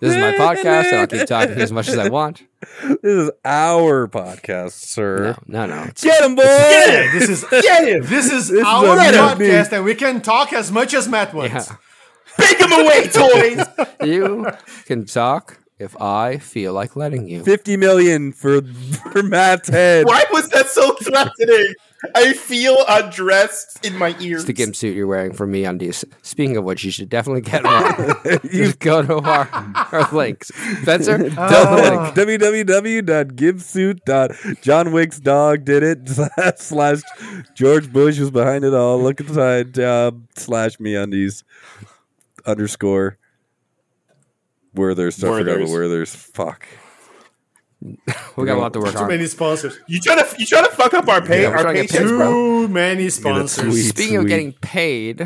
A: this is my podcast, and I'll keep talking as much as I
B: *laughs*
A: want.
C: *laughs* This is our podcast, sir.
A: No, no, no. It's,
C: Get him, boy!
B: Get
C: *laughs*
B: it. This
A: *laughs*
B: is
D: Get him!
B: this is
C: This is
B: our
C: a better
B: podcast, and we can talk as much as Matt
A: yeah.
B: wants.
D: Take him *laughs* away, toys.
A: you can talk if I feel like letting you.
C: Fifty million for for Matt's head. *laughs*
D: Why was that so threatening? I feel undressed in my ears.
A: It's the gimp suit you're wearing for me undies. Speaking of which, you should definitely get
B: *laughs*
A: one. you go to our, our links,
B: *laughs*
A: Spencer.
B: Uh,
A: tell the link.
C: Like, www.gibsuit.johnwicksdogdidit slash *laughs* slash George Bush was behind it all. Look inside job um, slash me undies underscore Werther's. I forgot about
E: Werther's.
C: Werther's. Fuck.
A: We got a lot to work
B: Too
A: on.
B: many sponsors.
D: You trying to you trying to fuck up our pay
A: Yeah, I'm
D: our
A: trying to get
D: paychecks,
A: paid.
D: bro?
B: Too many
C: sweet.
B: sponsors.
A: Speaking of getting paid,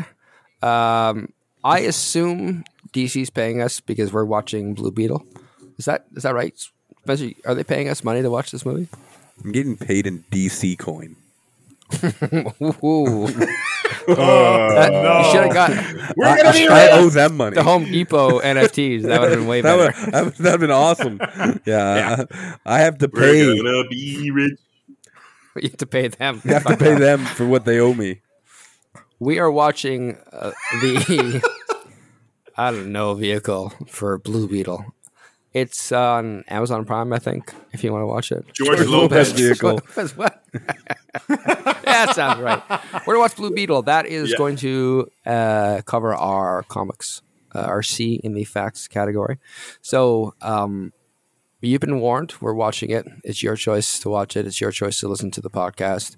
A: um, I assume DC's paying us because we're watching Blue Beetle. Is that is that right? Spencer, are they paying us money to watch this movie?
C: I'm getting paid in DC coin.
A: Ooh,
E: Uh,
B: no.
A: should have got
D: We're
C: I,
D: gonna be
C: I- I
D: rich.
C: owe them money.
A: the Home Depot NFTs. That would have been way
C: that
A: better.
C: would that would have been awesome. Yeah, I, I have to pay.
E: We're gonna be rich.
A: *laughs* you have to pay them.
C: I have to pay them for what they owe me.
A: We are watching uh, the *laughs* I don't know vehicle for Blue Beetle. It's on Amazon Prime, I think. If you want to watch it,
E: George, Lopez.
C: Lopez vehicle.
A: *laughs* That's what. yeah, that sounds right. We're gonna watch Blue Beetle. That is going to uh, cover our comics, uh, our C in the facts category. So um, you've been warned. We're watching it. It's your choice to watch it. It's your choice to listen to the podcast.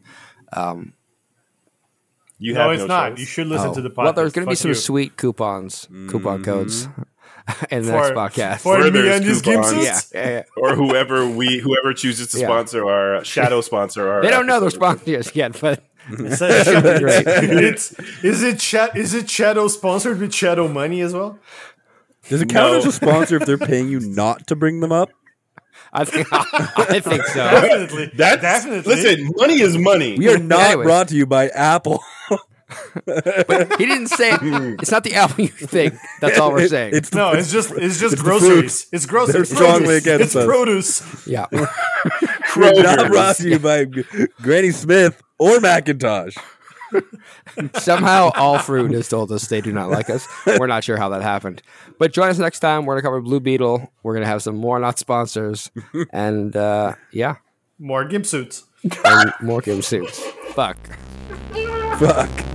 E: You have
B: No, it's not.
E: choice.
B: You should listen
A: Oh.
B: to the podcast.
A: Well, there's going to be
B: Fuck
A: some
B: you. Mm-hmm.
A: sweet coupons, coupon codes *laughs* in the next
B: for,
A: podcast.
B: for
E: Where
B: me
E: there's
B: and these
E: coupons.
B: gimps.
A: yeah, yeah, yeah.
E: or whoever we whoever chooses to
A: Yeah.
E: sponsor our shadow sponsor our
A: They don't know
B: *laughs*
A: they're
E: episode.
A: sponsors yet, but *laughs*
B: It's a-
A: Great.
B: it's is it sha- is it shadow sponsored with shadow money as well?
C: Does it count
E: No.
C: as a sponsor if they're paying you not to bring them up?
A: I think *laughs* I think so. *laughs*
B: Definitely,
E: That's,
B: definitely.
E: Listen, money is money.
C: We are not
A: Anyways.
C: brought to you by Apple.
A: He didn't say it. it's not the album you think. That's all
C: *laughs*
A: we're saying.
C: It's
B: no, it's just it's just
C: It's the
B: groceries. It's groceries.
C: They're strongly
B: Produce.
C: against
B: it's
C: us.
B: produce.
A: yeah.
C: we're not brought to you by G- Granny Smith or Macintosh.
A: Somehow, all fruit has told us they do not like us. We're not sure how that happened. But join us next time. We're going to cover Blue Beetle. We're going to have some more not sponsors. And uh, yeah,
B: More gimp suits.
A: and more Kim suits. Fuck.
C: Fuck.